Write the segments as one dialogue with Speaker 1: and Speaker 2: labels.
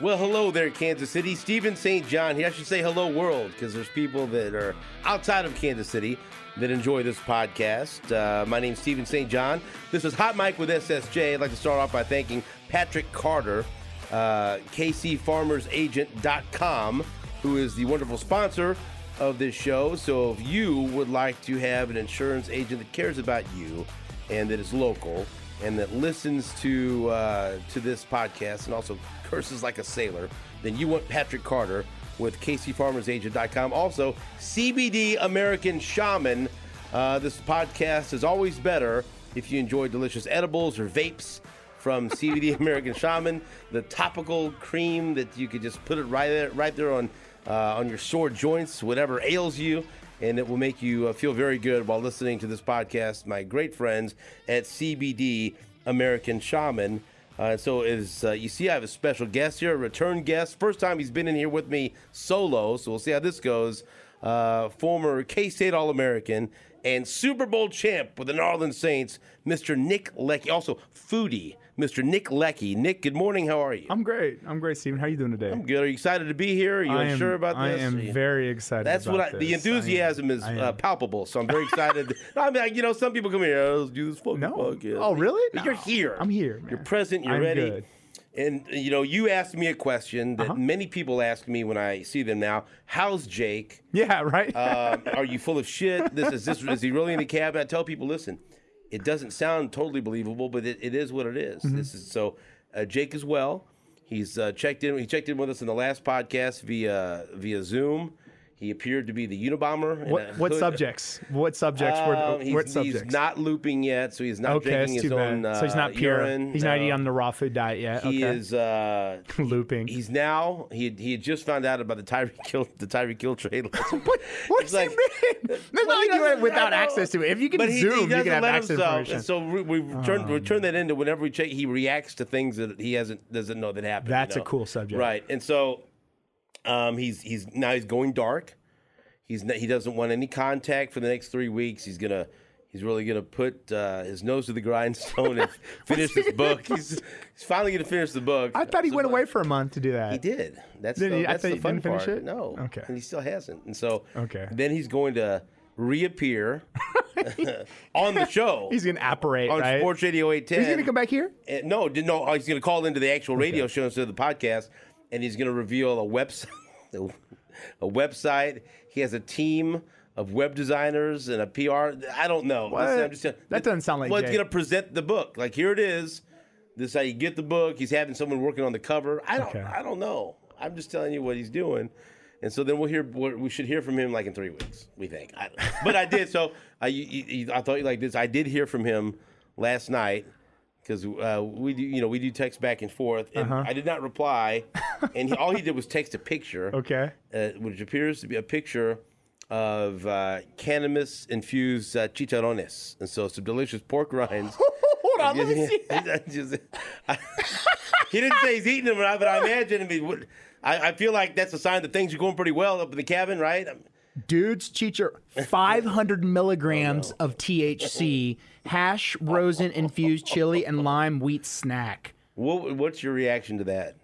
Speaker 1: Well, hello there, Kansas City. Stephen St. John here. I should say hello, world, because there's people that are outside of Kansas City that enjoy this podcast. Uh, my name's Stephen St. John. This is Hot Mike with SSJ. I'd like to start off by thanking Patrick Carter, uh, KCFarmersAgent.com, who is the wonderful sponsor of this show. So if you would like to have an insurance agent that cares about you and that is local and that listens to uh, to this podcast and also curses like a sailor, then you want Patrick Carter with KCFarmersAgent.com. Also, CBD American Shaman. Uh, this podcast is always better if you enjoy delicious edibles or vapes from CBD American Shaman, the topical cream that you could just put it right there, right there on uh, on your sore joints, whatever ails you, and it will make you uh, feel very good while listening to this podcast. My great friends at CBD American Shaman. Uh, so as uh, you see, I have a special guest here, a return guest. First time he's been in here with me solo, so we'll see how this goes. Uh, former K-State All-American and Super Bowl champ with the New Orleans Saints, Mr. Nick Leckie. Also foodie, Mr. Nick Leckie. Nick, good morning. How are you?
Speaker 2: I'm great. I'm great, Steven. How are you doing today?
Speaker 1: I'm good. Are you excited to be here? Are you
Speaker 2: I am-
Speaker 1: unsure about
Speaker 2: I
Speaker 1: this?
Speaker 2: am
Speaker 1: Are you-
Speaker 2: very excited.
Speaker 1: That's what I,
Speaker 2: about
Speaker 1: the
Speaker 2: this. I am-
Speaker 1: enthusiasm is
Speaker 2: I am.
Speaker 1: uh, palpable. So I'm very excited. No, I mean, like, you know, some people come here. "Oh, Let's do this fucking
Speaker 2: no.
Speaker 1: podcast."
Speaker 2: Oh, really?
Speaker 1: You're
Speaker 2: No.
Speaker 1: here.
Speaker 2: I'm here.
Speaker 1: You're
Speaker 2: man.
Speaker 1: present. You're
Speaker 2: I'm
Speaker 1: ready.
Speaker 2: good.
Speaker 1: And uh, you know, you asked me a question that
Speaker 2: Uh-huh.
Speaker 1: many people ask me when I see them now. How's Jake?
Speaker 2: Yeah. Right.
Speaker 1: Um, are you full of shit? This is this is he really in the cabin? I tell people, listen, it doesn't sound totally believable, but it, it is what it is.
Speaker 2: Mm-hmm.
Speaker 1: This is so. Uh, Jake is well. He's uh, checked in. He checked in with us in the last podcast via via Zoom. He appeared to be the Unabomber. in a
Speaker 2: what, what
Speaker 1: hood.
Speaker 2: subjects? What subjects?
Speaker 1: Um,
Speaker 2: were,
Speaker 1: he's,
Speaker 2: what
Speaker 1: he's
Speaker 2: subjects?
Speaker 1: not looping yet, so he's not
Speaker 2: okay. That's
Speaker 1: drinking
Speaker 2: too
Speaker 1: his
Speaker 2: bad.
Speaker 1: own. Uh,
Speaker 2: so he's not pure.
Speaker 1: urine.
Speaker 2: he's not
Speaker 1: No.
Speaker 2: eating on the raw food diet yet.
Speaker 1: He
Speaker 2: okay.
Speaker 1: is. Uh,
Speaker 2: looping.
Speaker 1: He's now he had, he had just found out about the Tyreek kill the Tyreek kill trade. last week.
Speaker 2: what what
Speaker 1: It's
Speaker 2: does like,
Speaker 1: like-
Speaker 2: mean?
Speaker 1: Well,
Speaker 2: That's
Speaker 1: he
Speaker 2: not like you
Speaker 1: doesn't-
Speaker 2: have without
Speaker 1: I know.
Speaker 2: access to it. If you can
Speaker 1: But he-
Speaker 2: zoom,
Speaker 1: he,
Speaker 2: you can
Speaker 1: doesn't
Speaker 2: have
Speaker 1: let
Speaker 2: access
Speaker 1: himself.
Speaker 2: information. Oh,
Speaker 1: So we, we turn we turn that into whenever we check, he reacts to things that he hasn't doesn't know that happened. you
Speaker 2: That's a
Speaker 1: know?
Speaker 2: cool subject.
Speaker 1: right? And so, um, he's he's now he's going dark. He's not, he doesn't want any contact for the next three weeks. He's gonna he's really gonna put uh, his nose to the grindstone and finish this book. He's, he's finally gonna finish the book.
Speaker 2: I thought he
Speaker 1: So
Speaker 2: went
Speaker 1: much.
Speaker 2: away for a month to do that.
Speaker 1: He did. That's
Speaker 2: Did
Speaker 1: the,
Speaker 2: he? I
Speaker 1: that's
Speaker 2: thought
Speaker 1: the
Speaker 2: he
Speaker 1: fun
Speaker 2: didn't finish
Speaker 1: part.
Speaker 2: it?
Speaker 1: No.
Speaker 2: Okay.
Speaker 1: And he still hasn't. And so
Speaker 2: Okay.
Speaker 1: Then he's going to reappear on the show
Speaker 2: He's gonna apparate,
Speaker 1: on
Speaker 2: right?
Speaker 1: Sports Radio 810.
Speaker 2: He's gonna come back here.
Speaker 1: Uh, no, did- no, he's going to call into the actual radio show instead of the podcast, and he's going to reveal a website. A website. He has a team of web designers and a PR. I don't know. Listen,
Speaker 2: What?
Speaker 1: I'm just gonna-
Speaker 2: That doesn't sound like
Speaker 1: Well, it's
Speaker 2: Jay.
Speaker 1: going to present the book. Like here it is. This is how you get the book. He's having someone working on the cover. I don't.
Speaker 2: Okay.
Speaker 1: I don't know. I'm just telling you what he's doing. And so then we'll hear. what- We should hear from him like in three weeks. We think. I, but I did. So I. You, you, I thought you like this. I did hear from him last night because uh, we do. You know, we do text back and forth. And
Speaker 2: Uh-huh.
Speaker 1: I did not reply. and he, all he did was text a picture
Speaker 2: Okay.
Speaker 1: uh, which appears to be a picture of uh, cannabis infused uh, chicharrones. And so some delicious pork rinds.
Speaker 2: Hold on, let me see.
Speaker 1: I just- I- he didn't say he's eating them, but I, but I imagine. I, mean, what- I, I feel like that's a sign that things are going pretty well up in the cabin, right? Um, I'm-
Speaker 3: Dude's Cheecher, 500 milligrams of THC, hash, rosin infused chili, and lime wheat snack.
Speaker 1: What, what's your reaction to that?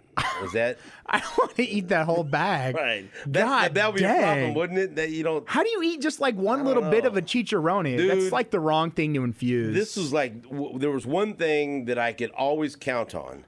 Speaker 1: Is that
Speaker 3: I want to eat that whole bag.
Speaker 1: right? That's,
Speaker 3: God
Speaker 1: that, that would be a problem,
Speaker 3: dang.
Speaker 1: wouldn't it? That you don't.
Speaker 3: How do you eat just like one little bit
Speaker 1: know.
Speaker 3: of a chicharroni?
Speaker 1: Dude.
Speaker 3: That's like the wrong thing to infuse.
Speaker 1: This was like w- there was one thing that I could always count on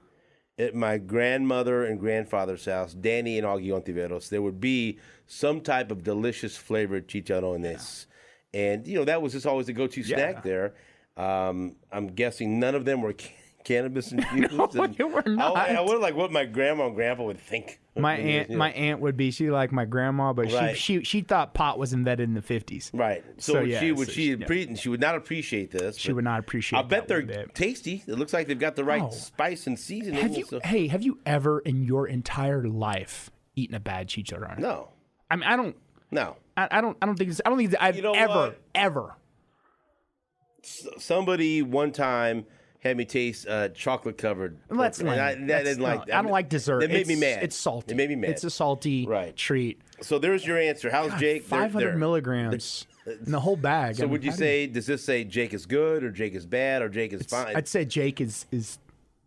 Speaker 1: at my grandmother and grandfather's house, Danny and Augie Ontiveros. There would be some type of delicious flavored chicharrones, and you know that was just always the go-to snack there. Um, I'm guessing none of them were ca- cannabis infused. and
Speaker 3: they were
Speaker 1: I, I
Speaker 3: not.
Speaker 1: wonder like what my grandma and grandpa would think.
Speaker 2: My aunt, my aunt would be. She like my grandma, but
Speaker 1: Right.
Speaker 3: she, she thought pot was invented in the 50s.
Speaker 1: Right. So,
Speaker 2: So,
Speaker 1: would
Speaker 2: yeah,
Speaker 1: she would
Speaker 2: so
Speaker 1: she
Speaker 2: she-
Speaker 1: appre- she would not appreciate this.
Speaker 3: She would not appreciate
Speaker 1: I
Speaker 3: that
Speaker 1: bet they're
Speaker 3: one bit.
Speaker 1: tasty. It looks like they've got the right
Speaker 3: Oh.
Speaker 1: spice and seasoning.
Speaker 3: Have you,
Speaker 1: so-
Speaker 3: hey, have you ever in your entire life eaten a bad chicharroni?
Speaker 1: no,
Speaker 3: I mean, I don't,
Speaker 1: no.
Speaker 3: I, I don't, I don't think, it's- I don't think it's- I've
Speaker 1: You know
Speaker 3: ever,
Speaker 1: what?
Speaker 3: ever.
Speaker 1: S- Somebody one time had me taste uh, chocolate covered.
Speaker 3: Let's not.
Speaker 1: I, that
Speaker 3: that's
Speaker 1: didn't like.
Speaker 3: not- I don't like dessert.
Speaker 1: It made me
Speaker 3: It's-
Speaker 1: mad.
Speaker 3: It's salty.
Speaker 1: It made me mad.
Speaker 3: It's a salty
Speaker 1: Right.
Speaker 3: treat.
Speaker 1: so there's your answer. How's Jake? They're-
Speaker 3: Five hundred
Speaker 1: they're-
Speaker 3: milligrams in the whole bag.
Speaker 1: So would you say does this say Jake is good or Jake is bad or Jake is fine?
Speaker 3: I'd say Jake is is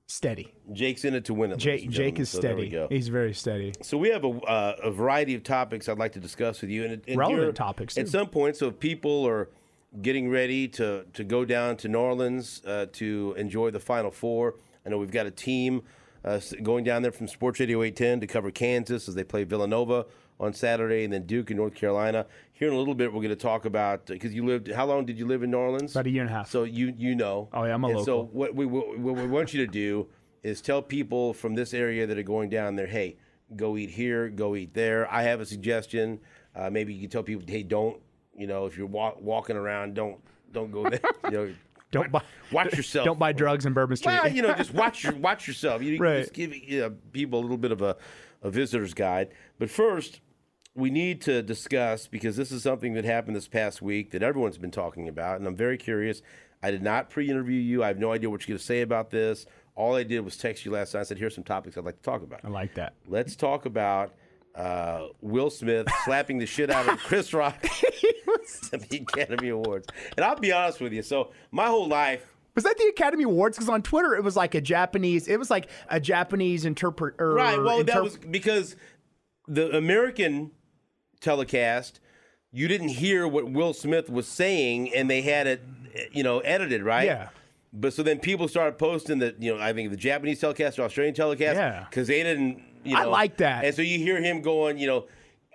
Speaker 3: steady.
Speaker 1: Jake's in it to win it. ladies
Speaker 2: Jake,
Speaker 1: and
Speaker 2: Jake
Speaker 1: gentlemen.
Speaker 2: is
Speaker 1: So there we
Speaker 2: steady.
Speaker 1: go.
Speaker 2: He's very steady.
Speaker 1: So we have a, uh, a variety of topics I'd like to discuss with you, and, and
Speaker 2: Relevant
Speaker 1: you're-
Speaker 2: topics,
Speaker 1: at
Speaker 2: too.
Speaker 1: some point. So if people are getting ready to to go down to New Orleans uh, to enjoy the Final Four, I know we've got a team uh, s- going down there from Sports Radio 810 to cover Kansas as they play Villanova on Saturday, and then Duke and North Carolina. Here in a little bit, we're going to talk about because you lived. How long did you live in New Orleans?
Speaker 2: About a year and a half.
Speaker 1: So you you know.
Speaker 2: Oh, yeah, I'm a
Speaker 1: and So
Speaker 2: local.
Speaker 1: what we what we want you to do is tell people from this area that are going down there, hey, go eat here, go eat there. I have a suggestion. Uh, maybe you can tell people, hey, don't you know if you're wa- walking around, don't don't go there. you know,
Speaker 2: Don't buy
Speaker 1: watch yourself.
Speaker 2: don't buy drugs in Bourbon Street.
Speaker 1: Well, you know, just watch your watch yourself. You
Speaker 2: Right.
Speaker 1: just give you know, people a little bit of a, a visitor's guide. But first, we need to discuss because this is something that happened this past week that everyone's been talking about, and I'm very curious. I did not pre-interview you. I have no idea what you're going to say about this. All I did was text you last night. I said, "Here's some topics I'd like to talk about."
Speaker 2: I like that.
Speaker 1: Let's talk about uh, Will Smith slapping the shit out of Chris Rock at the Academy Awards. And I'll be honest with you. So my whole life,
Speaker 3: Was that the Academy Awards? Because on Twitter it was like a Japanese. It was like a Japanese interpret. er,
Speaker 1: Right. Well, that
Speaker 3: interp-
Speaker 1: was because the American telecast, you didn't hear what Will Smith was saying, and they had it, you know, edited, right?
Speaker 2: Yeah.
Speaker 1: But so then people started posting that, you know, I think the Japanese telecast or Australian telecast,
Speaker 2: Yeah.
Speaker 1: because they didn't, you know,
Speaker 3: I like that.
Speaker 1: And so you hear him going, you know.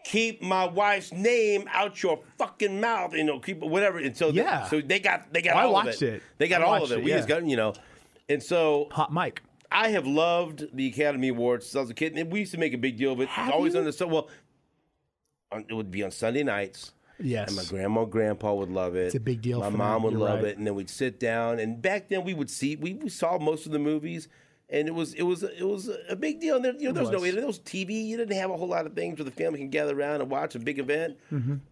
Speaker 1: Keep my wife's name out your fucking mouth, you know. Keep whatever, and so
Speaker 3: Yeah.
Speaker 1: they, so they got they got
Speaker 2: Oh, I
Speaker 1: all
Speaker 2: watched
Speaker 1: of it.
Speaker 2: it.
Speaker 1: They got
Speaker 2: I
Speaker 1: all of
Speaker 2: watched
Speaker 1: it.
Speaker 2: it,
Speaker 1: We just
Speaker 2: yeah.
Speaker 1: got you know, and so
Speaker 2: Hot mic.
Speaker 1: I have loved the Academy Awards since I was a kid. And we used to make a big deal of it. It's
Speaker 3: Have
Speaker 1: always
Speaker 3: you?
Speaker 1: on the sun. Well, on, it would be on Sunday nights. And my
Speaker 3: yes.
Speaker 1: grandma, and grandpa would love it. It's
Speaker 3: a big deal
Speaker 1: My
Speaker 3: for
Speaker 1: mom
Speaker 3: them,
Speaker 1: would
Speaker 3: you're
Speaker 1: love
Speaker 3: right.
Speaker 1: it, and then we'd sit down. And back then, we would see we, we saw most of the movies, and it was it was it was a big deal. And there, you know, there was, no
Speaker 2: was.
Speaker 1: there was TV. You didn't have a whole lot of things where the family can gather around and watch a big event.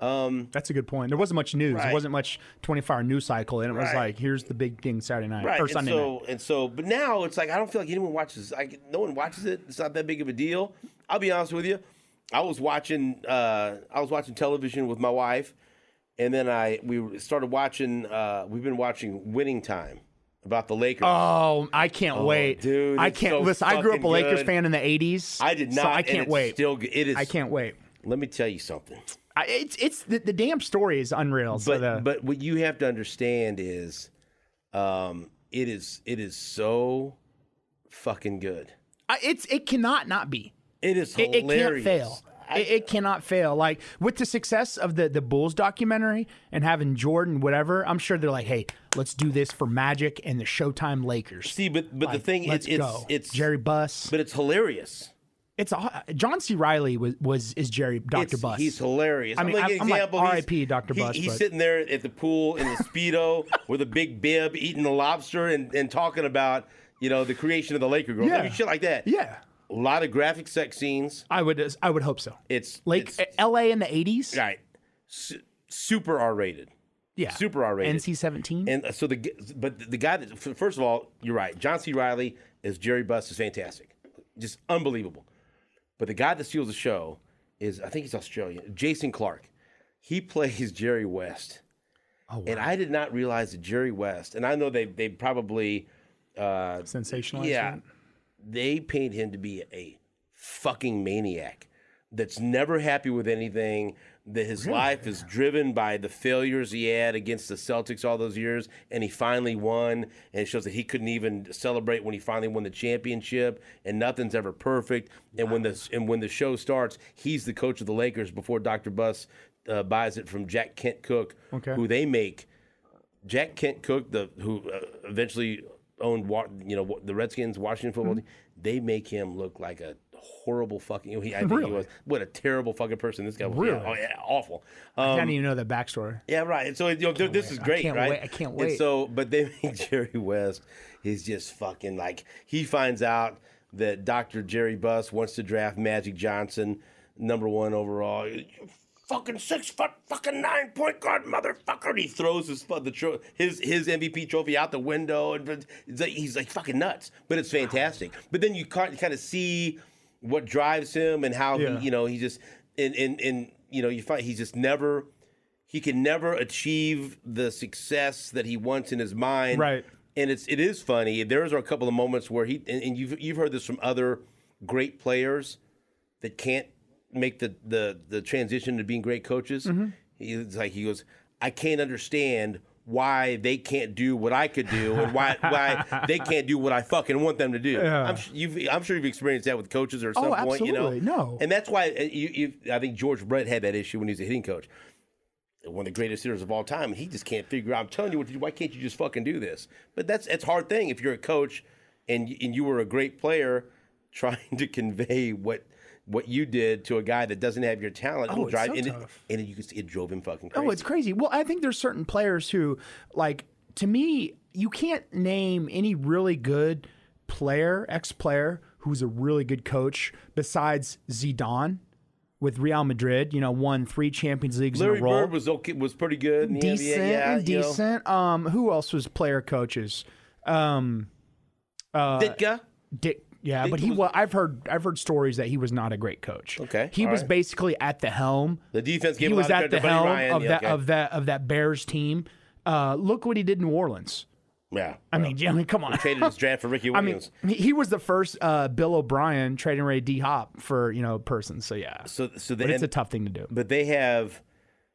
Speaker 1: Um,
Speaker 2: That's a good point. There wasn't much news.
Speaker 1: Right.
Speaker 2: There wasn't much 24 hour news cycle, and it was
Speaker 1: Right.
Speaker 2: like, here's the big thing Saturday night
Speaker 1: right.
Speaker 2: or
Speaker 1: And
Speaker 2: Sunday
Speaker 1: so
Speaker 2: night.
Speaker 1: and so, but now it's like I don't feel like anyone watches. Like no one watches it. It's not that big of a deal. I'll be honest with you. I was watching. Uh, I was watching television with my wife, and then I we started watching. Uh, we've been watching Winning Time about the Lakers.
Speaker 2: Oh, I can't wait,
Speaker 1: dude,
Speaker 2: I
Speaker 1: it's
Speaker 2: can't
Speaker 1: so
Speaker 2: listen. I grew up a
Speaker 1: fucking
Speaker 2: Lakers
Speaker 1: good.
Speaker 2: fan in the 80s.
Speaker 1: I did
Speaker 2: so
Speaker 1: not.
Speaker 2: I
Speaker 1: and
Speaker 2: can't
Speaker 1: it's
Speaker 2: wait.
Speaker 1: Still, g- it is.
Speaker 2: I can't wait.
Speaker 1: Let me tell you something.
Speaker 2: I, it's it's the, the damn story is unreal. so
Speaker 1: But
Speaker 2: the,
Speaker 1: but what you have to understand is, um, it is it is so fucking good.
Speaker 3: I, it's it cannot not be.
Speaker 1: It is
Speaker 3: It, it can't
Speaker 1: hilarious.
Speaker 3: fail. it, it cannot fail. Like with the success of the the Bulls documentary and having Jordan, whatever, I'm sure they're like, hey, let's do this for Magic and the Showtime Lakers.
Speaker 1: See, but but the thing
Speaker 3: let's
Speaker 1: is, it's
Speaker 3: go.
Speaker 1: it's
Speaker 3: Jerry Buss.
Speaker 1: but it's hilarious.
Speaker 3: it's a, John C. Riley was, was is Jerry Doctor
Speaker 1: It's-
Speaker 3: Buss.
Speaker 1: He's hilarious. I
Speaker 3: mean,
Speaker 1: like,
Speaker 3: I'm- I'm like, RIP Dr. Buss,
Speaker 1: He's
Speaker 3: but-
Speaker 1: sitting there at the pool in the speedo with a big bib, eating the lobster, and, and talking about you know the creation of the Laker girl,
Speaker 2: Yeah.
Speaker 1: I mean, shit like that.
Speaker 2: yeah,
Speaker 1: A lot of graphic sex scenes.
Speaker 2: I would I would hope so. uh,
Speaker 1: It's
Speaker 3: Lake
Speaker 1: it's,
Speaker 3: L.A. in the '80s.
Speaker 1: right, su- super R rated,
Speaker 3: Yeah,
Speaker 1: super R rated.
Speaker 3: NC-17.
Speaker 1: And uh, so the g- but the guy that f- first of all, you're right. John C. Riley as Jerry Buss is fantastic, just unbelievable. But the guy that steals the show is I think he's Australian, Jason Clark. He plays Jerry West. And I did not realize that Jerry West, and I know they they probably uh,
Speaker 2: Sensationalized.
Speaker 1: yeah,
Speaker 2: it.
Speaker 1: they paint him to be a fucking maniac that's never happy with anything. That his life is driven by the failures he had against the Celtics all those years, and he finally won. And it shows that he couldn't even celebrate when he finally won the championship. And nothing's ever perfect. And when the and when the show starts, he's the coach of the Lakers before Dr. Buss uh, buys it from Jack Kent Cook,
Speaker 2: Okay.
Speaker 1: who they make Jack Kent Cook, the who uh, eventually owned wa- you know the Redskins Washington
Speaker 2: Hmm.
Speaker 1: football team, they make him look like a horrible fucking. He, I think
Speaker 2: Really?
Speaker 1: he was what a terrible fucking person this guy was.
Speaker 2: Really?
Speaker 1: Yeah, oh, yeah, awful.
Speaker 3: I
Speaker 1: Um,
Speaker 3: don't even know the backstory.
Speaker 1: yeah, right. And so you know, th- this is
Speaker 3: I
Speaker 1: great,
Speaker 3: can't
Speaker 1: right?
Speaker 3: wait- I can't
Speaker 1: And
Speaker 3: wait.
Speaker 1: so, but they make Jerry West is just fucking like he finds out that Dr. Jerry Buss wants to draft Magic Johnson number one overall. You Fucking six foot, fucking nine point guard, motherfucker! And he throws his fu- the tro- his his MVP trophy out the window, and but it's like, he's like fucking nuts. But it's fantastic. But then you kind of see what drives him and how
Speaker 2: Yeah.
Speaker 1: he, you know he just and and and you know you find he's just never he can never achieve the success that he wants in his mind
Speaker 2: Right.
Speaker 1: and it's it is funny. There's a couple of moments where he and, and you've you've heard this from other great players that can't make the the the transition to being great coaches.
Speaker 2: Mm-hmm.
Speaker 1: He- It's like he goes, I can't understand why they can't do what I could do and why why they can't do what I fucking want them to do. I'm, su- you've, I'm sure you've experienced that with coaches or at some
Speaker 2: Oh,
Speaker 1: point, you know.
Speaker 2: absolutely. No.
Speaker 1: And that's why uh, you, you, I think George Brett had that issue when he was a hitting coach one of the greatest hitters of all time, and he just can't figure out. I'm telling you, what to do. why can't you just fucking do this? But that's it's a hard thing if you're a coach and y- and you were a great player trying to convey what what you did to a guy that doesn't have your talent. it'll
Speaker 2: Oh, it's so
Speaker 1: and,
Speaker 2: tough.
Speaker 1: It, and you could see it drove him fucking crazy.
Speaker 2: Oh, it's crazy. Well, I think there's certain players who, like, to me, you can't name any really good player, ex player, who's a really good coach besides Zidane with Real Madrid. You know, won three Champions Leagues
Speaker 1: Larry
Speaker 2: in a row.
Speaker 1: Bird was okay, was pretty good. In the NBA,
Speaker 2: decent
Speaker 1: yeah,
Speaker 2: and
Speaker 1: you know.
Speaker 2: decent. Um, who else was player coaches?
Speaker 1: Ditka.
Speaker 2: Dick. Yeah, but he was, I've heard I've heard stories that he was not a great coach.
Speaker 1: Okay,
Speaker 2: he
Speaker 1: all
Speaker 2: was
Speaker 1: right.
Speaker 2: basically at the helm.
Speaker 1: The defense gave
Speaker 2: he
Speaker 1: a
Speaker 2: was
Speaker 1: lot of credit
Speaker 2: at the
Speaker 1: to Buddy
Speaker 2: helm
Speaker 1: Ryan.
Speaker 2: of
Speaker 1: yeah,
Speaker 2: that
Speaker 1: okay.
Speaker 2: of that of that Bears team. Uh, look what he did in New Orleans.
Speaker 1: yeah.
Speaker 2: I mean, yeah, I mean, come on.
Speaker 1: traded his draft for Ricky
Speaker 2: I mean,
Speaker 1: Williams.
Speaker 2: he, he was the first uh, Bill O'Brien trading Ray D Hop for you know person. So yeah,
Speaker 1: so so the
Speaker 2: but it's
Speaker 1: end-
Speaker 2: a tough thing to do.
Speaker 1: but they have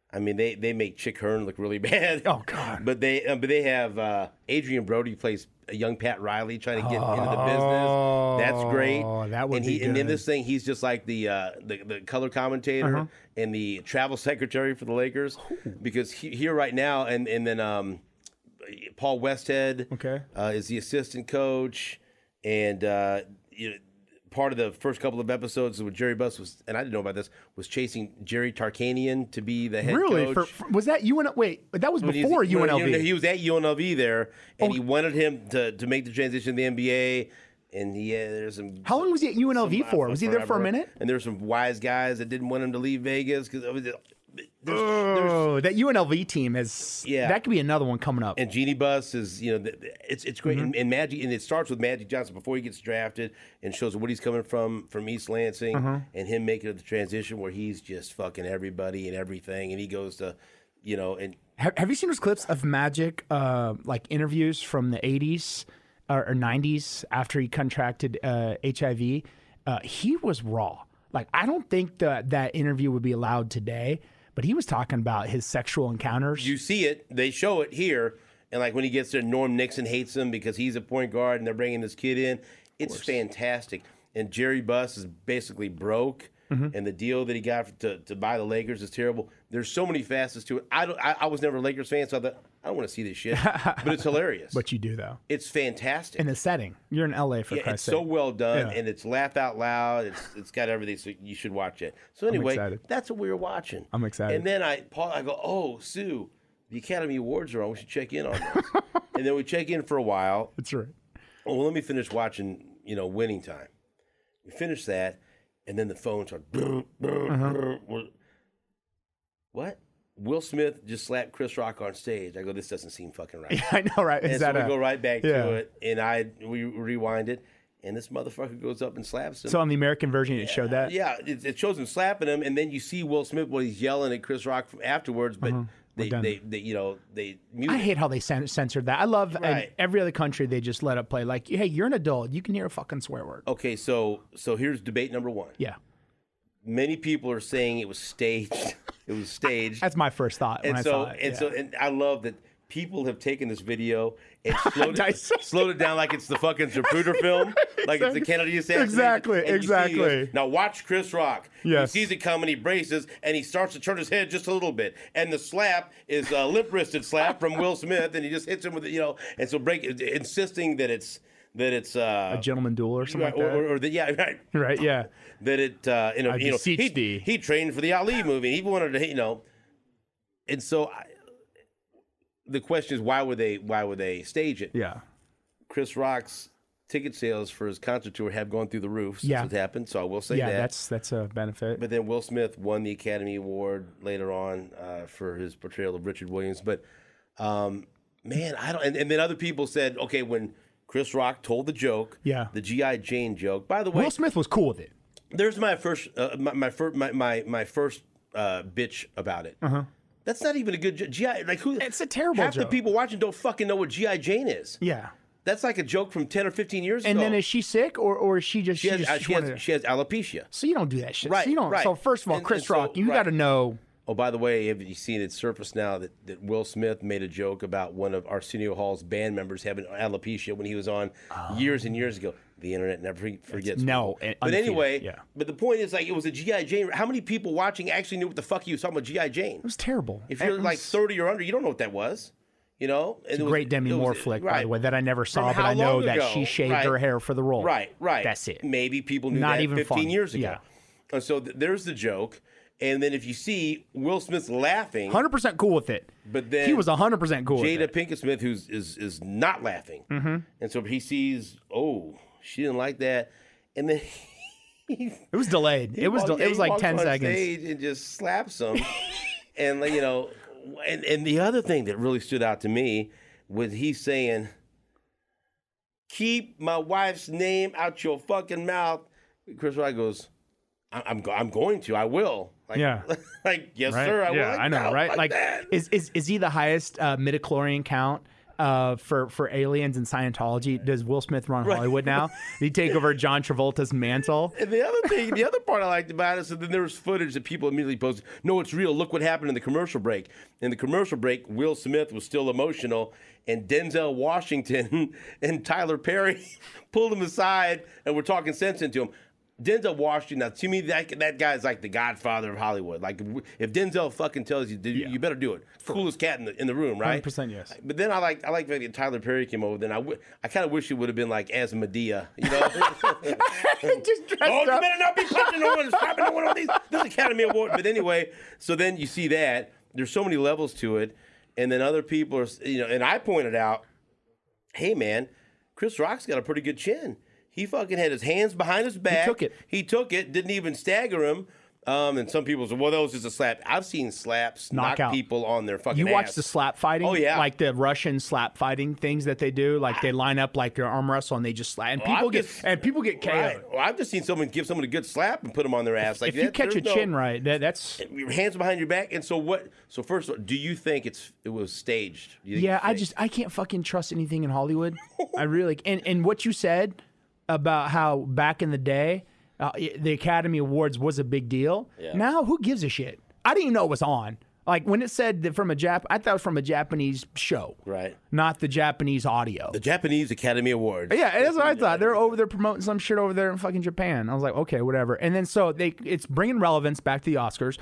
Speaker 1: I mean they they make Chick Hearn look really bad.
Speaker 2: Oh, God.
Speaker 1: But they uh, but they have uh, Adrian Brody plays a young Pat Riley trying to get into the business. That's great.
Speaker 2: Oh, that would
Speaker 1: and he
Speaker 2: be
Speaker 1: and in
Speaker 2: good. Uh-huh.
Speaker 1: this thing he's just like the uh, the, the color commentator and the travel secretary for the Lakers because he, here right now and and then um, Paul Westhead
Speaker 2: Okay.
Speaker 1: uh, is the assistant coach and uh, you know, part of the first couple of episodes with Jerry Buss was and I didn't know about this was chasing Jerry Tarkanian to be the head
Speaker 2: Really,
Speaker 1: coach.
Speaker 2: for, for- was that UNL? Wait, that was
Speaker 1: He's-
Speaker 2: before
Speaker 1: no,
Speaker 2: UNLV.
Speaker 1: He was at UNLV there, and
Speaker 2: Oh.
Speaker 1: he wanted him to, to make the transition to the NBA. And he, uh, there's some.
Speaker 2: How long was he at UNLV
Speaker 1: some-
Speaker 2: for? Was he there for a
Speaker 1: forever.
Speaker 2: minute?
Speaker 1: And there's some wise guys that didn't want him to leave Vegas because there's, there's
Speaker 2: Oh, that UNLV team has.
Speaker 1: Yeah.
Speaker 2: that could be another one coming up.
Speaker 1: and Genie Bus is you know th- th- it's it's great and, and Magic and it starts with Magic Johnson before he gets drafted and shows what he's coming from from East Lansing and him making the transition where he's just fucking everybody and everything and he goes to you know and
Speaker 2: have, have you seen those clips of Magic, uh, like interviews from the '80s or, or '90s after he contracted uh, HIV? Uh, he was raw. Like I don't think that that interview would be allowed today, but he was talking about his sexual encounters.
Speaker 1: you see it, they show it here, and like when he gets there, Norm Nixon hates him because he's a point guard, and they're bringing this kid in. It's fantastic. And Jerry Buss is basically broke, and the deal that he got to, to buy the Lakers is terrible. There's so many facets to it. I don't. I, I was never a Lakers fan, so I thought I don't want to see this shit, but it's hilarious.
Speaker 2: what you do though
Speaker 1: it's fantastic.
Speaker 2: in the setting? You're in LA for
Speaker 1: Yeah, it's
Speaker 2: Christ's sake.
Speaker 1: so well done,
Speaker 2: Yeah.
Speaker 1: and it's laugh out loud. It's it's got everything, so you should watch it. So anyway,
Speaker 2: excited.
Speaker 1: that's what we were watching.
Speaker 2: I'm excited.
Speaker 1: And then I, Paul, I go, oh, Sue, the Academy Awards are on. We should check in on those. and then we check in for a while.
Speaker 2: That's right.
Speaker 1: Oh, well, let me finish watching. You know, Winning Time. We finish that, and then the phone starts. brr, brr,
Speaker 2: Uh-huh.
Speaker 1: brr. We're- What? Will Smith just slapped Chris Rock on stage. I go, this doesn't seem fucking right.
Speaker 2: I know, right? Is
Speaker 1: And
Speaker 2: that
Speaker 1: so we
Speaker 2: a-
Speaker 1: go right back
Speaker 2: yeah.
Speaker 1: to it, and I we rewind it, and this motherfucker goes up and slaps him.
Speaker 2: so uh, on the American version? It showed that.
Speaker 1: yeah, it, it shows him slapping him, and then you see Will Smith while he's yelling at Chris Rock from afterwards. But they,
Speaker 2: Uh-huh. done.
Speaker 1: they, they, you know, they mute.
Speaker 2: I
Speaker 1: it.
Speaker 2: hate how they cen- censored that. I love in
Speaker 1: Right.
Speaker 2: every other country they just let it play. Like, hey, you're an adult, you can hear a fucking swear word.
Speaker 1: Okay, so so here's debate number one.
Speaker 2: Yeah,
Speaker 1: Many people are saying it was staged. it was staged.
Speaker 2: that's my first thought when
Speaker 1: and
Speaker 2: I
Speaker 1: so
Speaker 2: saw it.
Speaker 1: and
Speaker 2: yeah.
Speaker 1: so and I love that people have taken this video and slowed it,
Speaker 2: Dissected.
Speaker 1: slowed it down like it's the fucking Zapruder film, like it's the Kennedy assassination.
Speaker 2: Exactly,
Speaker 1: And you see this-
Speaker 2: exactly.
Speaker 1: now watch Chris Rock.
Speaker 2: Yes.
Speaker 1: He sees it coming, he braces, and he starts to turn his head just a little bit. And the slap is a lip wristed slap from Will Smith, and he just hits him with it, you know. And so break insisting that it's that it's uh,
Speaker 2: a gentleman duel or something
Speaker 1: or,
Speaker 2: like that.
Speaker 1: or, or that yeah right
Speaker 2: right? Yeah.
Speaker 1: that it uh, you know, you know
Speaker 2: beseech
Speaker 1: he,
Speaker 2: thee.
Speaker 1: he trained for the Ali movie. He wanted to you know, and so I, the question is why would they why would they stage it?
Speaker 2: Yeah.
Speaker 1: Chris Rock's ticket sales for his concert tour have gone through the roof since
Speaker 2: Yeah.
Speaker 1: it happened. So I will say
Speaker 2: Yeah,
Speaker 1: that.
Speaker 2: that's that's a benefit.
Speaker 1: but then Will Smith won the Academy Award later on uh, for his portrayal of Richard Williams. But um, man, I don't. And, and then other people said, okay, when Chris Rock told the joke,
Speaker 2: Yeah.
Speaker 1: the GI Jane joke. By the way,
Speaker 2: Will Smith was cool with it.
Speaker 1: there's my first uh, my, my first my my, my first uh, bitch about it. That's not even a good jo- GI. Like who?
Speaker 2: Uh-huh. It's a terrible
Speaker 1: Half the
Speaker 2: joke.
Speaker 1: people watching don't fucking know what GI Jane is.
Speaker 2: Yeah.
Speaker 1: That's like a joke from ten or fifteen years
Speaker 2: And
Speaker 1: ago.
Speaker 2: then is she sick or or is she just
Speaker 1: she
Speaker 2: she,
Speaker 1: has,
Speaker 2: just
Speaker 1: uh, she,
Speaker 2: wanted
Speaker 1: has,
Speaker 2: to-
Speaker 1: she has alopecia.
Speaker 2: so you don't do that shit.
Speaker 1: Right,
Speaker 2: So you don't.
Speaker 1: right.
Speaker 2: So first of all,
Speaker 1: And-
Speaker 2: Chris
Speaker 1: and so-
Speaker 2: Rock, you
Speaker 1: right.
Speaker 2: got to know.
Speaker 1: Oh, by the way, have you seen it surfaced now that, that Will Smith made a joke about one of Arsenio Hall's band members having alopecia when he was on years and years ago? The internet never forg- forgets.
Speaker 2: Oh. no,
Speaker 1: people.
Speaker 2: and
Speaker 1: but
Speaker 2: undefeated,
Speaker 1: anyway,
Speaker 2: yeah.
Speaker 1: but the point is, like, it was a GI Jane. How many people watching actually knew what the fuck he was talking about? GI Jane.
Speaker 2: It was terrible.
Speaker 1: If
Speaker 2: And
Speaker 1: you're
Speaker 2: it
Speaker 1: like
Speaker 2: was
Speaker 1: 30 or under, you don't know what that was. You know, and it was-
Speaker 2: great Demi
Speaker 1: it was-
Speaker 2: Moore flick, by
Speaker 1: right.
Speaker 2: the way, that I never saw,
Speaker 1: From
Speaker 2: but
Speaker 1: how
Speaker 2: I know
Speaker 1: long
Speaker 2: that
Speaker 1: ago?
Speaker 2: she shaved
Speaker 1: Right.
Speaker 2: her hair for the role.
Speaker 1: Right, right.
Speaker 2: That's it.
Speaker 1: Maybe people knew
Speaker 2: Not
Speaker 1: that
Speaker 2: even
Speaker 1: 15
Speaker 2: funny.
Speaker 1: years ago.
Speaker 2: Yeah.
Speaker 1: And so th- there's the joke. And then if you see Will Smith laughing,
Speaker 2: Hundred percent cool with it.
Speaker 1: But then
Speaker 2: he was hundred percent cool. with
Speaker 1: Jada
Speaker 2: it.
Speaker 1: Pinkett Smith, who's is is not laughing,
Speaker 2: Mm-hmm.
Speaker 1: and so he sees, oh, she didn't like that, and then he,
Speaker 2: It was delayed. it was.
Speaker 1: walked-
Speaker 2: de-
Speaker 1: yeah,
Speaker 2: it was
Speaker 1: he
Speaker 2: like
Speaker 1: walks
Speaker 2: ten
Speaker 1: on
Speaker 2: seconds.
Speaker 1: stage and just slaps him, and like, you know, and and the other thing that really stood out to me was he saying, "Keep my wife's name out your fucking mouth." Chris Rock goes, I- "I'm go- I'm going to. I will." Like,
Speaker 2: Yeah.
Speaker 1: like yes,
Speaker 2: Right?
Speaker 1: sir. I
Speaker 2: yeah,
Speaker 1: will. Like,
Speaker 2: I know,
Speaker 1: no,
Speaker 2: right? Like,
Speaker 1: that.
Speaker 2: is, is is he the highest uh, midichlorian count uh, for for aliens and Scientology? Does Will Smith run Hollywood now? Did he take over John Travolta's mantle?
Speaker 1: And the other thing, the other part I liked about it is that then there was footage that people immediately posted. No, it's real. Look what happened in the commercial break. In the commercial break, Will Smith was still emotional, and Denzel Washington and Tyler Perry pulled him aside and were talking sense into him. Denzel Washington, now to me, that that guy's like the godfather of Hollywood. Like, if Denzel fucking tells you, "Dude, you, you better do it. Coolest cat in the, in the room, right?
Speaker 2: 100% yes.
Speaker 1: But then I like I like that Tyler Perry came over. Then I w- I kind of wish it would have been like Asmodea, you know?
Speaker 2: Just dressed
Speaker 1: Oh, you
Speaker 2: up.
Speaker 1: better not be punching no one and slapping no one on these this Academy Award. But anyway, so then you see that there's so many levels to it, and then other people are you know, and I pointed out, hey man, Chris Rock's got a pretty good chin. He fucking had his hands behind his back.
Speaker 2: took it.
Speaker 1: He took it. Didn't even stagger him. Um, and some people said, well, that was just a slap. I've seen slaps knock,
Speaker 2: Knockout.
Speaker 1: people on their fucking.
Speaker 2: You watch
Speaker 1: ass.
Speaker 2: the slap fighting,
Speaker 1: Oh, yeah.
Speaker 2: like the Russian slap fighting things that they do. Like they line up like their arm wrestle and they just slap, and
Speaker 1: I've
Speaker 2: people get
Speaker 1: Oh, just-
Speaker 2: and people get KO'd.
Speaker 1: Right. Well, I've just seen someone give someone a good slap and put them on their ass. Like
Speaker 2: If you
Speaker 1: that-
Speaker 2: catch a
Speaker 1: there's no-
Speaker 2: chin right, that, that's
Speaker 1: your hands behind your back. And so what? So first of all, do you think it's it was staged? You think
Speaker 2: Yeah,
Speaker 1: it's
Speaker 2: I
Speaker 1: staged?
Speaker 2: just I can't fucking trust anything in Hollywood. I really and and what you said about how back in the day uh, i- the Academy Awards was a big deal. Now who gives a shit? I didn't even know it was on. Like when it said that from a Jap, I thought it was from a Japanese show,
Speaker 1: right.
Speaker 2: not the Japanese audio.
Speaker 1: The Japanese Academy Awards.
Speaker 2: Yeah, and that's what I thought. They're over there promoting some shit over there in fucking Japan. I was like, okay, whatever. And then so they, it's bringing relevance back to the Oscars.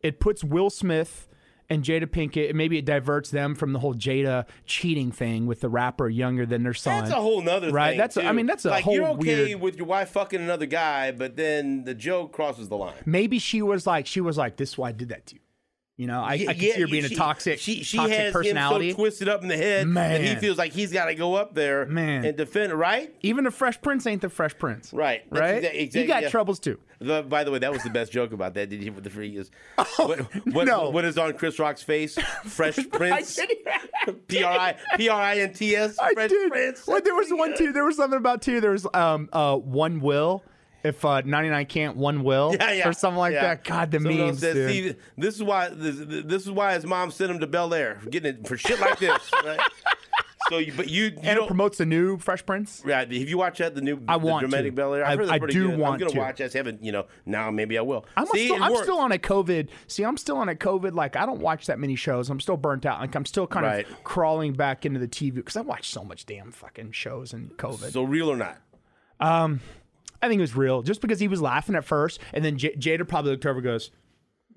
Speaker 2: It puts Will Smith and Jada Pinkett. Maybe it diverts them from the whole Jada cheating thing with the rapper younger than their son.
Speaker 1: That's a whole nother
Speaker 2: Right,
Speaker 1: thing.
Speaker 2: that's a- I
Speaker 1: too.
Speaker 2: mean, that's a
Speaker 1: like, You're
Speaker 2: whole
Speaker 1: okay
Speaker 2: weird-
Speaker 1: with your wife fucking another guy, but then the joke crosses the line.
Speaker 2: Maybe she was like, she was like, this is why I did that to you. You know, I, I can see her being
Speaker 1: she-
Speaker 2: a toxic,
Speaker 1: She, she
Speaker 2: toxic
Speaker 1: has
Speaker 2: personality.
Speaker 1: him so twisted up in the head that he
Speaker 2: Man.
Speaker 1: feels like he's got to go up there
Speaker 2: Man.
Speaker 1: and defend. Right,
Speaker 2: Even the Fresh Prince ain't the Fresh Prince.
Speaker 1: right, That's
Speaker 2: Right?
Speaker 1: exa- exactly-
Speaker 2: you got
Speaker 1: yeah.
Speaker 2: troubles too.
Speaker 1: The- by the way, that was the best joke about that. Did you hear what the freak is? what, what,
Speaker 2: Oh, no.
Speaker 1: what is on Chris Rock's face? Fresh Prince.
Speaker 2: I did.
Speaker 1: P R I P R I N T S.
Speaker 2: I
Speaker 1: Fresh
Speaker 2: did.
Speaker 1: Prince.
Speaker 2: Well, there was one too. There was something about two. There was um uh one will. If uh, 99 can't, one will,
Speaker 1: Yeah, yeah.
Speaker 2: or something like
Speaker 1: yeah.
Speaker 2: that. God, the
Speaker 1: Someone
Speaker 2: memes,
Speaker 1: says,
Speaker 2: dude.
Speaker 1: See, this is why this, this is why his mom sent him to Bel Air, getting it for shit like this. right? So, you, but you, you
Speaker 2: and it
Speaker 1: don't.
Speaker 2: promotes the new Fresh Prince.
Speaker 1: Right, have you watched that the new
Speaker 2: I
Speaker 1: the
Speaker 2: want
Speaker 1: dramatic
Speaker 2: to.
Speaker 1: Bel Air?
Speaker 2: I-
Speaker 1: I've heard it's
Speaker 2: I
Speaker 1: pretty
Speaker 2: do
Speaker 1: good.
Speaker 2: want
Speaker 1: I'm gonna
Speaker 2: to.
Speaker 1: watch. I just haven't, you know. Now maybe I will.
Speaker 2: I'm,
Speaker 1: See,
Speaker 2: still,
Speaker 1: it
Speaker 2: I'm
Speaker 1: worked.
Speaker 2: still on a COVID. See, I'm still on a COVID. Like, I don't watch that many shows. I'm still burnt out. Like, I'm still kind
Speaker 1: Right.
Speaker 2: of crawling back into the TV because I watch so much damn fucking shows in COVID.
Speaker 1: So real or not?
Speaker 2: I think it was real, just because he was laughing at first, and then J- Jada probably looked over, and goes,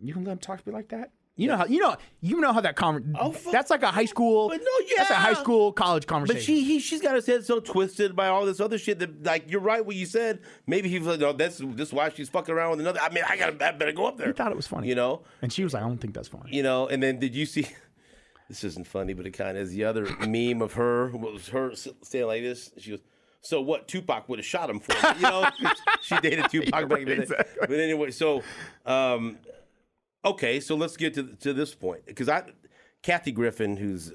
Speaker 2: "You gonna let him talk to me like that? You know how you know you know how that conversation.
Speaker 1: Oh, fuck.
Speaker 2: that's like a high school.
Speaker 1: But no,
Speaker 2: that's a
Speaker 1: yeah.
Speaker 2: high school college conversation.
Speaker 1: But she, he, she's got his head so twisted by all this other shit that, like, you're right what you said. Maybe he was like, no, that's this is why she's fucking around with another. I mean, I got, to I better go up there. He
Speaker 2: thought it was funny.
Speaker 1: you know.
Speaker 2: and she was like, "I don't think that's funny."
Speaker 1: you know and then did you see this isn't funny but it kind of is the other meme of her was her s- saying like this she goes so what tupac would have shot him for me," you know she dated tupac back in the day.
Speaker 2: exactly.
Speaker 1: but anyway so um okay so let's get to to this point because i kathy griffin who's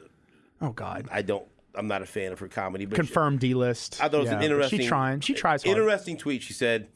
Speaker 2: Oh God,
Speaker 1: i don't i'm not a fan of her comedy but she-
Speaker 2: confirmed D list.
Speaker 1: I thought it was an interesting.
Speaker 2: She trying. She tries hard.
Speaker 1: Interesting tweet. She said,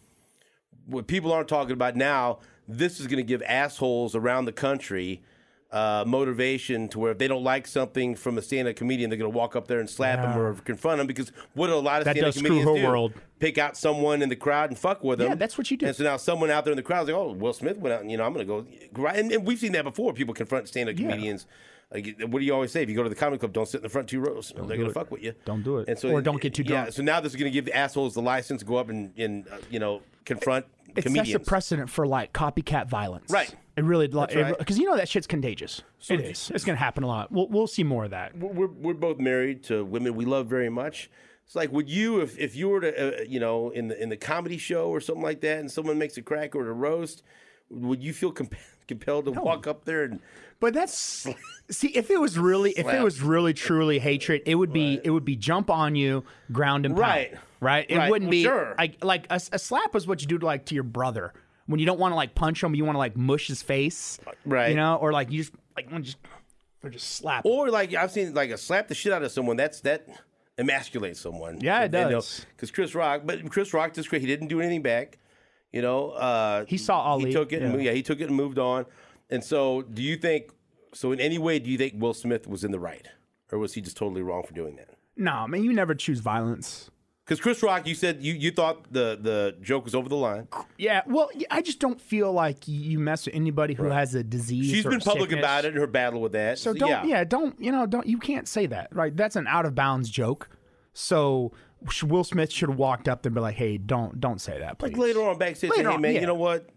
Speaker 1: "What people aren't talking about now, this is going to give assholes around the country uh, motivation to where if they don't like something from a stand-up comedian, they're going to walk up there and slap him or confront him because what a lot of
Speaker 4: That
Speaker 1: stand-up
Speaker 4: does screw
Speaker 1: comedians
Speaker 4: her
Speaker 1: do,
Speaker 4: world.
Speaker 1: pick out someone in the crowd and fuck with them.
Speaker 2: Yeah, that's what you do.
Speaker 1: And so now someone out there in the crowd is like, "Oh, Will Smith went out, and you know I'm going to go." Right, and, and we've seen that before. People confront stand-up comedians. Like, what do you always say? If you go to the comedy club, don't sit in the front two rows. They're going to fuck with you.
Speaker 2: Don't do it.
Speaker 1: And so
Speaker 2: Or don't get too
Speaker 1: Yeah.
Speaker 2: drunk.
Speaker 1: So now this is going to give the assholes the license to go up and, and uh, you know confront
Speaker 2: It
Speaker 1: comedians.
Speaker 2: sets a precedent for like copycat violence.
Speaker 1: Right.
Speaker 2: It really, because
Speaker 1: right.
Speaker 2: you know that shit's contagious. it is. It's going to happen a lot. We'll, we'll see more of that.
Speaker 1: we're we're both married to women we love very much. It's like, would you if if you were to uh, you know in the in the comedy show or something like that, and someone makes a crack or a roast, would you feel comp- compelled to walk up there and
Speaker 2: But that's see if it was really if it
Speaker 1: Slap.
Speaker 2: was really truly hatred, it would be it would be jump on you, ground and pound,
Speaker 1: Right.
Speaker 2: right. It
Speaker 1: Right.
Speaker 2: wouldn't be
Speaker 1: Sure.
Speaker 2: like like a, a slap was what you do to like to your brother when you don't want to like punch him, you want to like mush his face,
Speaker 1: Uh, Right.
Speaker 2: You know, or like you just like want to just or just slap.
Speaker 1: or like I've seen like a slap the shit out of someone. That's that emasculates someone.
Speaker 2: Yeah, it does.
Speaker 1: Because Chris Rock, but Chris Rock just he didn't do anything back. You know, uh,
Speaker 2: He saw Ali,
Speaker 1: He took it. And,
Speaker 2: yeah.
Speaker 1: yeah, he took it and moved on. And so, do you think? So, in any way, do you think Will Smith was in the right, or was he just totally wrong for doing that?
Speaker 2: No, man, you never choose violence.
Speaker 1: Because Chris Rock, you said you, you thought the, the joke was over the line.
Speaker 2: Yeah, well, y- I just don't feel like y- you mess with anybody who has a disease.
Speaker 1: She's
Speaker 2: or
Speaker 1: been public
Speaker 2: sickness.
Speaker 1: about it in her battle with that.
Speaker 2: So don't, yeah. don't, you know, don't, you can't say that, right? That's an out of bounds joke. So sh- Will Smith should have walked up there and be like, hey, don't, don't say that, please.
Speaker 1: Like later on backstage, say,
Speaker 2: Later
Speaker 1: hey
Speaker 2: on,
Speaker 1: man,
Speaker 2: yeah.
Speaker 1: you know what?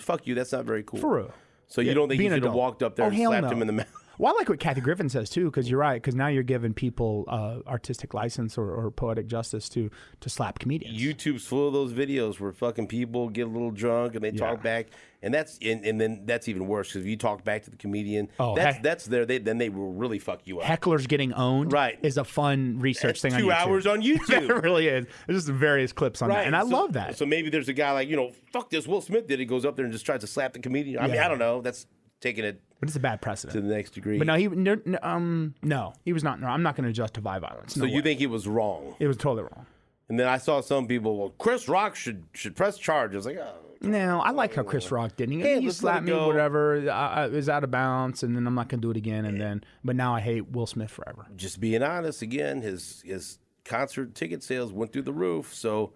Speaker 1: Fuck you. That's not very cool.
Speaker 2: For real.
Speaker 1: So you don't think he
Speaker 2: Being an
Speaker 1: should have
Speaker 2: adult.
Speaker 1: walked up there
Speaker 2: Oh,
Speaker 1: and
Speaker 2: hell
Speaker 1: slapped
Speaker 2: no.
Speaker 1: him in the mouth?
Speaker 2: Well, I like what Kathy Griffin says too, because you're right, because now you're giving people uh, artistic license or, or poetic justice to to slap comedians.
Speaker 1: YouTube's full of those videos where fucking people get a little drunk and they talk back, and that's and, and then that's even worse because if you talk back to the comedian,
Speaker 2: Oh,
Speaker 1: that's
Speaker 2: heck.
Speaker 1: that's their they, then they will really fuck you up.
Speaker 2: Hecklers getting owned
Speaker 1: Right.
Speaker 2: is a fun research thing
Speaker 1: Two
Speaker 2: on YouTube.
Speaker 1: hours on YouTube.
Speaker 2: it really is. There's just various clips on that, and I
Speaker 1: so-
Speaker 2: love that.
Speaker 1: So maybe there's a guy like you know, fuck this. Will Smith did. He goes up there and just tries to slap the comedian. I mean,
Speaker 2: Yeah.
Speaker 1: I don't know. That's taking it
Speaker 2: but it's a bad
Speaker 1: to
Speaker 2: precedent.
Speaker 1: the next degree.
Speaker 2: But no, he no, no, um no, he was not. No, I'm not going to justify violence.
Speaker 1: so you think he was wrong?
Speaker 2: it was totally wrong.
Speaker 1: And then I saw some people. Well, Chris Rock should should press charge. I was like, oh.
Speaker 2: No, I like how Chris Rock did. He,
Speaker 1: Yeah,
Speaker 2: he
Speaker 1: let's let
Speaker 2: slapped
Speaker 1: it
Speaker 2: me,
Speaker 1: go.
Speaker 2: whatever. I, I, it was out of bounds, and then I'm not gonna do it again. And then, but now I hate Will Smith forever.
Speaker 1: just being honest again. His his concert ticket sales went through the roof. So.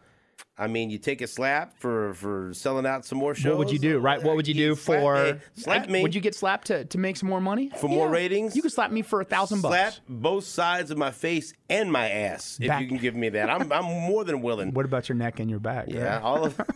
Speaker 1: I mean, you take a slap for, for selling out some more shows.
Speaker 2: What would you do, right? What would you do
Speaker 1: Slap
Speaker 2: for?
Speaker 1: me. slap me?
Speaker 2: Would you get slapped to, to make some more money?
Speaker 1: For more ratings?
Speaker 2: You could slap me for a thousand
Speaker 1: slap
Speaker 2: bucks.
Speaker 1: both sides of my face and my ass if
Speaker 2: Back.
Speaker 1: you can give me that? I'm I'm more than willing.
Speaker 2: What about your neck and your back?
Speaker 1: Yeah,
Speaker 2: right?
Speaker 1: all of.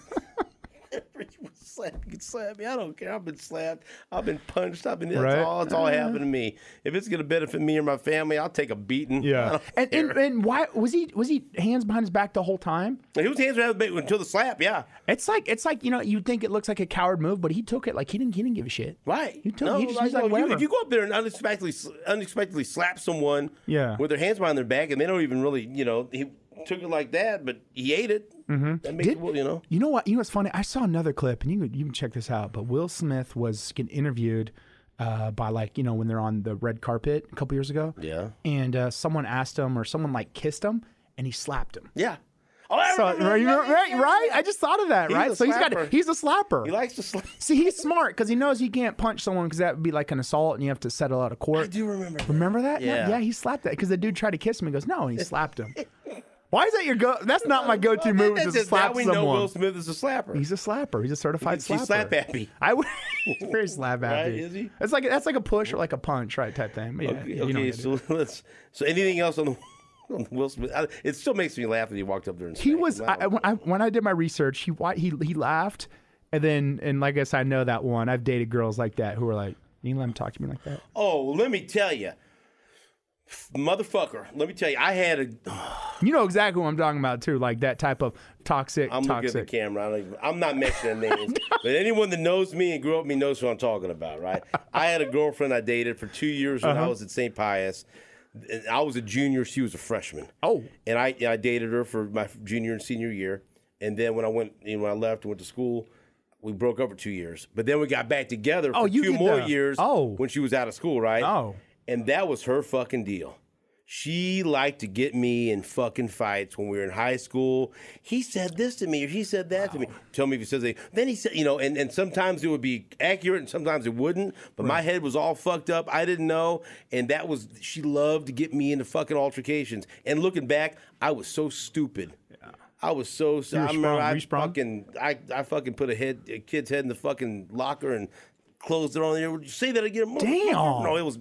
Speaker 1: Everyone slap, you can slap me. I don't care. I've been slapped. I've been punched. I've been. That's
Speaker 2: Right.
Speaker 1: all. It's all happened to me. If it's gonna benefit me or my family, I'll take a beating. I
Speaker 2: yeah.
Speaker 1: don't
Speaker 2: And, and
Speaker 1: care.
Speaker 2: and why was he was he hands behind his back the whole time?
Speaker 1: he was hands around the bait until the slap. Yeah.
Speaker 2: It's like it's like you know you think it looks like a coward move, but he took it like he didn't he didn't give a shit.
Speaker 1: Right.
Speaker 2: You told- he just- he's like,
Speaker 1: if you- if
Speaker 2: whatever.
Speaker 1: you go up there and unexpectedly s- unexpectedly slap someone,
Speaker 2: Yeah.
Speaker 1: with their hands behind their back and they don't even really, you know, he took it like that, but he ate it. Mm-hmm. That makes
Speaker 2: Did-
Speaker 1: it, you know.
Speaker 2: You know what? You know what's funny? I saw another clip, and you can, you can check this out. But Will Smith was getting interviewed uh, by like you know when they're on the red carpet a couple years ago.
Speaker 1: Yeah.
Speaker 2: And uh, someone asked him, or someone like kissed him, and he slapped him.
Speaker 1: Yeah. Oh, I
Speaker 2: So,
Speaker 1: remember-
Speaker 2: right, right, right? I just thought of that,
Speaker 1: He's a
Speaker 2: right? So he's got
Speaker 1: slapper.
Speaker 2: he's a slapper.
Speaker 1: He likes to slap.
Speaker 2: See, he's smart because he knows he can't punch someone because that would be like an assault, and you have to settle out of
Speaker 1: I
Speaker 2: court.
Speaker 1: do remember. that.
Speaker 2: Remember that?
Speaker 1: Yeah.
Speaker 2: yeah, he slapped that because the dude tried to kiss him. He goes, no, and he slapped him. Why is that your go? That's not my go-to move.
Speaker 1: That's
Speaker 2: Is to
Speaker 1: just-
Speaker 2: slap
Speaker 1: now we know
Speaker 2: someone.
Speaker 1: Will Smith is a slapper.
Speaker 2: He's a slapper. He's a certified
Speaker 1: He's
Speaker 2: slapper.
Speaker 1: slap happy.
Speaker 2: I would. he's very slap happy.
Speaker 1: is he?
Speaker 2: It's like that's like a push or like a punch, right? Type thing. But yeah,
Speaker 1: okay,
Speaker 2: yeah, you know
Speaker 1: okay,
Speaker 2: what I do.
Speaker 1: so let's. So anything else on the. on Will Smith, I- it still makes me laugh that he walked up there and
Speaker 2: he
Speaker 1: smacked him.
Speaker 2: was.
Speaker 1: I
Speaker 2: I,
Speaker 1: don't
Speaker 2: I- when I when I did my research, he wa- he he laughed, and then and like I said, I know that one. I've dated girls like that who are like, "You let him talk to me like that."
Speaker 1: Oh, let me tell you, motherfucker. Let me tell you, I had a.
Speaker 2: You know exactly what I'm talking about too. Like that type of toxic,
Speaker 1: I'm looking at
Speaker 2: toxic.
Speaker 1: the camera. I don't even, I'm not mentioning names, but anyone that knows me and grew up with me knows who I'm talking about, right? I had a girlfriend I dated for two years when I
Speaker 2: Uh-huh.
Speaker 1: was at St. Pius. And I was a junior; she was a freshman.
Speaker 2: Oh.
Speaker 1: and I I dated her for my junior and senior year, and then when I went, you know, when I left and went to school, we broke up for two years. But then we got back together for
Speaker 2: Oh, you
Speaker 1: two
Speaker 2: did
Speaker 1: more
Speaker 2: the-
Speaker 1: years.
Speaker 2: Oh.
Speaker 1: when she was out of school, right?
Speaker 2: Oh.
Speaker 1: and that was her fucking deal. She liked to get me in fucking fights when we were in high school. He said this to me, or he said that to me. Tell me if he says anything. Then he said, you know, and, and sometimes it would be accurate and sometimes it wouldn't. But my head was all fucked up. I didn't know. And that was, she loved to get me into fucking altercations. And looking back, I was so stupid. I was so
Speaker 3: were
Speaker 1: I remember
Speaker 3: sprung. Were
Speaker 1: I
Speaker 3: you sprung?
Speaker 1: fucking I, I fucking put a head a kid's head in the fucking locker and closed it on there. Would you say that again?
Speaker 2: Damn.
Speaker 1: No, it was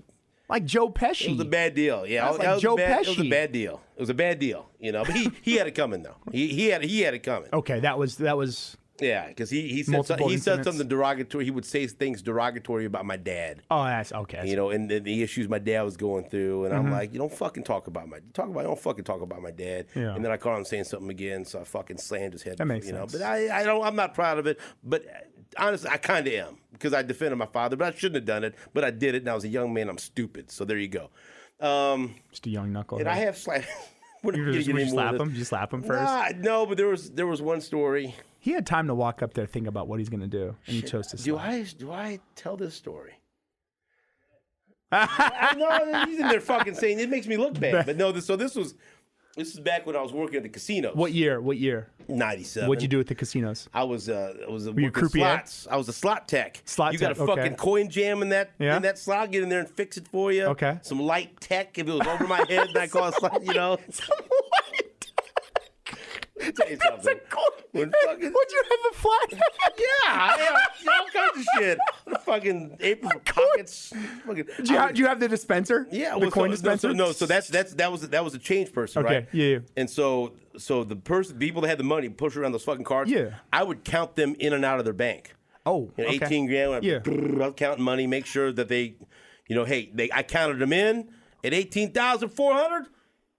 Speaker 2: Like Joe
Speaker 1: it was a
Speaker 2: Pesci.
Speaker 1: bad deal. Yeah,
Speaker 2: That's
Speaker 1: that
Speaker 2: like
Speaker 1: was
Speaker 2: Joe
Speaker 1: a bad, It was
Speaker 2: Pesci.
Speaker 1: a bad deal. It was a bad deal. You know, but he he had it coming though. He he had he had it coming.
Speaker 2: okay, that was that was.
Speaker 1: Yeah, because he he said
Speaker 2: Oh. Multiple
Speaker 1: some- he said
Speaker 2: incidents.
Speaker 1: something derogatory. He would say things derogatory about my dad.
Speaker 2: Oh, that's okay.
Speaker 1: You know, and the, the issues my dad was going through, and
Speaker 2: Mm-hmm.
Speaker 1: I'm like, you don't fucking talk about my talk about don't fucking talk about my dad.
Speaker 2: Yeah.
Speaker 1: And then I caught him saying something again, so I fucking slammed his head. That
Speaker 2: makes
Speaker 1: you
Speaker 2: sense.
Speaker 1: Know? But I, I don't, I'm not proud of it. But uh, honestly, I kind of am because I defended my father, but I shouldn't have done it. But I did it, and I was a young man. I'm stupid, so there you go. Um,
Speaker 2: Just a young knucklehead.
Speaker 1: and I have slapped. We're not
Speaker 2: you
Speaker 1: gonna
Speaker 2: just,
Speaker 1: get
Speaker 2: would you
Speaker 1: any more of
Speaker 2: slap
Speaker 1: this.
Speaker 2: him? You slap him first.
Speaker 1: Nah, no, but there was there was one story.
Speaker 2: He had time to walk up there, think about what he's gonna do, and he chose to.
Speaker 1: Do
Speaker 2: Slap.
Speaker 1: I do I tell this story? I know he's in there fucking saying it makes me look bad. But no, this, so this was this is back when I was working at the casino.
Speaker 2: What year? What year?
Speaker 1: ninety seven?
Speaker 2: What'd you do at the casinos?
Speaker 1: I was uh, I was a
Speaker 2: you a
Speaker 1: working
Speaker 2: croupier?
Speaker 1: slots. I was a slot tech.
Speaker 2: Slot
Speaker 1: you got
Speaker 2: tech,
Speaker 1: a
Speaker 2: okay.
Speaker 1: fucking coin jam in that
Speaker 2: Yeah.
Speaker 1: in that slot. Get in there and fix it for you.
Speaker 2: Okay.
Speaker 1: Some light tech if it was over my head and I call it slot. You know. Tell you something. When fucking-
Speaker 2: Would you have a flat?
Speaker 1: Yeah, I have all kinds of shit. Fucking April pockets. Fucking,
Speaker 2: do, you have, do you have the dispenser?
Speaker 1: Yeah,
Speaker 2: the
Speaker 1: well,
Speaker 2: coin
Speaker 1: so,
Speaker 2: dispenser.
Speaker 1: No, so, no, so that's that's that was that was a change person,
Speaker 2: Okay,
Speaker 1: right?
Speaker 2: yeah, yeah.
Speaker 1: And so so the person, people that had the money, push around those fucking cards.
Speaker 2: Yeah.
Speaker 1: I would count them in and out of their bank.
Speaker 2: oh,
Speaker 1: You know,
Speaker 2: okay.
Speaker 1: eighteen grand. I'd,
Speaker 2: Yeah.
Speaker 1: brrr, I'd count money, make sure that they, you know, hey, they I counted them in at eighteen thousand four hundred.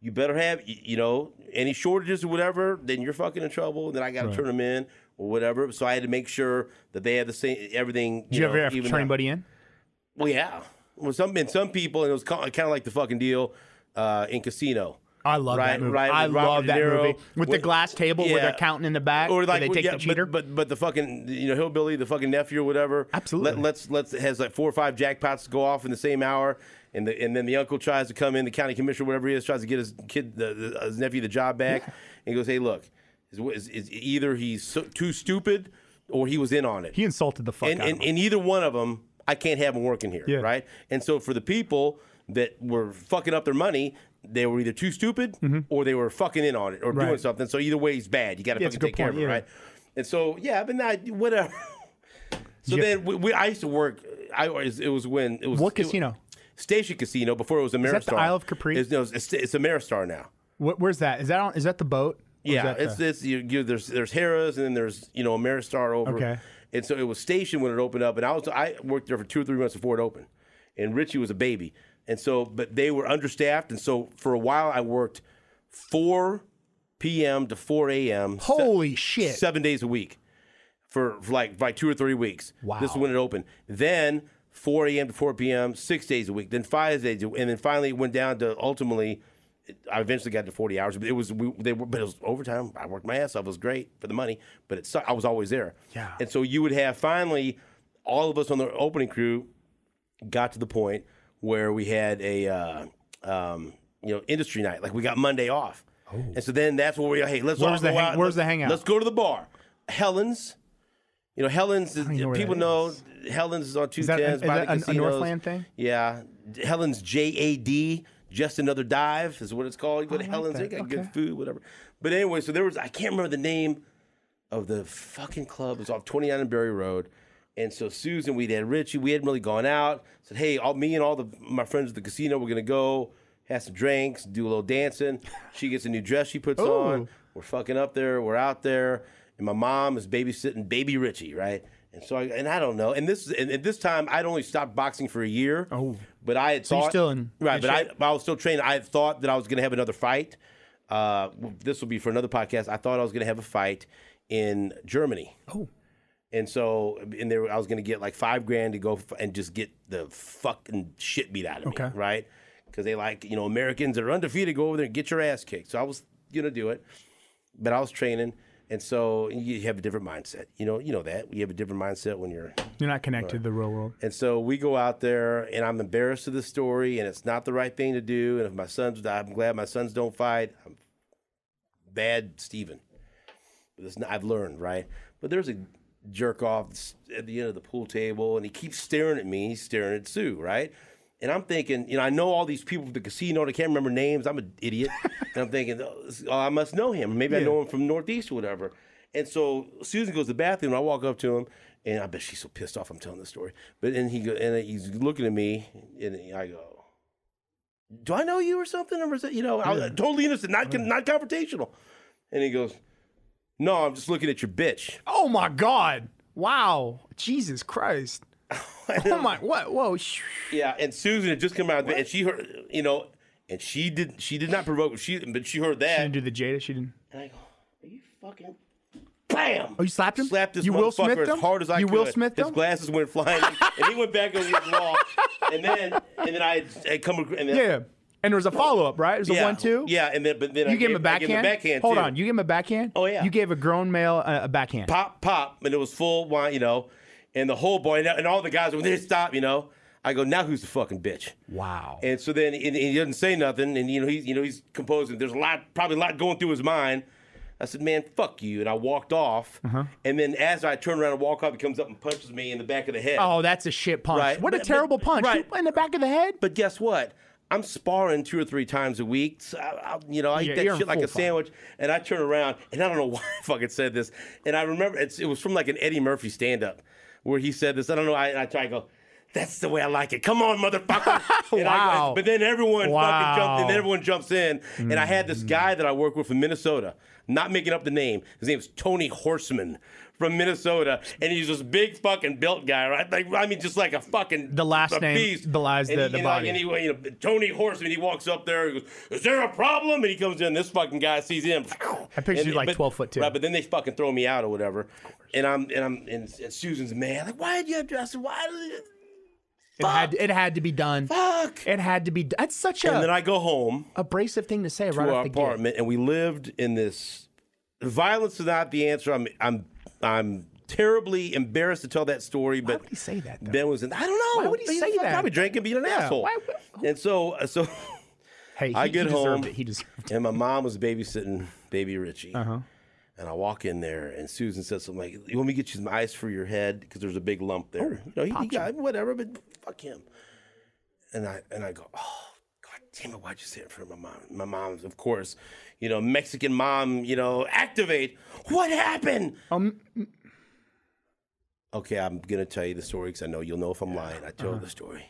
Speaker 1: You better have, you you know, any shortages or whatever, then you're fucking in trouble. Then I got to turn them in or whatever. So I had to make sure that they had the same everything.
Speaker 2: Do you ever
Speaker 1: know,
Speaker 2: have to
Speaker 1: even out.
Speaker 2: turn anybody in?
Speaker 1: Well, yeah. Well, some and some people, and it was kind of like the fucking deal uh, in Casino.
Speaker 2: I love
Speaker 1: Right,
Speaker 2: that movie.
Speaker 1: right,
Speaker 2: I
Speaker 1: with Robert
Speaker 2: love
Speaker 1: De
Speaker 2: that
Speaker 1: Niro.
Speaker 2: movie with the
Speaker 1: With-
Speaker 2: glass table where they're
Speaker 1: yeah.
Speaker 2: counting in the back.
Speaker 1: Or
Speaker 2: where
Speaker 1: like
Speaker 2: they
Speaker 1: well,
Speaker 2: take
Speaker 1: yeah,
Speaker 2: the
Speaker 1: but-
Speaker 2: cheater.
Speaker 1: but, but the fucking you know hillbilly, the fucking nephew or whatever.
Speaker 2: Absolutely.
Speaker 1: Let, let's let's has like four or five jackpots go off in the same hour, and the and then the uncle tries to come in, the county commissioner, whatever he is, tries to get his kid, the, the, uh, his nephew, the job back, and he goes, hey, look, is, is, is either he's so, too stupid or he was in on it
Speaker 2: he insulted the fuck
Speaker 1: and,
Speaker 2: out
Speaker 1: and,
Speaker 2: of him.
Speaker 1: and either one of them, I can't have them working here,
Speaker 2: Yeah.
Speaker 1: right? And so for the people that were fucking up their money, they were either too stupid or they were fucking in on it or doing
Speaker 2: Mm-hmm. Right.
Speaker 1: something. So either way is bad. You got to
Speaker 2: Yeah, it's a
Speaker 1: fucking
Speaker 2: good
Speaker 1: take care of
Speaker 2: point,
Speaker 1: it,
Speaker 2: yeah.
Speaker 1: right? And so yeah, but not whatever. so
Speaker 2: Yeah.
Speaker 1: then we, we, I used to work. I always- it was when it was
Speaker 2: What
Speaker 1: it-
Speaker 2: casino?
Speaker 1: Station Casino before it was Ameristar.
Speaker 2: that the Isle of Capri?
Speaker 1: It's, no, it's, it's Ameristar now.
Speaker 2: Wh- where's that? Is that on, is that the boat? Or is
Speaker 1: Yeah,
Speaker 2: that the-
Speaker 1: it's it's you, you, there's there's Harrah's and then there's you know Ameristar over.
Speaker 2: Okay.
Speaker 1: And so it was stationed when it opened up, and I was I worked there for two or three months before it opened, and Richie was a baby, and so but they were understaffed, and so for a while I worked four p.m. to four a.m. se-
Speaker 2: holy shit.
Speaker 1: seven days a week for, for like by two or three weeks.
Speaker 2: Wow.
Speaker 1: This is when it opened. Then 4 a.m. to 4 p.m. six days a week. Then five days, a- and then finally it went down to ultimately. I eventually got to 40 hours, but it was we, they were, but it was overtime. I worked my ass off. It was great for the money, but it sucked. I was always there.
Speaker 2: Yeah.
Speaker 1: And so you would have finally all of us on the opening crew got to the point where we had a uh, um, you know industry night. Like we got Monday off, and so then that's where we hey let's all
Speaker 2: Oh. Where's the
Speaker 1: go
Speaker 2: hang-
Speaker 1: out.
Speaker 2: where's the
Speaker 1: Let's-
Speaker 2: hangout?
Speaker 1: Let's go to the bar, Helen's. You know Helen's. Is,
Speaker 2: even know where
Speaker 1: people
Speaker 2: that
Speaker 1: know Helen's is on two
Speaker 2: that-
Speaker 1: tens.
Speaker 2: is
Speaker 1: by
Speaker 2: that
Speaker 1: the
Speaker 2: a- a
Speaker 1: casinos.
Speaker 2: Northland thing?
Speaker 1: Yeah, Helen's J A D. Just another dive is what it's called. You go to Helen's,
Speaker 2: that.
Speaker 1: they got good
Speaker 2: Okay.
Speaker 1: food, whatever. But anyway, so there was I can't remember the name of the fucking club. It was off 29 and Berry Road. And so Susan, we'd had Richie, we hadn't really gone out. Said, hey, all, me and all the my friends at the casino, we're gonna go, have some drinks, do a little dancing. She gets a new dress she puts on. We're fucking up there, we're out there, and my mom is babysitting baby Richie, right? And so I and I don't know. And this and at this time I'd only stopped boxing for a year. Oh. But I had
Speaker 2: you're
Speaker 1: thought
Speaker 2: still in
Speaker 1: right,
Speaker 2: good
Speaker 1: but I, but I was still training. I had thought that I was going to have another fight. Uh, this will be for another podcast. I thought I was going to have a fight in Germany. Oh. And so, and there, I was going to get like five grand to go f- and just get the fucking shit beat out of me.
Speaker 2: Okay.
Speaker 1: Right. Because they like, you know, Americans that are undefeated, go over there and get your ass kicked. So I was going to do it, but I was training. And so you have a different mindset. You know, you know that. You have a different mindset when you're
Speaker 2: You're not connected to the real world.
Speaker 1: and so we go out there, and I'm embarrassed of the story, and it's not the right thing to do. And if my sons, I'm glad my sons don't fight. I'm bad Steven. But it's not, I've learned, right? But there's a jerk off s- at the end of the pool table, and he keeps staring at me. He's staring at Sue, right? And I'm thinking, you know, I know all these people from the casino, and I can't remember names. I'm an idiot. and I'm thinking, oh, this- oh, I must know him. Maybe I know him from Northeast or whatever. And so Susan goes to the bathroom, and I walk up to him, and I bet she's so pissed off I'm telling this story. But and he go, and he's looking at me, and I go, do I know you or something? Or is it, you know, I was totally innocent, not not confrontational. And he goes, No, I'm just looking at your bitch.
Speaker 2: Oh my God! Wow! Jesus Christ! oh my! What? Whoa! Shh.
Speaker 1: Yeah, and Susan had just come out, of bed, and she heard, you know, and she did she did not provoke, she but she heard that,
Speaker 2: Didn't do the Jada. She didn't.
Speaker 1: and I go, Are you fucking? Bam!
Speaker 2: Oh, you slapped him?
Speaker 1: Slapped this
Speaker 2: You Will
Speaker 1: motherfucker
Speaker 2: Smithed
Speaker 1: as
Speaker 2: him?
Speaker 1: hard as I
Speaker 2: You
Speaker 1: could.
Speaker 2: Will Smithed
Speaker 1: his
Speaker 2: him?
Speaker 1: glasses went flying, and he went back over his wall. And then, and then I had come, and then,
Speaker 2: Yeah. And there was a follow up, right? It was a one two.
Speaker 1: yeah, and then but then I
Speaker 2: You gave him a
Speaker 1: I
Speaker 2: backhand.
Speaker 1: backhand
Speaker 2: Hold
Speaker 1: too.
Speaker 2: on. You gave him a backhand.
Speaker 1: Oh, yeah.
Speaker 2: You gave a grown male uh, a backhand.
Speaker 1: pop, pop, and it was full wine, you know, and the whole boy and all the guys when they stop, you know. I go now. Who's the fucking bitch?
Speaker 2: Wow.
Speaker 1: And so then and, and he doesn't say nothing, and you know he's you know he's composing. There's a lot, probably a lot going through his mind. I said, man, fuck you, and I walked off.
Speaker 2: Uh-huh.
Speaker 1: And then as I turn around and walk up, he comes up and punches me in the back of the head.
Speaker 2: oh, that's a shit punch.
Speaker 1: Right.
Speaker 2: What a
Speaker 1: But- but-
Speaker 2: terrible punch.
Speaker 1: right.
Speaker 2: In the back of the head.
Speaker 1: But guess what? I'm sparring two or three times a week. So I, I, you know, I
Speaker 2: Yeah,
Speaker 1: eat
Speaker 2: you're
Speaker 1: that
Speaker 2: in
Speaker 1: shit like
Speaker 2: full
Speaker 1: a
Speaker 2: fight.
Speaker 1: sandwich, and I turn around, and I don't know why I fucking said this. And I remember it's, it was from like an Eddie Murphy stand up where he said this. I don't know. I, I try to go. That's the way I like it. Come on, motherfucker! And I go-
Speaker 2: Wow.
Speaker 1: but then everyone
Speaker 2: Wow.
Speaker 1: fucking jumped, and everyone jumps in. And I had this guy that I work with from Minnesota. Not making up the name. His name's Tony Horseman from Minnesota, and he's this big fucking built guy, right? Like I mean, just like a fucking
Speaker 2: The last
Speaker 1: a
Speaker 2: name
Speaker 1: beast.
Speaker 2: belies
Speaker 1: And
Speaker 2: the-
Speaker 1: he-
Speaker 2: the
Speaker 1: and like,
Speaker 2: body.
Speaker 1: and he anyway, you know, Tony Horseman, he walks up there, he goes, Is there a problem? And he comes in, this fucking guy sees him. I
Speaker 2: picture you like 12 foot two.
Speaker 1: Right, but then they fucking throw me out or whatever. And I'm and I'm and, and Susan's mad, like, why did you address why did you
Speaker 2: It had, it had to be done.
Speaker 1: fuck?
Speaker 2: It had to be. d- That's such a
Speaker 1: And then I go home
Speaker 2: abrasive thing to say right
Speaker 1: to
Speaker 2: off
Speaker 1: our
Speaker 2: the gate.
Speaker 1: apartment and we lived in this violence is not the answer. I'm I'm I'm terribly embarrassed to tell that story, but
Speaker 2: would he say that, though?
Speaker 1: Ben was in I don't know.
Speaker 2: Why would he
Speaker 1: He's
Speaker 2: say that?
Speaker 1: Probably drinking being an asshole.
Speaker 2: why would-
Speaker 1: and so uh, so
Speaker 2: Hey, he,
Speaker 1: I get
Speaker 2: he deserved
Speaker 1: home.
Speaker 2: It. He deserved
Speaker 1: and my mom was babysitting baby Richie.
Speaker 2: Uh-huh.
Speaker 1: And I walk in there, and Susan says something like, "You want me to get you some ice for your head because there's a big lump
Speaker 2: Oh,
Speaker 1: there." you know, he, he got whatever, but fuck him. And I and I go, "Oh God damn it! Why'd you say it in front of my mom?" My mom's, of course, you know, Mexican mom. You know, activate. What happened?
Speaker 2: Um,
Speaker 1: Okay, I'm gonna tell you the story because I know you'll know if I'm lying. I
Speaker 2: Uh-huh.
Speaker 1: told the story.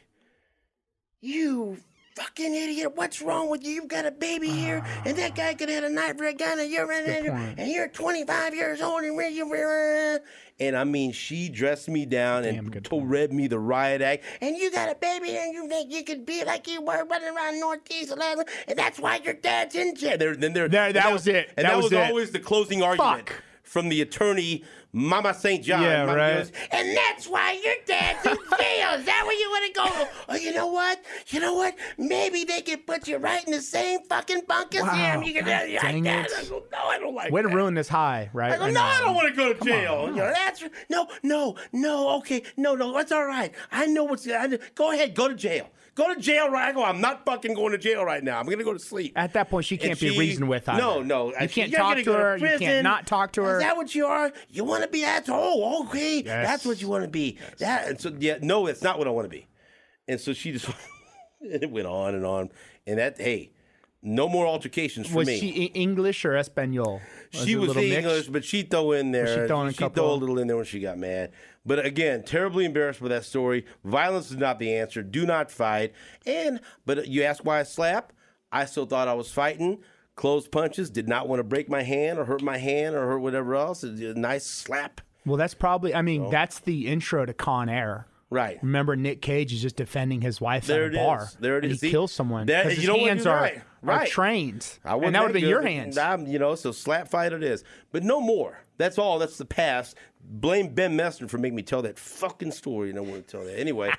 Speaker 1: You fucking idiot! What's wrong with you? You've got a baby here, and that guy could have had a knife or a gun, and you're and,
Speaker 2: point.
Speaker 1: you're 25 years old, and you and I mean, she dressed me down
Speaker 2: good
Speaker 1: and to read me the riot act. And you got a baby, and you think you could be like you were running around Northeast Atlanta, and that's why your dad's in jail. There, then there,
Speaker 2: There-
Speaker 1: and
Speaker 2: that was it.
Speaker 1: And
Speaker 2: That
Speaker 1: that,
Speaker 2: was
Speaker 1: was,
Speaker 2: it.
Speaker 1: always the closing argument
Speaker 2: Fuck.
Speaker 1: from the attorney, Mama St. John.
Speaker 2: Yeah,
Speaker 1: Mama
Speaker 2: right.
Speaker 1: goes, and that's why your dad's in jail. Is that where you want to go? Oh, you know what? You know what? Maybe they could put you right in the same fucking bunk as
Speaker 2: Wow,
Speaker 1: him. You can
Speaker 2: God
Speaker 1: you're like
Speaker 2: dang
Speaker 1: that.
Speaker 2: it.
Speaker 1: I go, no, I don't like
Speaker 2: way to
Speaker 1: that.
Speaker 2: ruin this high, right?
Speaker 1: I go,
Speaker 2: And,
Speaker 1: no,
Speaker 2: uh,
Speaker 1: I don't want to go to jail. You know, that's no, no, no. Okay, no, no, that's all right. I know what's. I, know- go ahead, go to jail. Go to jail right. I go. I'm not fucking going to jail right now. I'm gonna go to sleep.
Speaker 2: At that point, she
Speaker 1: And
Speaker 2: can't be reasoned with either.
Speaker 1: No, no.
Speaker 2: You can't
Speaker 1: You're
Speaker 2: talk
Speaker 1: gonna
Speaker 2: to
Speaker 1: go
Speaker 2: her. You can't
Speaker 1: prison.
Speaker 2: not talk to her.
Speaker 1: Is that what you are? You want to be that? Oh, okay. That's what you want to be. That. And so, yeah, no, that's not what I want to be. And so she just it went on and on. And that, hey, no more altercations for
Speaker 2: Was
Speaker 1: me.
Speaker 2: she E- English or Espanol?
Speaker 1: She
Speaker 2: it a
Speaker 1: was
Speaker 2: little mixed?
Speaker 1: English, but she throw in there.
Speaker 2: she throw in a couple?
Speaker 1: throw a little in there when she got mad. But again, terribly embarrassed by that story. Violence is not the answer. Do not fight. And but you ask why I slap? I still thought I was fighting. Closed punches. Did not want to break my hand or hurt my hand or hurt whatever else. A nice slap.
Speaker 2: Well, that's probably. I mean, that's the intro to Con Air.
Speaker 1: Right.
Speaker 2: Remember, Nick Cage is just defending his wife
Speaker 1: There
Speaker 2: at
Speaker 1: it
Speaker 2: a bar.
Speaker 1: is. There it
Speaker 2: and
Speaker 1: is.
Speaker 2: He
Speaker 1: See,
Speaker 2: kills someone.
Speaker 1: that-
Speaker 2: 'cause
Speaker 1: you
Speaker 2: his
Speaker 1: don't wanna
Speaker 2: hands
Speaker 1: do
Speaker 2: are,
Speaker 1: right.
Speaker 2: are
Speaker 1: Right.
Speaker 2: trained.
Speaker 1: I
Speaker 2: and
Speaker 1: wasn't
Speaker 2: that would have been
Speaker 1: good.
Speaker 2: your hands.
Speaker 1: I'm- you know, so slap fight it is. But no more. That's all. That's the past. Blame Ben Messner for making me tell that fucking story, and I want to tell that anyway.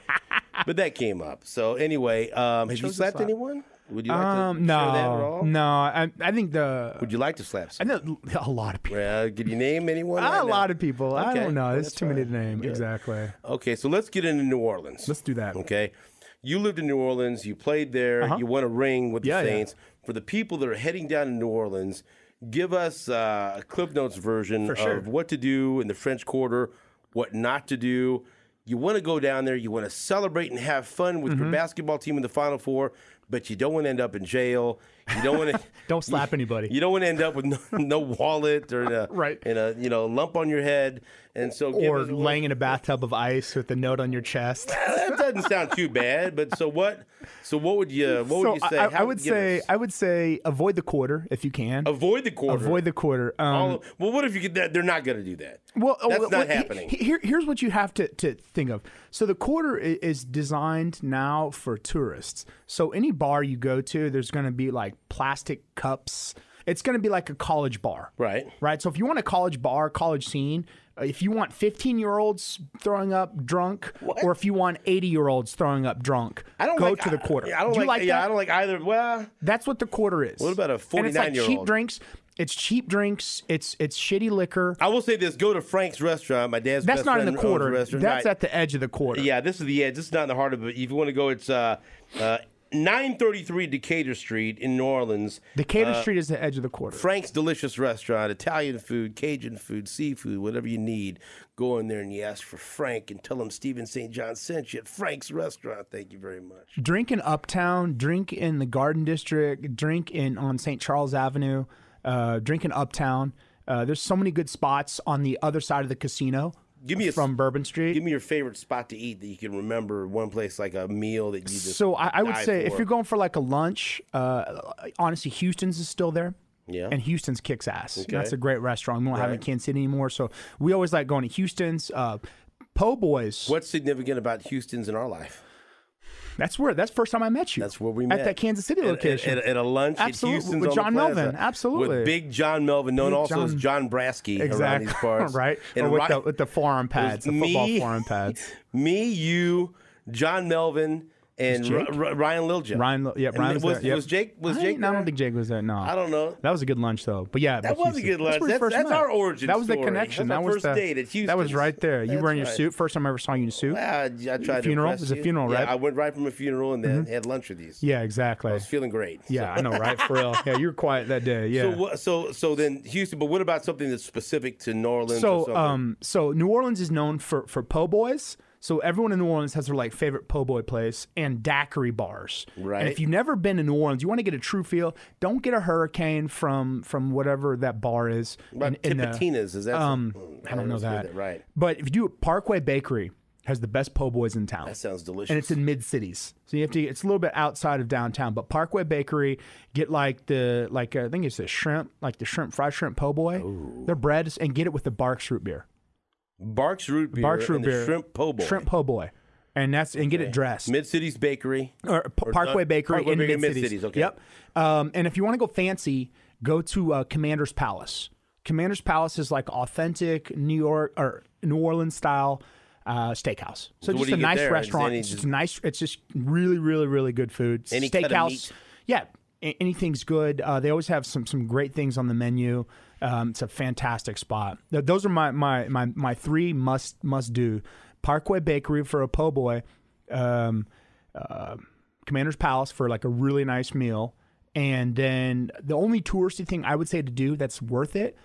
Speaker 1: but that came up. So anyway, um, have you slapped anyone? Would you like to
Speaker 2: Um,
Speaker 1: share that at
Speaker 2: no,
Speaker 1: all?
Speaker 2: no. I, I think the
Speaker 1: Would you like to slap
Speaker 2: I
Speaker 1: some?
Speaker 2: know a lot of people.
Speaker 1: Well, could you name anyone? right
Speaker 2: a
Speaker 1: now?
Speaker 2: lot of people. I
Speaker 1: Okay,
Speaker 2: don't know. It's
Speaker 1: that's
Speaker 2: too many to
Speaker 1: fine.
Speaker 2: name. Exactly.
Speaker 1: Okay, so let's get into New Orleans.
Speaker 2: Let's do that.
Speaker 1: Okay. You lived in New Orleans, you played there, you won a ring with the
Speaker 2: Uh-huh. Yeah, yeah.
Speaker 1: Saints. For the people that are heading down to New Orleans, give us uh, a Cliff Notes version
Speaker 2: sure.
Speaker 1: of what to do in the French Quarter, what not to do. You want to go down there, you want to celebrate and have fun with
Speaker 2: Mm-hmm.
Speaker 1: your basketball team in the Final Four, but you don't want to end up in jail. You don't want to.
Speaker 2: Don't slap anybody.
Speaker 1: You don't want to end up with no, no wallet or in a,
Speaker 2: Right.
Speaker 1: in a you know lump on your head, and so give
Speaker 2: Or
Speaker 1: us a little-
Speaker 2: laying in a bathtub of ice with a note on your chest.
Speaker 1: that doesn't sound too bad, but so what? So what would you? What
Speaker 2: so
Speaker 1: would you say?
Speaker 2: I, I
Speaker 1: How
Speaker 2: would
Speaker 1: give
Speaker 2: say
Speaker 1: us-
Speaker 2: I would say avoid the quarter if you can.
Speaker 1: avoid the quarter.
Speaker 2: Avoid the quarter. Um,
Speaker 1: All of- well, what if you get that? They're not going to do that.
Speaker 2: Well, oh,
Speaker 1: that's
Speaker 2: well,
Speaker 1: not
Speaker 2: well, he-
Speaker 1: happening.
Speaker 2: he- here, here's what you have to, to think of. So the quarter i- is designed now for tourists. So any bar you go to, there's going to be like plastic cups. It's going to be like a college bar,
Speaker 1: Right.
Speaker 2: Right. So if you want a college bar, college scene, uh, if you want 15 year olds throwing up drunk, or if you want 80 year olds throwing up drunk,
Speaker 1: I don't
Speaker 2: go
Speaker 1: like,
Speaker 2: to the quarter.
Speaker 1: I, I don't
Speaker 2: Do you
Speaker 1: like.
Speaker 2: like
Speaker 1: yeah,
Speaker 2: that?
Speaker 1: I don't like either. Well,
Speaker 2: That's what the quarter is. What
Speaker 1: about a
Speaker 2: And it's like
Speaker 1: 49-year-old?
Speaker 2: cheap drinks. It's cheap drinks. It's it's shitty liquor.
Speaker 1: I will say this: go to Frank's restaurant. My dad's
Speaker 2: That's
Speaker 1: best
Speaker 2: not in the
Speaker 1: friend owns a
Speaker 2: quarter.
Speaker 1: Restaurant.
Speaker 2: That's
Speaker 1: right.
Speaker 2: at the edge of the quarter.
Speaker 1: Yeah, this is the edge. This is not in the heart of it. If you want to go, it's uh, uh, nine thirty-three Decatur Street in New Orleans.
Speaker 2: Decatur
Speaker 1: Uh,
Speaker 2: Street is the edge of the quarter.
Speaker 1: Frank's Delicious Restaurant, Italian food, Cajun food, seafood, whatever you need. Go in there and you ask for Frank and tell him Stephen St. John sent you at Frank's Restaurant. Thank you very much.
Speaker 2: drink in Uptown, drink in the Garden District, drink in on St. Charles Avenue, uh, drink in Uptown. Uh, there's so many good spots on the other side of the casino.
Speaker 1: Give me a-
Speaker 2: from Bourbon Street.
Speaker 1: Give me your favorite spot to eat that you can remember. One place like a meal that you just
Speaker 2: so I, I would
Speaker 1: die
Speaker 2: say
Speaker 1: for.
Speaker 2: if you're going for like a lunch, uh, honestly, Houston's is still there.
Speaker 1: Yeah.
Speaker 2: And Houston's kicks ass. And That's
Speaker 1: Okay.
Speaker 2: a great restaurant. We don't have it in Kansas City anymore. So we always like going to Houston's. Uh, po' Boys.
Speaker 1: What's significant about Houston's in our life?
Speaker 2: That's where. That's the first time I met you.
Speaker 1: That's where we
Speaker 2: at
Speaker 1: met
Speaker 2: that Kansas City
Speaker 1: At- at-
Speaker 2: location.
Speaker 1: At, at a lunch
Speaker 2: Absolutely,
Speaker 1: at Houston's
Speaker 2: with
Speaker 1: on the
Speaker 2: John
Speaker 1: plaza.
Speaker 2: Melvin, absolutely.
Speaker 1: with Big John Melvin, known also as
Speaker 2: John-
Speaker 1: John Brasky around
Speaker 2: exactly.
Speaker 1: these parts,
Speaker 2: right.
Speaker 1: And
Speaker 2: or with,
Speaker 1: Rock-
Speaker 2: the, with the forearm pads, the
Speaker 1: me-
Speaker 2: football forearm pads.
Speaker 1: me, you, John Melvin, and R- R- Ryan Liljak.
Speaker 2: Ryan, Lo- yeah,
Speaker 1: And
Speaker 2: Ryan
Speaker 1: was,
Speaker 2: was, there. Yep.
Speaker 1: was Jake. Was
Speaker 2: I,
Speaker 1: Jake?
Speaker 2: no, I
Speaker 1: there?
Speaker 2: don't think Jake was there. No,
Speaker 1: I don't know.
Speaker 2: That was a good lunch though. But yeah,
Speaker 1: That
Speaker 2: but
Speaker 1: was a
Speaker 2: Houston-
Speaker 1: good
Speaker 2: that's
Speaker 1: lunch.
Speaker 2: where we
Speaker 1: That's,
Speaker 2: first
Speaker 1: that's
Speaker 2: met.
Speaker 1: our origin.
Speaker 2: That was the
Speaker 1: story.
Speaker 2: connection.
Speaker 1: That's
Speaker 2: that
Speaker 1: our
Speaker 2: was
Speaker 1: first
Speaker 2: the,
Speaker 1: date at Houston.
Speaker 2: That was right there. You
Speaker 1: That's
Speaker 2: were in your
Speaker 1: right.
Speaker 2: suit. First time I ever saw you in a suit.
Speaker 1: Ah, I tried to
Speaker 2: Funeral?
Speaker 1: impress
Speaker 2: It was a
Speaker 1: you.
Speaker 2: funeral,
Speaker 1: Yeah,
Speaker 2: right? Mm-hmm.
Speaker 1: I went right from a funeral and then had lunch with these.
Speaker 2: Yeah, exactly.
Speaker 1: Feeling great.
Speaker 2: Yeah, I know, right? For real. Yeah, you were quiet that day. Yeah.
Speaker 1: So, what, so so then Houston, but what about something that's specific to New Orleans? or
Speaker 2: So,
Speaker 1: something?
Speaker 2: um, so New Orleans is known for for po' boys. So everyone in New Orleans has their like favorite po' boy place and daiquiri bars.
Speaker 1: Right.
Speaker 2: And if you've never been to New Orleans, you want to get a true feel. Don't get a hurricane from from whatever that bar is.
Speaker 1: about
Speaker 2: in- in the-
Speaker 1: Tipitina's is that?
Speaker 2: um,
Speaker 1: something-
Speaker 2: I don't know
Speaker 1: was with
Speaker 2: that.
Speaker 1: it, Right.
Speaker 2: But if you do Parkway Bakery has the best po' boys in town.
Speaker 1: That sounds delicious.
Speaker 2: and it's in mid cities, so you have to. It's a little bit outside of downtown, but Parkway Bakery get like the like uh, I think it's the shrimp, like the shrimp fried shrimp po' boy. Their bread is, and get it with the Barks root beer.
Speaker 1: Barks root beer.
Speaker 2: Barks root
Speaker 1: and the
Speaker 2: beer,
Speaker 1: Shrimp po' boy.
Speaker 2: shrimp po' boy, and that's and get it dressed.
Speaker 1: Mid Cities Bakery.
Speaker 2: or, P- Parkway
Speaker 1: uh,
Speaker 2: Bakery
Speaker 1: Parkway
Speaker 2: in
Speaker 1: Bakery,
Speaker 2: Mid Cities.
Speaker 1: Mid-Cities, okay.
Speaker 2: Yep. Um, and if you want to go fancy, go to uh, Commander's Palace. Commander's Palace is like authentic New York or New Orleans style uh, steakhouse. So,
Speaker 1: what
Speaker 2: just
Speaker 1: do
Speaker 2: a
Speaker 1: you get
Speaker 2: nice
Speaker 1: there? Is
Speaker 2: restaurant.
Speaker 1: any-
Speaker 2: It's just nice. It's just really, really, really good food.
Speaker 1: Any
Speaker 2: steakhouse.
Speaker 1: cut of meat?
Speaker 2: Yeah, a- anything's good. Uh, they always have some some great things on the menu. Um, it's a fantastic spot. Th- those are my my my my three must must do: Parkway Bakery for a po' boy, um, uh, Commander's Palace for like a really nice meal, and then the only touristy thing I would say to do that's worth it,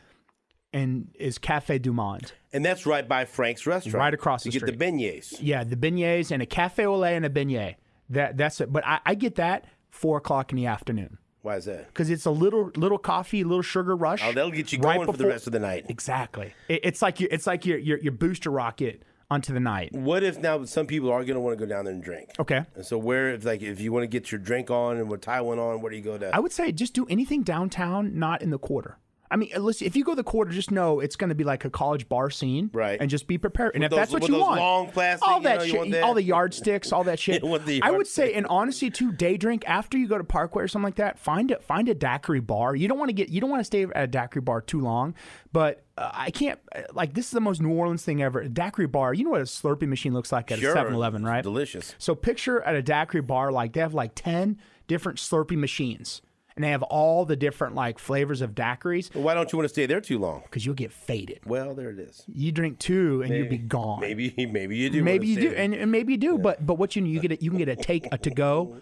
Speaker 2: and is Cafe Du Monde.
Speaker 1: And that's right by Frank's restaurant.
Speaker 2: Right across
Speaker 1: you
Speaker 2: the
Speaker 1: get the beignets.
Speaker 2: Yeah, the beignets and a cafe au lait and a beignet. That that's it. But I, I get that four o'clock in the afternoon
Speaker 1: Why is that?
Speaker 2: because it's a little little coffee, little sugar rush.
Speaker 1: Oh, that'll get you
Speaker 2: right
Speaker 1: going for the
Speaker 2: before-
Speaker 1: rest of the night.
Speaker 2: Exactly. It, it's like your it's like your, your your booster rocket onto the night.
Speaker 1: What if now some people are going to want to go down there and drink?
Speaker 2: Okay.
Speaker 1: And so where, if like, if you want to get your drink on and what tie went on, where do you go to?
Speaker 2: I would say just do anything downtown, not in the quarter. I mean, uh, listen, if you go the quarter, just know it's going to be like a college bar scene,
Speaker 1: Right.
Speaker 2: And just be prepared. And if
Speaker 1: those-
Speaker 2: that's what
Speaker 1: with
Speaker 2: you
Speaker 1: those
Speaker 2: want,
Speaker 1: long plastic,
Speaker 2: all
Speaker 1: you
Speaker 2: that
Speaker 1: know, you
Speaker 2: shit,
Speaker 1: want that?
Speaker 2: all the yardsticks, all that shit.
Speaker 1: With the
Speaker 2: I would say, in honesty, too, day drink after you go to Parkway or something like that. Find a find a daiquiri bar. You don't want to get you don't want to stay at a daiquiri bar too long. But uh, I can't uh, like this is the most New Orleans thing ever. A daiquiri bar. You know what a Slurpee machine looks like at
Speaker 1: Sure.
Speaker 2: a 7-Eleven, right?
Speaker 1: Delicious.
Speaker 2: So picture at a daiquiri bar, like they have like 10 different Slurpee machines, and they have all the different like flavors of daiquiris
Speaker 1: Why don't you want to stay there too long?
Speaker 2: because you'll get faded.
Speaker 1: Well, there it is.
Speaker 2: You drink two and you'll be gone.
Speaker 1: Maybe maybe you do. wanna
Speaker 2: Maybe you
Speaker 1: stay
Speaker 2: do,
Speaker 1: there.
Speaker 2: and, and maybe you do. But but what you you get a, you can get a take a to go.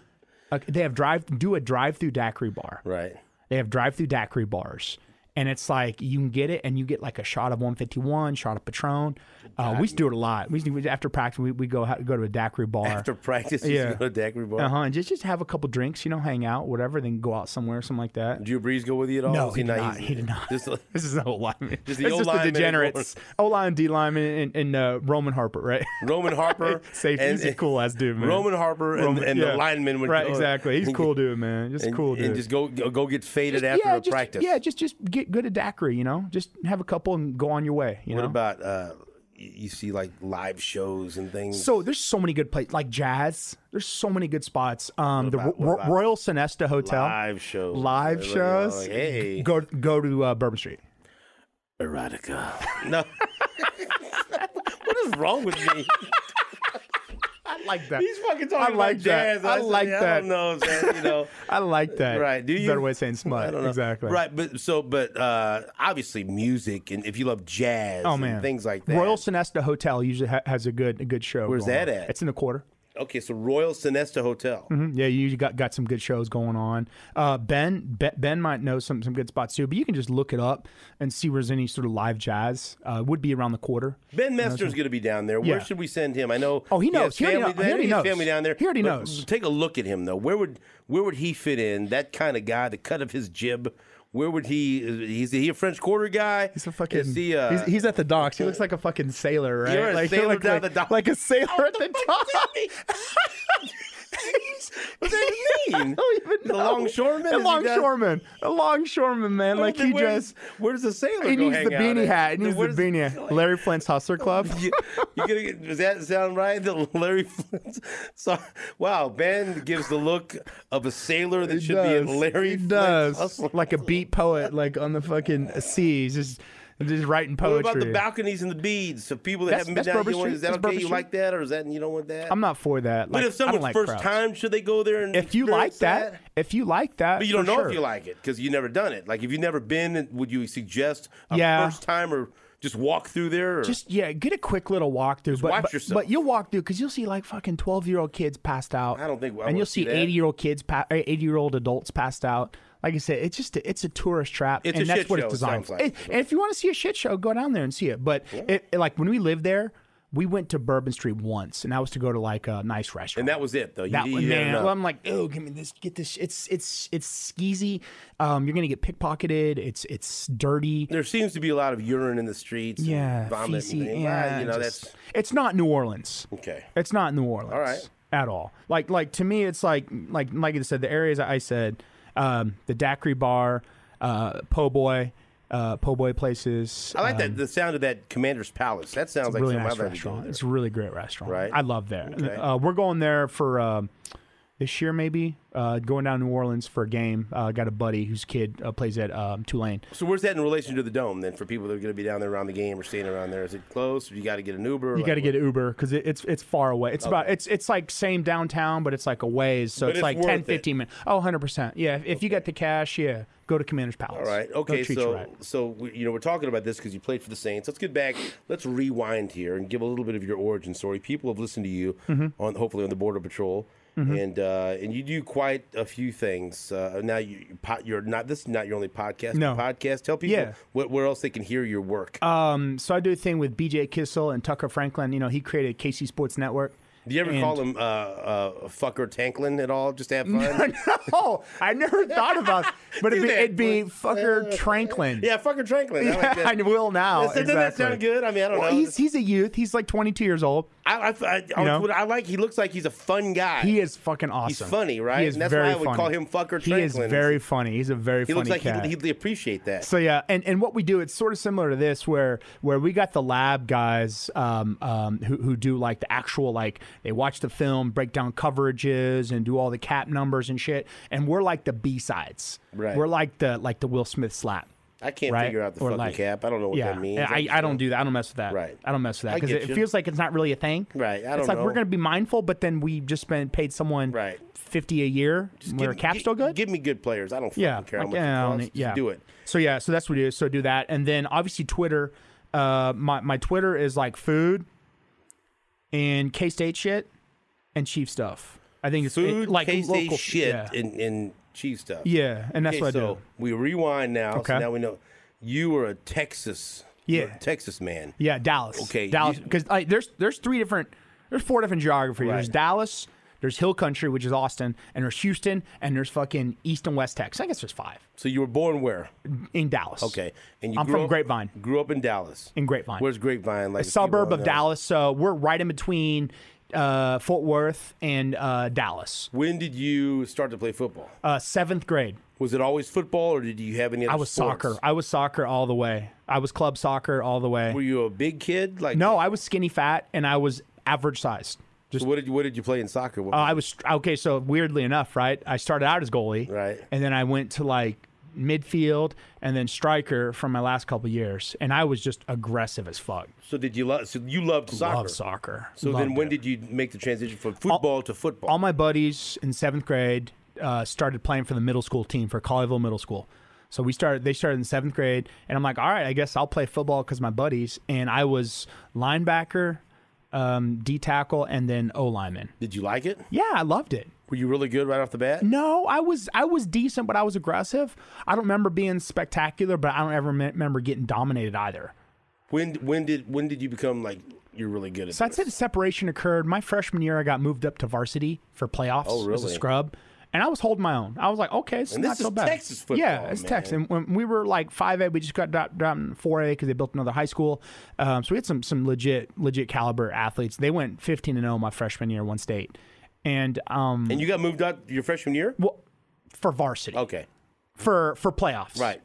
Speaker 2: Uh, they have drive do a drive through daiquiri bar.
Speaker 1: right.
Speaker 2: They have drive through daiquiri bars. And it's like you can get it, and you get like a shot of 151, shot of Patron. Uh, we used to do it a lot. We used to, we- after practice, we we go ha- go to a daiquiri bar,
Speaker 1: After practice, you
Speaker 2: Yeah.
Speaker 1: just go to daiquiri bar.
Speaker 2: uh-huh, and just just have a couple drinks, you know, hang out, whatever. Then go out somewhere, something like that.
Speaker 1: Did Drew Brees go with you at all?
Speaker 2: No,
Speaker 1: Was
Speaker 2: he did not.
Speaker 1: he's-
Speaker 2: He did not.
Speaker 1: Just like-
Speaker 2: This is the whole line.
Speaker 1: Just
Speaker 2: Just
Speaker 1: the
Speaker 2: the it's just
Speaker 1: O-lineman
Speaker 2: the
Speaker 1: and
Speaker 2: degenerates, O line, D line, and, and uh, Roman Harper, right?
Speaker 1: Roman Harper.
Speaker 2: Safe.
Speaker 1: and-
Speaker 2: He's a cool ass dude, man.
Speaker 1: Roman Harper and, and
Speaker 2: yeah.
Speaker 1: the lineman would
Speaker 2: right
Speaker 1: go-
Speaker 2: exactly. He's a cool dude, man. Just a
Speaker 1: and,
Speaker 2: cool
Speaker 1: and
Speaker 2: dude.
Speaker 1: just go go go get faded after
Speaker 2: yeah,
Speaker 1: a
Speaker 2: just,
Speaker 1: practice.
Speaker 2: Yeah, just just get good at daiquiri, you know. Just have a couple and go on your way, you
Speaker 1: What
Speaker 2: know.
Speaker 1: about uh, you you see like live shows and things?
Speaker 2: so there's so many good places like jazz. There's so many good spots. Um, the
Speaker 1: about-
Speaker 2: Ro-
Speaker 1: what about
Speaker 2: Royal Sinesta Hotel,
Speaker 1: live shows,
Speaker 2: live
Speaker 1: Everybody
Speaker 2: shows.
Speaker 1: like, oh, hey,
Speaker 2: Go go to uh, Bourbon Street.
Speaker 1: erotica. No, what is wrong with me?
Speaker 2: I like that.
Speaker 1: He's fucking talking
Speaker 2: I like
Speaker 1: about
Speaker 2: that.
Speaker 1: jazz. and
Speaker 2: I
Speaker 1: said,
Speaker 2: like
Speaker 1: yeah, I
Speaker 2: that.
Speaker 1: don't know, man, you know.
Speaker 2: I like that.
Speaker 1: Right? Do you
Speaker 2: better way of saying smut?
Speaker 1: I don't know.
Speaker 2: Exactly.
Speaker 1: Right, but so, but uh, obviously, music and if you love jazz,
Speaker 2: Oh
Speaker 1: and
Speaker 2: man,
Speaker 1: things like that.
Speaker 2: Royal Sinesta Hotel usually ha- has a good a good show.
Speaker 1: Where's
Speaker 2: going
Speaker 1: that
Speaker 2: on.
Speaker 1: at?
Speaker 2: It's in the quarter.
Speaker 1: Okay, so Royal Sinesta Hotel.
Speaker 2: Mhm. Yeah, you got got some good shows going on. Uh, ben, Be- Ben might know some some good spots too, but you can just look it up and see where's any sort of live jazz. Uh, would be around the quarter.
Speaker 1: Ben Mester's going to be down there. Where
Speaker 2: Yeah.
Speaker 1: should we send him? I know.
Speaker 2: Oh, he
Speaker 1: has
Speaker 2: knows. He already know-
Speaker 1: I
Speaker 2: he already
Speaker 1: know has
Speaker 2: knows.
Speaker 1: Family down there.
Speaker 2: He already
Speaker 1: But
Speaker 2: knows.
Speaker 1: Take a look at him though. Where would where would he fit in? That kind of guy, the cut of his jib. Where would he? Is he a French Quarter guy?
Speaker 3: He's a fucking.
Speaker 1: Is he, uh,
Speaker 3: he's, he's at the docks. He looks like a fucking sailor, right?
Speaker 1: You're a
Speaker 3: like,
Speaker 1: sailor
Speaker 3: like, like,
Speaker 1: down the dock.
Speaker 3: Like a sailor at the
Speaker 1: Fuck,
Speaker 3: docks.
Speaker 1: Jimmy! what does that mean?
Speaker 3: don't even
Speaker 1: The
Speaker 3: know.
Speaker 1: longshoreman?
Speaker 3: A
Speaker 1: Is he down-
Speaker 3: longshoreman. A longshoreman,
Speaker 2: Oh,
Speaker 3: man. Like he
Speaker 1: Where does-
Speaker 3: just.
Speaker 1: Where does the sailor
Speaker 3: He
Speaker 1: go
Speaker 3: needs
Speaker 1: hang
Speaker 3: the
Speaker 1: out
Speaker 3: beanie
Speaker 1: at?
Speaker 3: hat. He needs the
Speaker 1: Where does-
Speaker 3: beanie hat. Larry Flint's
Speaker 2: Oh,
Speaker 3: Hustler Club.
Speaker 1: You, you gonna get, does that sound right? The Larry Flint. So, wow, Ben gives the look of a sailor that
Speaker 3: He
Speaker 1: should be a Larry
Speaker 3: He
Speaker 1: Flint's
Speaker 3: does.
Speaker 1: hustler.
Speaker 3: Like a beat poet, like on the fucking seas, just just writing
Speaker 1: What
Speaker 3: poetry.
Speaker 1: about the balconies and the beads? So people that
Speaker 2: That's-
Speaker 1: haven't been
Speaker 2: that's
Speaker 1: down
Speaker 2: Bourbon
Speaker 1: here, is that
Speaker 2: Street. That's
Speaker 1: okay?
Speaker 2: Bourbon
Speaker 1: you
Speaker 2: Street.
Speaker 1: like that, or is that you don't want that?
Speaker 2: I'm not for that. Like,
Speaker 1: But if
Speaker 2: I don't
Speaker 1: someone's
Speaker 2: like
Speaker 1: first
Speaker 2: crowds.
Speaker 1: time, should they go there? And
Speaker 2: if you like
Speaker 1: experience
Speaker 2: that, if you like that,
Speaker 1: but you don't
Speaker 2: for
Speaker 1: know
Speaker 2: sure.
Speaker 1: if you like it because you never done it. Like if you've never been, would you suggest a
Speaker 2: Yeah.
Speaker 1: first time or just walk through there? Or?
Speaker 2: Just yeah, get a quick little walkthrough. but,
Speaker 1: watch
Speaker 2: but,
Speaker 1: yourself.
Speaker 2: but you'll walk through because you'll see like fucking twelve year old kids passed out.
Speaker 1: I don't think I wanna
Speaker 2: and you'll
Speaker 1: see
Speaker 2: see
Speaker 1: that.
Speaker 2: eighty year old kids, pa- eighty year old adults passed out. Like I said, it's just a, it's a tourist trap,
Speaker 1: It's
Speaker 2: and
Speaker 1: a
Speaker 2: that's
Speaker 1: shit
Speaker 2: what
Speaker 1: show, it
Speaker 2: it's designed
Speaker 1: sounds
Speaker 2: for.
Speaker 1: like.
Speaker 2: And- and if you want to see a shit show, go down there and see it. But it, it- like when we lived there, we went to Bourbon Street once, and that was to go to like a nice restaurant.
Speaker 1: and that was it though. You,
Speaker 2: That
Speaker 1: you
Speaker 2: one,
Speaker 1: had
Speaker 2: man.
Speaker 1: enough.
Speaker 2: Well, I'm like, oh, give me this. Get this. It's it's it's skeezy. Um, you're gonna get pickpocketed. It's it's dirty.
Speaker 1: there seems to be a lot of urine in the streets. and
Speaker 2: Yeah,
Speaker 1: vomit.
Speaker 2: feces,
Speaker 1: and things.
Speaker 2: yeah,
Speaker 1: Well, you know
Speaker 2: just-
Speaker 1: that's
Speaker 2: it's not New Orleans.
Speaker 1: okay.
Speaker 2: It's not New Orleans. All
Speaker 1: right.
Speaker 2: At all. Like like to me, it's like like like I said, the areas I said, um, the daiquiri bar, uh, po' boy, uh, po' boy places.
Speaker 1: I like that the sound of that Commander's Palace. That sounds like
Speaker 2: um, really
Speaker 1: something I'd
Speaker 2: nice
Speaker 1: like to go
Speaker 2: restaurant.
Speaker 1: there.
Speaker 2: It's a really great restaurant.
Speaker 1: Right.
Speaker 2: I love there.
Speaker 1: Okay.
Speaker 2: Uh, we're going there for um this year, maybe uh, going down to New Orleans for a game. Uh, got a buddy whose kid uh, plays at um, Tulane.
Speaker 1: So where's that in relation to the dome then? For people that are going to be down there around the game or staying around there, is it close? Or you got to get an Uber.
Speaker 2: You got to get an Uber because it, it's it's far away. It's about it's it's like same downtown, but it's like a ways. So
Speaker 1: But
Speaker 2: it's,
Speaker 1: it's
Speaker 2: like
Speaker 1: worth
Speaker 2: 10,
Speaker 1: it.
Speaker 2: 15 minutes. Oh, 100 percent. Yeah, if, if you got the cash, yeah, go to Commander's Palace.
Speaker 1: All right.
Speaker 2: They'll
Speaker 1: Okay.
Speaker 2: treat you
Speaker 1: So,
Speaker 2: right.
Speaker 1: so we, you know, we're talking about this because you played for the Saints. Let's get back. Let's rewind here and give a little bit of your origin story. People have listened to you
Speaker 2: Mm-hmm.
Speaker 1: on hopefully on the Border Patrol, and uh, and you do quite a few things. Uh, now you you po- you're not this is not your only podcast.
Speaker 2: No.
Speaker 1: podcast. Tell people
Speaker 2: Yeah.
Speaker 1: wh- where else they can hear your work.
Speaker 2: um, so I do a thing with BJ Kissel and Tucker Franklin. You know, he created KC Sports Network.
Speaker 1: do you ever
Speaker 2: and-
Speaker 1: call him uh, uh, fucker Tanklin at all? Just to have fun.
Speaker 2: no, I never thought about, but it'd
Speaker 1: Do
Speaker 2: be,
Speaker 1: that.
Speaker 2: it'd be fucker Tranklin.
Speaker 1: yeah, fucker Tanklin. I like that.
Speaker 2: I will now.
Speaker 1: Doesn't that
Speaker 2: exactly.
Speaker 1: sound good? I mean, I don't
Speaker 2: Well,
Speaker 1: know.
Speaker 2: he's he's a youth. He's like 22 years old.
Speaker 1: I, I, I, I,
Speaker 2: know?
Speaker 1: what I like. He looks like he's a fun guy.
Speaker 2: He is fucking awesome.
Speaker 1: He's funny, right?
Speaker 2: He is
Speaker 1: And that's
Speaker 2: very
Speaker 1: why I would
Speaker 2: funny.
Speaker 1: call him fucker
Speaker 2: He is
Speaker 1: Tranklin.
Speaker 2: very funny. He's a very
Speaker 1: He
Speaker 2: funny
Speaker 1: looks like
Speaker 2: cat.
Speaker 1: he'd, he'd appreciate that.
Speaker 2: So yeah, and, and what we do, it's sort of similar to this, where where we got the lab guys um, um, who who do like the actual like they watch the film, break down coverages, and do all the cap numbers and shit. And we're like the B sides.
Speaker 1: Right.
Speaker 2: We're like the like the Will Smith slap.
Speaker 1: I can't
Speaker 2: right?
Speaker 1: figure out the
Speaker 2: Or
Speaker 1: fucking
Speaker 2: like-
Speaker 1: cap. I don't know what
Speaker 2: yeah,
Speaker 1: that means.
Speaker 2: I, I don't do that. I don't mess with that.
Speaker 1: Right.
Speaker 2: I don't mess with
Speaker 1: I
Speaker 2: that because
Speaker 1: get
Speaker 2: it,
Speaker 1: you.
Speaker 2: feels like it's not really a thing.
Speaker 1: Right, I don't
Speaker 2: it's like
Speaker 1: know.
Speaker 2: we're going to be mindful, but then we just spent paid someone
Speaker 1: Right.
Speaker 2: fifty a year. Where
Speaker 1: me-
Speaker 2: cap's still good.
Speaker 1: Give me good players. I don't fucking
Speaker 2: yeah.
Speaker 1: care how
Speaker 2: like,
Speaker 1: much
Speaker 2: yeah, I
Speaker 1: it
Speaker 2: don't
Speaker 1: costs.
Speaker 2: need-
Speaker 1: Just
Speaker 2: yeah.
Speaker 1: do it.
Speaker 2: So yeah. So that's what we do. So do that, and then obviously Twitter. Uh, my my Twitter is like food and K State shit and Chief stuff. I think it's it-
Speaker 1: Food,
Speaker 2: like
Speaker 1: K-State
Speaker 2: local
Speaker 1: shit,
Speaker 2: Yeah.
Speaker 1: and, and cheese stuff.
Speaker 2: Yeah, and that's
Speaker 1: Okay,
Speaker 2: what I
Speaker 1: so
Speaker 2: do.
Speaker 1: we rewind now. So
Speaker 2: Okay.
Speaker 1: now we know you are a Texas. you're
Speaker 2: Yeah.
Speaker 1: a Texas man.
Speaker 2: Yeah, Dallas.
Speaker 1: Okay,
Speaker 2: Dallas.
Speaker 1: you-
Speaker 2: Because like, there's there's three different, there's four different geography. There's
Speaker 1: Right.
Speaker 2: Dallas, there's Hill Country, which is Austin, and there's Houston, and there's fucking East and West Texas. I guess there's five
Speaker 1: So you were born where?
Speaker 2: in Dallas.
Speaker 1: Okay, and you
Speaker 2: I'm
Speaker 1: grew
Speaker 2: from
Speaker 1: up,
Speaker 2: Grapevine.
Speaker 1: Grew up in Dallas.
Speaker 2: In Grapevine.
Speaker 1: Where's Grapevine? Like
Speaker 2: a
Speaker 1: if you
Speaker 2: suburb
Speaker 1: wanna
Speaker 2: of
Speaker 1: know?
Speaker 2: Dallas. So we're right in between uh, Fort Worth and uh, Dallas.
Speaker 1: When did you start to play football?
Speaker 2: Uh, seventh grade.
Speaker 1: Was it always football, or did you have any? Other
Speaker 2: I was
Speaker 1: sports?
Speaker 2: soccer. I was soccer all the way. I was club soccer all the way.
Speaker 1: Were you a big kid? Like
Speaker 2: no, I was skinny fat and I was average sized. Just
Speaker 1: What did you, what did you play in soccer? What
Speaker 2: Uh, I was okay. So weirdly enough, right? I started out as goalie,
Speaker 1: Right.
Speaker 2: and then I went to like midfield and then striker for my last couple years, and I was just aggressive as fuck.
Speaker 1: so did you love? So you loved soccer.
Speaker 2: Love soccer.
Speaker 1: So then, when did you make the transition from football to football?
Speaker 2: all my buddies in seventh grade uh, started playing for the middle school team for Colleyville Middle School. So we started. They started in seventh grade, and I'm like, all right, I guess I'll play football because my buddies. And I was linebacker, um, D tackle, and then O lineman.
Speaker 1: did you like it?
Speaker 2: Yeah, I loved it.
Speaker 1: Were you really good right off the bat?
Speaker 2: No, I was I was decent, but I was aggressive. I don't remember being spectacular, but I don't ever me- remember getting dominated either.
Speaker 1: When when did when did you become like you're really good at?
Speaker 2: So I'd
Speaker 1: this?
Speaker 2: say the separation occurred my freshman year. I got moved up to varsity for playoffs as a
Speaker 1: Oh, really?
Speaker 2: scrub, and I was holding my own. I was like, okay, it's
Speaker 1: And
Speaker 2: not
Speaker 1: this
Speaker 2: so
Speaker 1: is
Speaker 2: bad.
Speaker 1: Texas football,
Speaker 2: yeah, it's
Speaker 1: man.
Speaker 2: Texas. And when we were like five A, we just got dropped down four A because they built another high school. Um, so we had some some legit legit caliber athletes. They went fifteen and zero my freshman year, one state, and um
Speaker 1: and you got moved out your freshman year.
Speaker 2: well, for varsity
Speaker 1: Okay,
Speaker 2: for for playoffs
Speaker 1: Oh. right.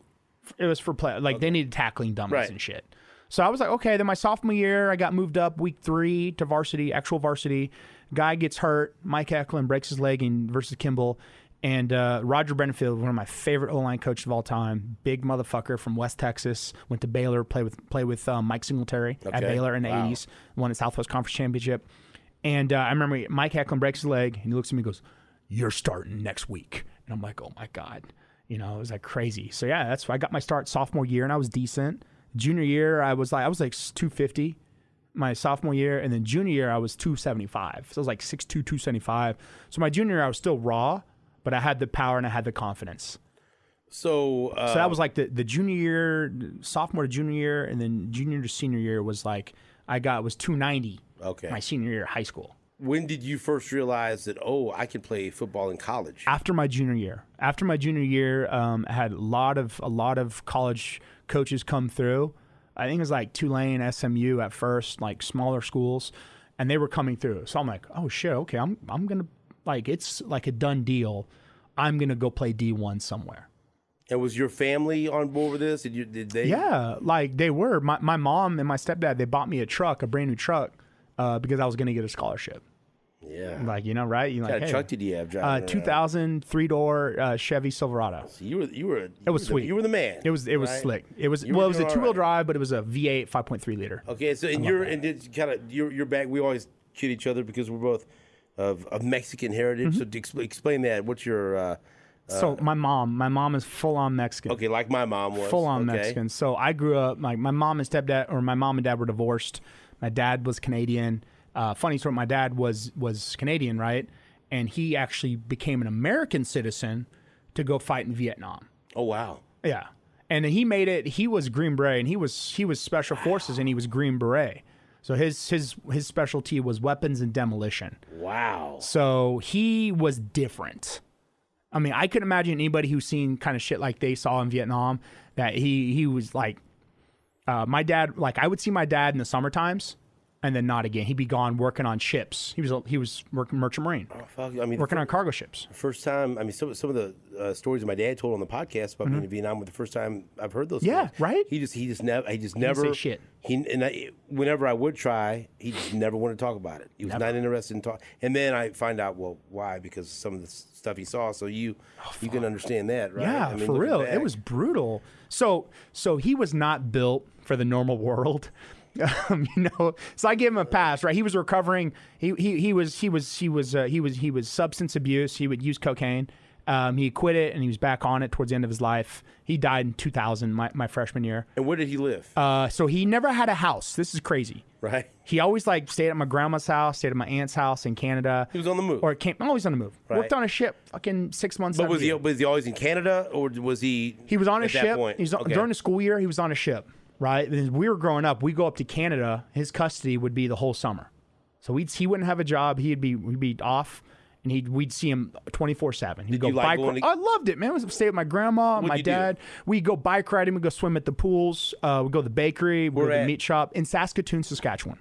Speaker 2: it was for play. Like they needed tackling dummies
Speaker 1: Right.
Speaker 2: and shit. So I was like, okay. Then my sophomore year, I got moved up week three to varsity, actual varsity. Guy gets hurt. Mike Eklund breaks his leg in versus Kimball, and uh, Roger Brenfield, one of my favorite O line coaches of all time, big motherfucker from West Texas, went to Baylor, play with play with um, Mike Singletary at
Speaker 1: Okay.
Speaker 2: Baylor in the
Speaker 1: Wow.
Speaker 2: '80s, won a Southwest Conference championship. And uh, I remember Mike Eklund breaks his leg, and he looks at me and goes, "You're starting next week." And I'm like, "Oh my god," you know, it was like crazy. So yeah, that's why I got my start sophomore year, and I was decent. Junior year, I was like, I was like 250 my sophomore year, and then junior year, I was 275. So I was like 6'2", 275. So my junior year, I was still raw, but I had the power and I had the confidence.
Speaker 1: So, uh,
Speaker 2: So that was like the, the junior year, sophomore to junior year, and then junior to senior year was like I got was 290.
Speaker 1: Okay.
Speaker 2: My senior year of high school.
Speaker 1: when did you first realize that oh I can play football in college?
Speaker 2: After my junior year, after my junior year, um, I had a lot of a lot of college coaches come through. I think it was like Tulane, SMU at first, like smaller schools, and they were coming through. So I'm like, oh shit, okay, I'm I'm gonna like it's like a done deal. I'm gonna go play D1 somewhere.
Speaker 1: and was your family on board with this? Did you did they?
Speaker 2: Yeah, like they were. My my mom and my stepdad they bought me a truck, a brand new truck, uh, because I was gonna get a scholarship.
Speaker 1: yeah.
Speaker 2: Like you know, right? You
Speaker 1: What
Speaker 2: like
Speaker 1: kind of
Speaker 2: hey,
Speaker 1: truck did you have
Speaker 2: uh,
Speaker 1: driving?
Speaker 2: two
Speaker 1: around?
Speaker 2: thousand three door uh, Chevy Silverado.
Speaker 1: You were you were. It
Speaker 2: was sweet.
Speaker 1: you were the man.
Speaker 2: It was it was
Speaker 1: right?
Speaker 2: slick. It was
Speaker 1: You were
Speaker 2: well, it was a
Speaker 1: doing
Speaker 2: two wheel
Speaker 1: alright.
Speaker 2: drive, but it was a V eight five point three liter.
Speaker 1: Okay, so and you're and it's kind of you're you're back. We always kid each other because we're both of, of Mexican
Speaker 2: Mm-hmm.
Speaker 1: heritage. So to expl- explain that. What's your uh,
Speaker 2: so my mom, my mom is full on Mexican.
Speaker 1: okay? Like my mom was
Speaker 2: full on
Speaker 1: okay.
Speaker 2: Mexican. So I grew up like my mom and stepdad, or my mom and dad were divorced. My dad was Canadian. Uh, funny story, my dad was was Canadian, right? And he actually became an American citizen to go fight in Vietnam.
Speaker 1: Oh wow.
Speaker 2: Yeah, and he made it. He was Green Beret, and he was he was Special Forces, and he was Green Beret. So his his his specialty was weapons and demolition.
Speaker 1: Wow.
Speaker 2: So he was different. I mean, I could imagine anybody who's seen kind of shit like they saw in Vietnam that he he was like. Uh, my dad, like I would see my dad in the summer times, and then not again. He'd be gone working on ships. He was he was working merchant marine,
Speaker 1: Fuck, I mean,
Speaker 2: working on cargo ships.
Speaker 1: the first time. I mean, some some of the uh, stories my dad told on the podcast about being in Vietnam were the first time I've heard those.
Speaker 2: Mm-hmm. Yeah,
Speaker 1: stories.
Speaker 2: right?
Speaker 1: He just he just never he just never
Speaker 2: say shit.
Speaker 1: He and I, whenever I would try, he just never wanted to talk about it. He was not interested in talk. And then I find out well why because some of the s- stuff he saw. So you you can understand that, right?
Speaker 2: Oh, Yeah,
Speaker 1: I mean,
Speaker 2: for
Speaker 1: looking
Speaker 2: real.
Speaker 1: back-
Speaker 2: It was brutal. So so he was not built for the normal world. Um, you know, so I gave him a pass, right? He was recovering. He he he was he was he was uh, he was he was substance abuse. He would use cocaine. Um, he quit it and he was back on it towards the end of his life. He died in 2000, my, my freshman year.
Speaker 1: And where did he live?
Speaker 2: Uh, so he never had a house. This is crazy.
Speaker 1: right.
Speaker 2: He always like stayed at my grandma's house, stayed at my aunt's house in Canada. He
Speaker 1: was on the move.
Speaker 2: or came always on the move. Worked on a ship, fucking six months.
Speaker 1: But
Speaker 2: out of
Speaker 1: was
Speaker 2: the
Speaker 1: he
Speaker 2: year.
Speaker 1: was he always in Canada or was he?
Speaker 2: He was on a
Speaker 1: at
Speaker 2: ship.
Speaker 1: That point?
Speaker 2: He was on,
Speaker 1: Okay.
Speaker 2: during the school year. He was on a ship, right? When we were growing up. We go up to Canada. His custody would be the whole summer, so we'd he wouldn't have a job. He'd be we'd be off, and he would we'd see him twenty four seven. He'd go
Speaker 1: you like
Speaker 2: bike.
Speaker 1: going
Speaker 2: ri-
Speaker 1: to-
Speaker 2: I loved it, man. I was stay with my grandma, and my
Speaker 1: you do?
Speaker 2: dad. We go bike riding. We go swim at the pools. Uh, we go to the bakery. We go to
Speaker 1: at?
Speaker 2: the meat shop in Saskatoon, Saskatchewan.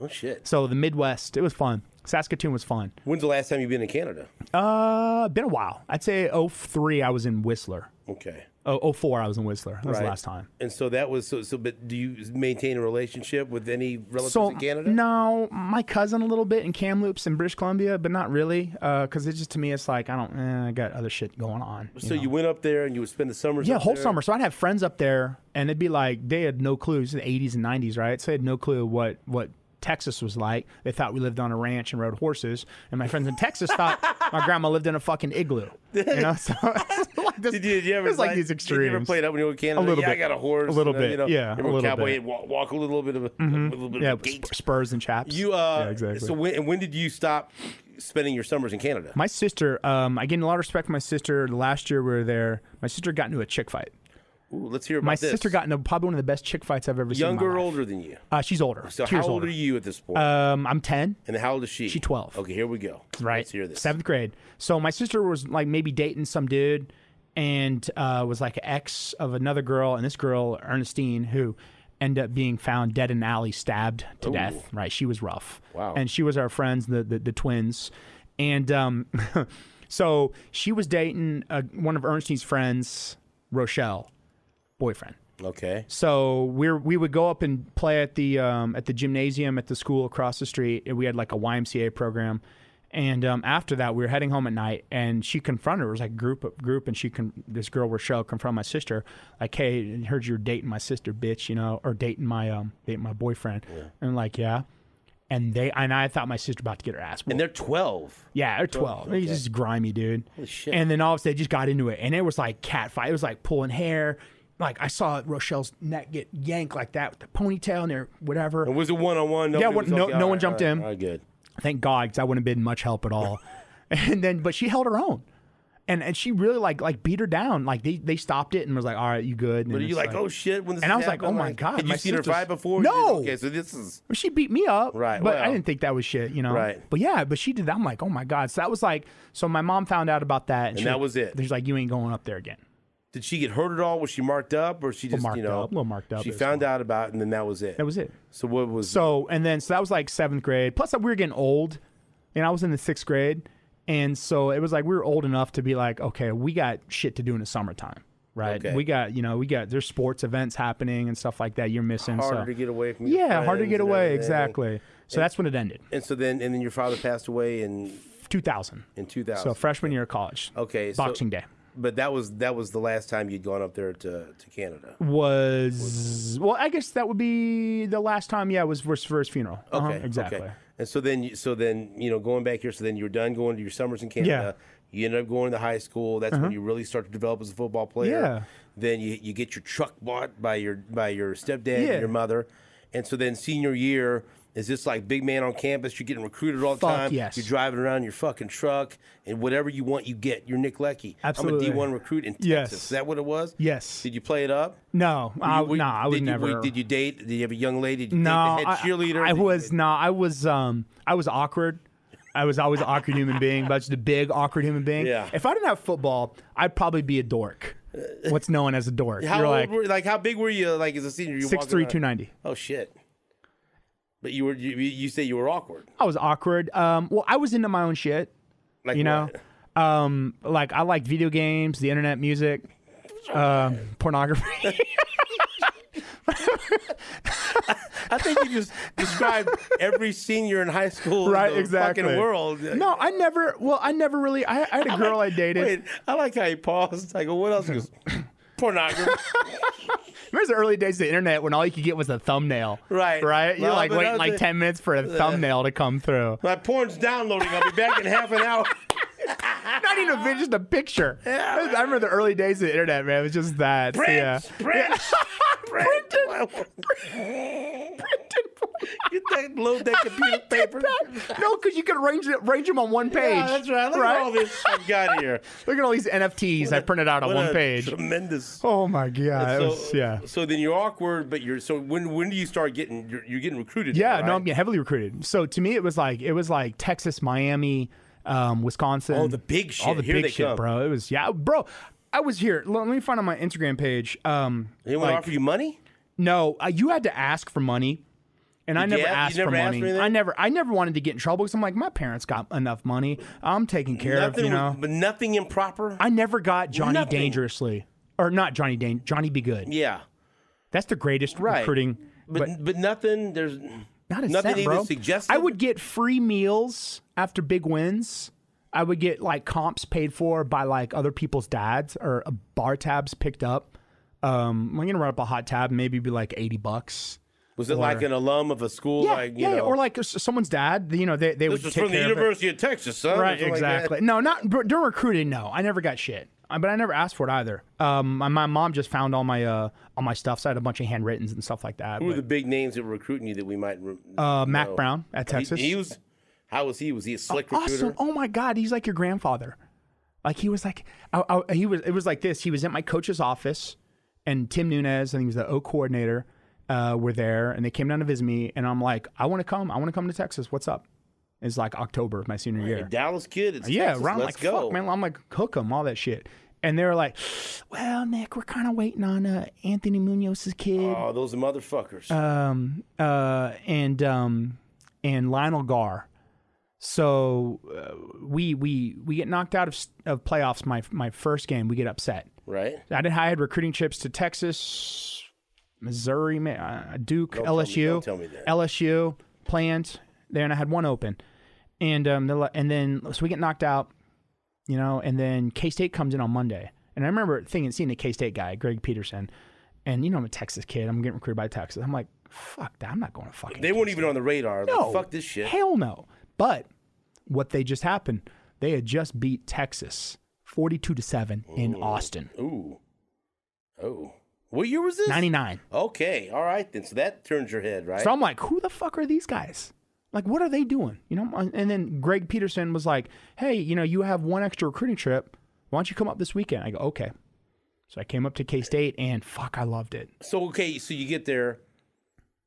Speaker 1: oh shit.
Speaker 2: So the Midwest. It was fun. Saskatoon was fun.
Speaker 1: When's the last time you've been in Canada?
Speaker 2: Uh, been a while. I'd say 03, I was in Whistler.
Speaker 1: Okay.
Speaker 2: Oh, 04, I was in Whistler. That was the last time.
Speaker 1: And so that was so. So, but do you maintain a relationship with any relatives in Canada?
Speaker 2: No, my cousin a little bit in Kamloops in British Columbia, but not really, because it just to me it's like I don't, eh, I got other shit going on. you
Speaker 1: So
Speaker 2: know?
Speaker 1: you went up there and you would spend the summers.
Speaker 2: yeah,
Speaker 1: up
Speaker 2: whole
Speaker 1: there?
Speaker 2: summer. So I'd have friends up there, and it'd be like they had no clue. It's the '80s and '90s, right? So they had no clue what what Texas was like. They thought we lived on a ranch and rode horses, and my friends in Texas thought my grandma lived in a fucking igloo. You know, so it's like this,
Speaker 1: Did you, did you ever
Speaker 2: it's like
Speaker 1: like-
Speaker 2: these
Speaker 1: Did you ever
Speaker 2: extremes.
Speaker 1: play it up when you were in Canada?
Speaker 2: little
Speaker 1: yeah, I
Speaker 2: bit.
Speaker 1: got a horse.
Speaker 2: A little
Speaker 1: and, uh,
Speaker 2: bit.
Speaker 1: You know,
Speaker 2: Yeah,
Speaker 1: you
Speaker 2: a
Speaker 1: were
Speaker 2: little
Speaker 1: cowboy
Speaker 2: bit. Mm-hmm.
Speaker 1: and walk, walk a little bit of a, a little bit
Speaker 2: yeah,
Speaker 1: of a gait.
Speaker 2: sp- spurs and chaps.
Speaker 1: You uh.
Speaker 2: yeah, exactly.
Speaker 1: So when and when did you stop spending your summers in Canada?
Speaker 2: My sister, um, I gained a lot of respect for my sister. The last year we were there, my sister got into a chick fight.
Speaker 1: Ooh, let's hear about
Speaker 2: My
Speaker 1: this.
Speaker 2: sister got into probably one of the best chick fights I've ever seen. in my
Speaker 1: younger or
Speaker 2: life.
Speaker 1: older than you.
Speaker 2: Uh, she's older.
Speaker 1: So
Speaker 2: Two years
Speaker 1: how old
Speaker 2: older.
Speaker 1: are you at this point?
Speaker 2: Um, I'm 10,
Speaker 1: and how old is she? She's
Speaker 2: 12.
Speaker 1: Okay, here we go.
Speaker 2: right?
Speaker 1: Let's hear this.
Speaker 2: Seventh grade. So my sister was like maybe dating some dude and uh, was like an ex of another girl. And this girl, Ernestine, who ended up being found dead in an alley, stabbed to death, right? She was rough.
Speaker 1: Wow.
Speaker 2: And she was our friends, the, the, the twins. And um, so she was dating uh, one of Ernestine's friends, Rochelle, boyfriend.
Speaker 1: Okay.
Speaker 2: So we're we would go up and play at the um, at the gymnasium at the school across the street. And We had like a YMCA program, and um, after that, we were heading home at night. And she confronted. It was like a group of group, and she con- this girl Rochelle confronted my sister, like, "Hey, I heard you were dating my sister, bitch, you know, or dating my um dating my boyfriend." And I'm like, yeah. And they and I thought my sister about to get her ass.
Speaker 1: And they're twelve.
Speaker 2: Yeah, or 12. He's just grimy, dude.
Speaker 1: shit.
Speaker 2: And then all of a sudden, they just got into it. And it was like cat fight. It was like pulling hair. Like, I saw Rochelle's neck get yanked like that with the ponytail and her whatever.
Speaker 1: Was it one on one?
Speaker 2: one- no- no one jumped in.
Speaker 1: All right, good.
Speaker 2: Thank God, because I wouldn't have been much help at all. and then, but she held her own. And, and she really like like beat her down. Like they, they stopped it and was like, all right, you good. And
Speaker 1: But are you
Speaker 2: it's
Speaker 1: like, oh shit? When this
Speaker 2: And I was like,
Speaker 1: happened?
Speaker 2: oh my God,
Speaker 1: Had you
Speaker 2: my
Speaker 1: seen her
Speaker 2: sister's-
Speaker 1: fight before? You
Speaker 2: No!
Speaker 1: didn't? Okay, so this is
Speaker 2: Well, she beat me up.
Speaker 1: Right,
Speaker 2: But I
Speaker 1: well.
Speaker 2: didn't think that was shit, you know?
Speaker 1: Right.
Speaker 2: But yeah, but she did that. I'm like, oh my God. So that was like, so my mom found out about that. And, she-
Speaker 1: that was it.
Speaker 2: She's like, you ain't going up there again.
Speaker 1: Did she get hurt at all? Was she marked up, or she just
Speaker 2: marked
Speaker 1: you know
Speaker 2: up, little marked up
Speaker 1: She
Speaker 2: is
Speaker 1: found out about, it and then that was it.
Speaker 2: That was it.
Speaker 1: So what was?
Speaker 2: So and then so that was like seventh grade. Plus we were getting old, and I was in the sixth grade, and so it was like we were old enough to be like, okay, we got shit to do in the summertime, right?
Speaker 1: Okay.
Speaker 2: We got you know we got there's sports events happening and stuff like that. You're missing
Speaker 1: harder
Speaker 2: so.
Speaker 1: to get away from. your
Speaker 2: yeah, harder to
Speaker 1: friends
Speaker 2: get
Speaker 1: and
Speaker 2: away
Speaker 1: everything.
Speaker 2: exactly. So that's when it ended,
Speaker 1: And so then, and then your father passed away in
Speaker 2: 2000.
Speaker 1: in two thousand.
Speaker 2: So freshman year of college.
Speaker 1: okay, so-
Speaker 2: Boxing Day
Speaker 1: But that was that was the last time you'd gone up there to to Canada.
Speaker 2: was well, I guess that would be the last time. Yeah, was was for his funeral. Uh-huh,
Speaker 1: Okay,
Speaker 2: exactly.
Speaker 1: Okay. And so then, you- so then, you know, going back here, so then you were done going to your summers in Canada. You ended up going to high school. That's when you really start to develop as a football player.
Speaker 2: Uh-huh. Yeah.
Speaker 1: Then you, you get your truck bought by your by your stepdad
Speaker 2: Yeah.
Speaker 1: and your mother, and so then senior year is this like big man on campus. You're getting recruited all the
Speaker 2: Fuck
Speaker 1: time.
Speaker 2: yes.
Speaker 1: You're driving around in your fucking truck, and whatever you want, you get. You're Nick Leckie.
Speaker 2: Absolutely.
Speaker 1: I'm a D1 recruit in Texas.
Speaker 2: Yes.
Speaker 1: Is that what it was?
Speaker 2: Yes.
Speaker 1: Did you play it up?
Speaker 2: No, I,
Speaker 1: Were you-
Speaker 2: nah, I was
Speaker 1: did
Speaker 2: never.
Speaker 1: You, were- did you date? Did you have a young lady? Did you
Speaker 2: No,
Speaker 1: date the head cheerleader?
Speaker 2: I, I
Speaker 1: Did you-
Speaker 2: was not. I was um. I was awkward. I was always an awkward human being, but just a big awkward human being.
Speaker 1: Yeah.
Speaker 2: If I didn't have football, I'd probably be a dork. What's known as a dork?
Speaker 1: How
Speaker 2: You're
Speaker 1: old
Speaker 2: like
Speaker 1: were like how big were you like as a senior? You
Speaker 2: six three
Speaker 1: walking
Speaker 2: two
Speaker 1: around?
Speaker 2: ninety.
Speaker 1: Oh shit. But you were you, you say you were awkward.
Speaker 2: I was awkward. Um, well, I was into my own shit.
Speaker 1: Like
Speaker 2: You know,
Speaker 1: what?
Speaker 2: um, like I liked video games, the internet, music, um, pornography.
Speaker 1: I think you just described every senior in high school
Speaker 2: Right,
Speaker 1: in the
Speaker 2: exactly.
Speaker 1: fucking world.
Speaker 2: no, I never. Well, I never really. I, I had a girl I dated.
Speaker 1: Wait, I like how he paused. I go, what else? He goes, pornography.
Speaker 2: Remember the early days of the internet when all you could get was a thumbnail,
Speaker 1: Right.
Speaker 2: Right? You're
Speaker 1: Well,
Speaker 2: like
Speaker 1: but
Speaker 2: waiting
Speaker 1: other-
Speaker 2: like ten minutes for a thumbnail to come through.
Speaker 1: My porn's downloading. I'll be back in half an hour.
Speaker 2: Not even a video, just a picture. I remember the early days of the internet, man. It was just that.
Speaker 1: Prince,
Speaker 2: Yeah.
Speaker 1: Prince, Prince. You think load that computer paper?
Speaker 2: No, because you could arrange it, arrange them on one page.
Speaker 1: Yeah, that's right. Look at all this I've got here.
Speaker 2: Look at all these NFTs I printed out on
Speaker 1: What
Speaker 2: one
Speaker 1: a
Speaker 2: page.
Speaker 1: Tremendous.
Speaker 2: Oh my god! it was, yeah.
Speaker 1: So then you're awkward, but you're so when when do you start getting you're, you're getting recruited?
Speaker 2: Yeah,
Speaker 1: now,
Speaker 2: no,
Speaker 1: right?
Speaker 2: I'm getting heavily recruited. So to me, it was like it was like Texas, Miami, um, Wisconsin.
Speaker 1: All Oh, the big shit.
Speaker 2: All the
Speaker 1: Here
Speaker 2: big
Speaker 1: they
Speaker 2: shit,
Speaker 1: come.
Speaker 2: bro. It was yeah, bro. I was here. Let, let me find on my Instagram page. Um,
Speaker 1: They want to
Speaker 2: like-
Speaker 1: offer you money?
Speaker 2: No, uh, you had to ask for money. And I never
Speaker 1: you
Speaker 2: asked
Speaker 1: never
Speaker 2: for
Speaker 1: asked
Speaker 2: money.
Speaker 1: for anything?
Speaker 2: I never, I never wanted to get in trouble because I'm like, my parents got enough money. I'm taking care
Speaker 1: Nothing,
Speaker 2: of, you
Speaker 1: was-
Speaker 2: know.
Speaker 1: but nothing improper.
Speaker 2: I never got Johnny
Speaker 1: Nothing.
Speaker 2: Dangerously, or not Johnny Dan, Johnny Be Good.
Speaker 1: yeah,
Speaker 2: That's the greatest
Speaker 1: Right.
Speaker 2: recruiting.
Speaker 1: but, but nothing. There's
Speaker 2: Not a
Speaker 1: nothing
Speaker 2: cent, bro.
Speaker 1: even suggested.
Speaker 2: I would get free meals after big wins. I would get like comps paid for by like other people's dads or uh, bar tabs picked up. Um, I'm gonna run up a hot tab, maybe be like eighty bucks.
Speaker 1: Was it like an alum of a school?
Speaker 2: Yeah,
Speaker 1: like, you
Speaker 2: yeah, yeah,
Speaker 1: know,
Speaker 2: or like s- someone's dad. You know, they they
Speaker 1: this
Speaker 2: would
Speaker 1: is
Speaker 2: take
Speaker 1: from the
Speaker 2: care of it.
Speaker 1: University of Texas, son. or
Speaker 2: Right,
Speaker 1: something like that.
Speaker 2: exactly. no, not br- during recruiting. No, I never got shit, Uh, but I never asked for it either. Um, my, my mom just found all my uh all my stuff. So I had a bunch of handwrittens and stuff like that.
Speaker 1: Who are
Speaker 2: but-
Speaker 1: the big names that were recruiting you that we might? re-
Speaker 2: uh, Mac
Speaker 1: know?
Speaker 2: Brown at
Speaker 1: He-
Speaker 2: Texas.
Speaker 1: He, was. How was he? Was he a slick recruiter?
Speaker 2: awesome. Oh my God, he's like your grandfather. Like he was like I, I, he was. It was like this. He was at my coach's office, and Tim Nunez, I think he was the O coordinator, uh, were there, and they came down to visit me, and I'm like, I want to come. I want to come to Texas. What's up? It's like October of my senior year.
Speaker 1: Dallas kid. It's
Speaker 2: Yeah,
Speaker 1: Texas.
Speaker 2: Ron
Speaker 1: Let's
Speaker 2: like
Speaker 1: go.
Speaker 2: fuck, man. I'm like hook 'em, all that shit. And they were like, "Well, Nick, we're kind of waiting on uh, Anthony Munoz's kid,
Speaker 1: Oh, those motherfuckers.
Speaker 2: um, uh, and um, and Lionel Gar." So uh, we we we get knocked out of s- of playoffs. My my first game, we get upset.
Speaker 1: right.
Speaker 2: I did. I had recruiting trips to Texas, Missouri, Ma- uh, Duke,
Speaker 1: tell me-
Speaker 2: LSU,
Speaker 1: don't tell me that.
Speaker 2: LSU, plant there, and I had one open, and um, they're like- and then so we get knocked out, you know, and then K State comes in on Monday, and I remember thinking, seeing the K State guy, Greg Peterson, and you know I'm a Texas kid, I'm getting recruited by Texas, I'm like, fuck that, I'm not going to fucking.
Speaker 1: They weren't even on the radar. Like,
Speaker 2: no,
Speaker 1: fuck this shit.
Speaker 2: Hell no. But what they just happened, they had just beat Texas. 42 to 7 in Austin.
Speaker 1: Ooh. Oh. What year was this?
Speaker 2: 99.
Speaker 1: Okay. All right then. So that turns your head, right?
Speaker 2: So I'm like, who the fuck are these guys? Like, what are they doing? You know. And then Greg Peterson was like, hey, you know, you have one extra recruiting trip. Why don't you come up this weekend? I go, okay. So I came up to K State, and fuck, I loved it.
Speaker 1: so okay. So you get there.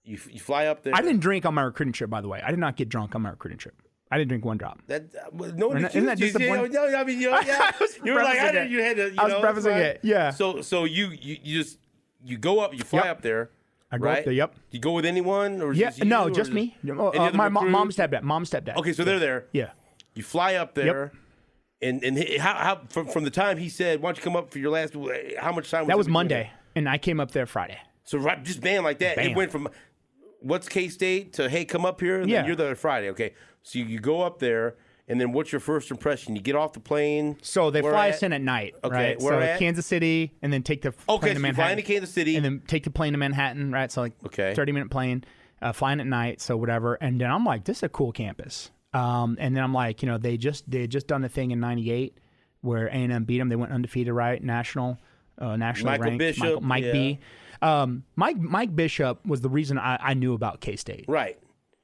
Speaker 1: You, f- you fly up there.
Speaker 2: I didn't drink on my recruiting trip, by the way. I did not get drunk on my recruiting trip. I didn't drink one drop.
Speaker 1: That uh, well, no one
Speaker 2: Isn't that- isn't that
Speaker 1: accused you.
Speaker 2: disappointing?
Speaker 1: Yeah, I mean, you, yeah,
Speaker 2: was
Speaker 1: you were like, I
Speaker 2: prefacing
Speaker 1: knew
Speaker 2: it.
Speaker 1: you had to. You
Speaker 2: I was
Speaker 1: know,
Speaker 2: prefacing
Speaker 1: right?
Speaker 2: it, yeah.
Speaker 1: So so you you, you just you go up, you fly
Speaker 2: Yep.
Speaker 1: up there.
Speaker 2: I go up
Speaker 1: right?
Speaker 2: there, yep.
Speaker 1: You go with anyone or
Speaker 2: Yeah,
Speaker 1: just you,
Speaker 2: no,
Speaker 1: or
Speaker 2: just me. Uh,
Speaker 1: any other
Speaker 2: my mo-
Speaker 1: recruit?
Speaker 2: mom, stepdad, mom, stepdad.
Speaker 1: Okay, so they're there.
Speaker 2: yeah,
Speaker 1: You fly up there. And and he- how, how from, from the time he said, "Why don't you come up for your last?" How much time? Was
Speaker 2: that
Speaker 1: it
Speaker 2: was
Speaker 1: between
Speaker 2: Monday,
Speaker 1: it?
Speaker 2: and I came up there Friday.
Speaker 1: So right, just bam like that. It
Speaker 2: Bam.
Speaker 1: went from what's K State to hey, come up here. And then
Speaker 2: Yeah.
Speaker 1: you're there Friday. Okay, so you, you go up there, and then what's your first impression? You get off the plane.
Speaker 2: So they
Speaker 1: where
Speaker 2: fly
Speaker 1: at?
Speaker 2: us in at night,
Speaker 1: Okay,
Speaker 2: right?
Speaker 1: where
Speaker 2: so
Speaker 1: at?
Speaker 2: Kansas City, and then take the f-
Speaker 1: Okay,
Speaker 2: plane
Speaker 1: so
Speaker 2: to
Speaker 1: you
Speaker 2: Manhattan,
Speaker 1: fly into Kansas City.
Speaker 2: and then take the plane to Manhattan, right? So like
Speaker 1: Okay.
Speaker 2: thirty minute plane, uh, flying at night, so whatever. And then I'm like, this is a cool campus. Um, and then I'm like, you know, they just they had just done the thing in '98 where A and M beat them. They went undefeated, right? National, uh, national
Speaker 1: Michael
Speaker 2: ranked.
Speaker 1: Bishop,
Speaker 2: Michael- Mike
Speaker 1: yeah.
Speaker 2: B. Um, Mike Mike Bishop was the reason I, I knew about K State.
Speaker 1: Right.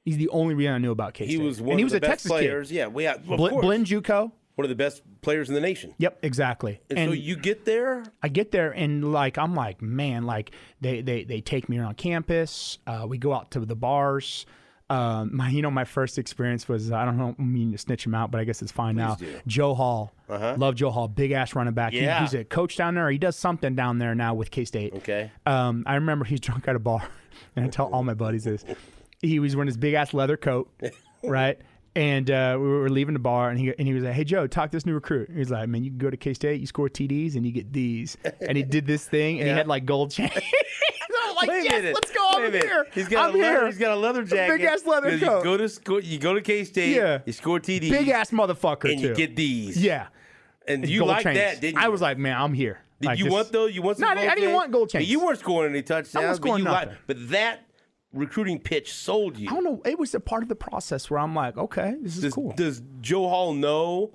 Speaker 2: He's the only reason I knew about K
Speaker 1: He
Speaker 2: State.
Speaker 1: was one
Speaker 2: and he
Speaker 1: of
Speaker 2: was
Speaker 1: the
Speaker 2: a
Speaker 1: best
Speaker 2: Texas
Speaker 1: players. Yeah, we yeah, of
Speaker 2: kid. Bl-
Speaker 1: course.
Speaker 2: Blinn JUCO.
Speaker 1: one of the best players in the nation.
Speaker 2: Yep, exactly.
Speaker 1: And, so you get there,
Speaker 2: I get there and like I'm like, man, like they they they take me around campus. Uh, we go out to the bars. Um, my you know my first experience was I don't know I mean to snitch him out, but I guess it's fine now.
Speaker 1: do. Uh-huh.
Speaker 2: Joe Hall, love Joe Hall, big ass running back. He-
Speaker 1: Yeah.
Speaker 2: he's a coach down there. He does something down there now with K State.
Speaker 1: Okay.
Speaker 2: Um, I remember he's drunk at a bar, and I tell all my buddies this. he was wearing his big ass leather coat, right? And uh, we were leaving the bar, and he and he was like, "Hey Joe, talk to this new recruit." He was like, "Man, you can go to K State, you score TDs, and you get these." And he did this thing, and he had like gold chain. I'm like,
Speaker 1: Wait a
Speaker 2: yes,
Speaker 1: minute.
Speaker 2: let's go.
Speaker 1: Wait a
Speaker 2: I'm
Speaker 1: minute.
Speaker 2: here.
Speaker 1: He's got
Speaker 2: I'm
Speaker 1: a leather,
Speaker 2: here.
Speaker 1: He's got a leather jacket.
Speaker 2: big-ass leather
Speaker 1: You
Speaker 2: coat.
Speaker 1: go to school. You go to K State.
Speaker 2: Yeah.
Speaker 1: You score TD.
Speaker 2: Big ass motherfucker
Speaker 1: And
Speaker 2: too.
Speaker 1: you get these.
Speaker 2: yeah.
Speaker 1: And you
Speaker 2: gold
Speaker 1: like
Speaker 2: chains.
Speaker 1: that, didn't you?
Speaker 2: I was like, man, I'm here.
Speaker 1: Did
Speaker 2: Like,
Speaker 1: you
Speaker 2: this-
Speaker 1: want though? You want some
Speaker 2: No, I
Speaker 1: gold
Speaker 2: didn't- I didn't
Speaker 1: chains?
Speaker 2: want gold
Speaker 1: But You
Speaker 2: chains.
Speaker 1: weren't scoring any touchdowns.
Speaker 2: I wasn't scoring
Speaker 1: but, you
Speaker 2: nothing.
Speaker 1: Liked, but that recruiting pitch sold you.
Speaker 2: I don't know. It was a part of the process where I'm like, okay, this is
Speaker 1: does,
Speaker 2: cool.
Speaker 1: does Joe Hall know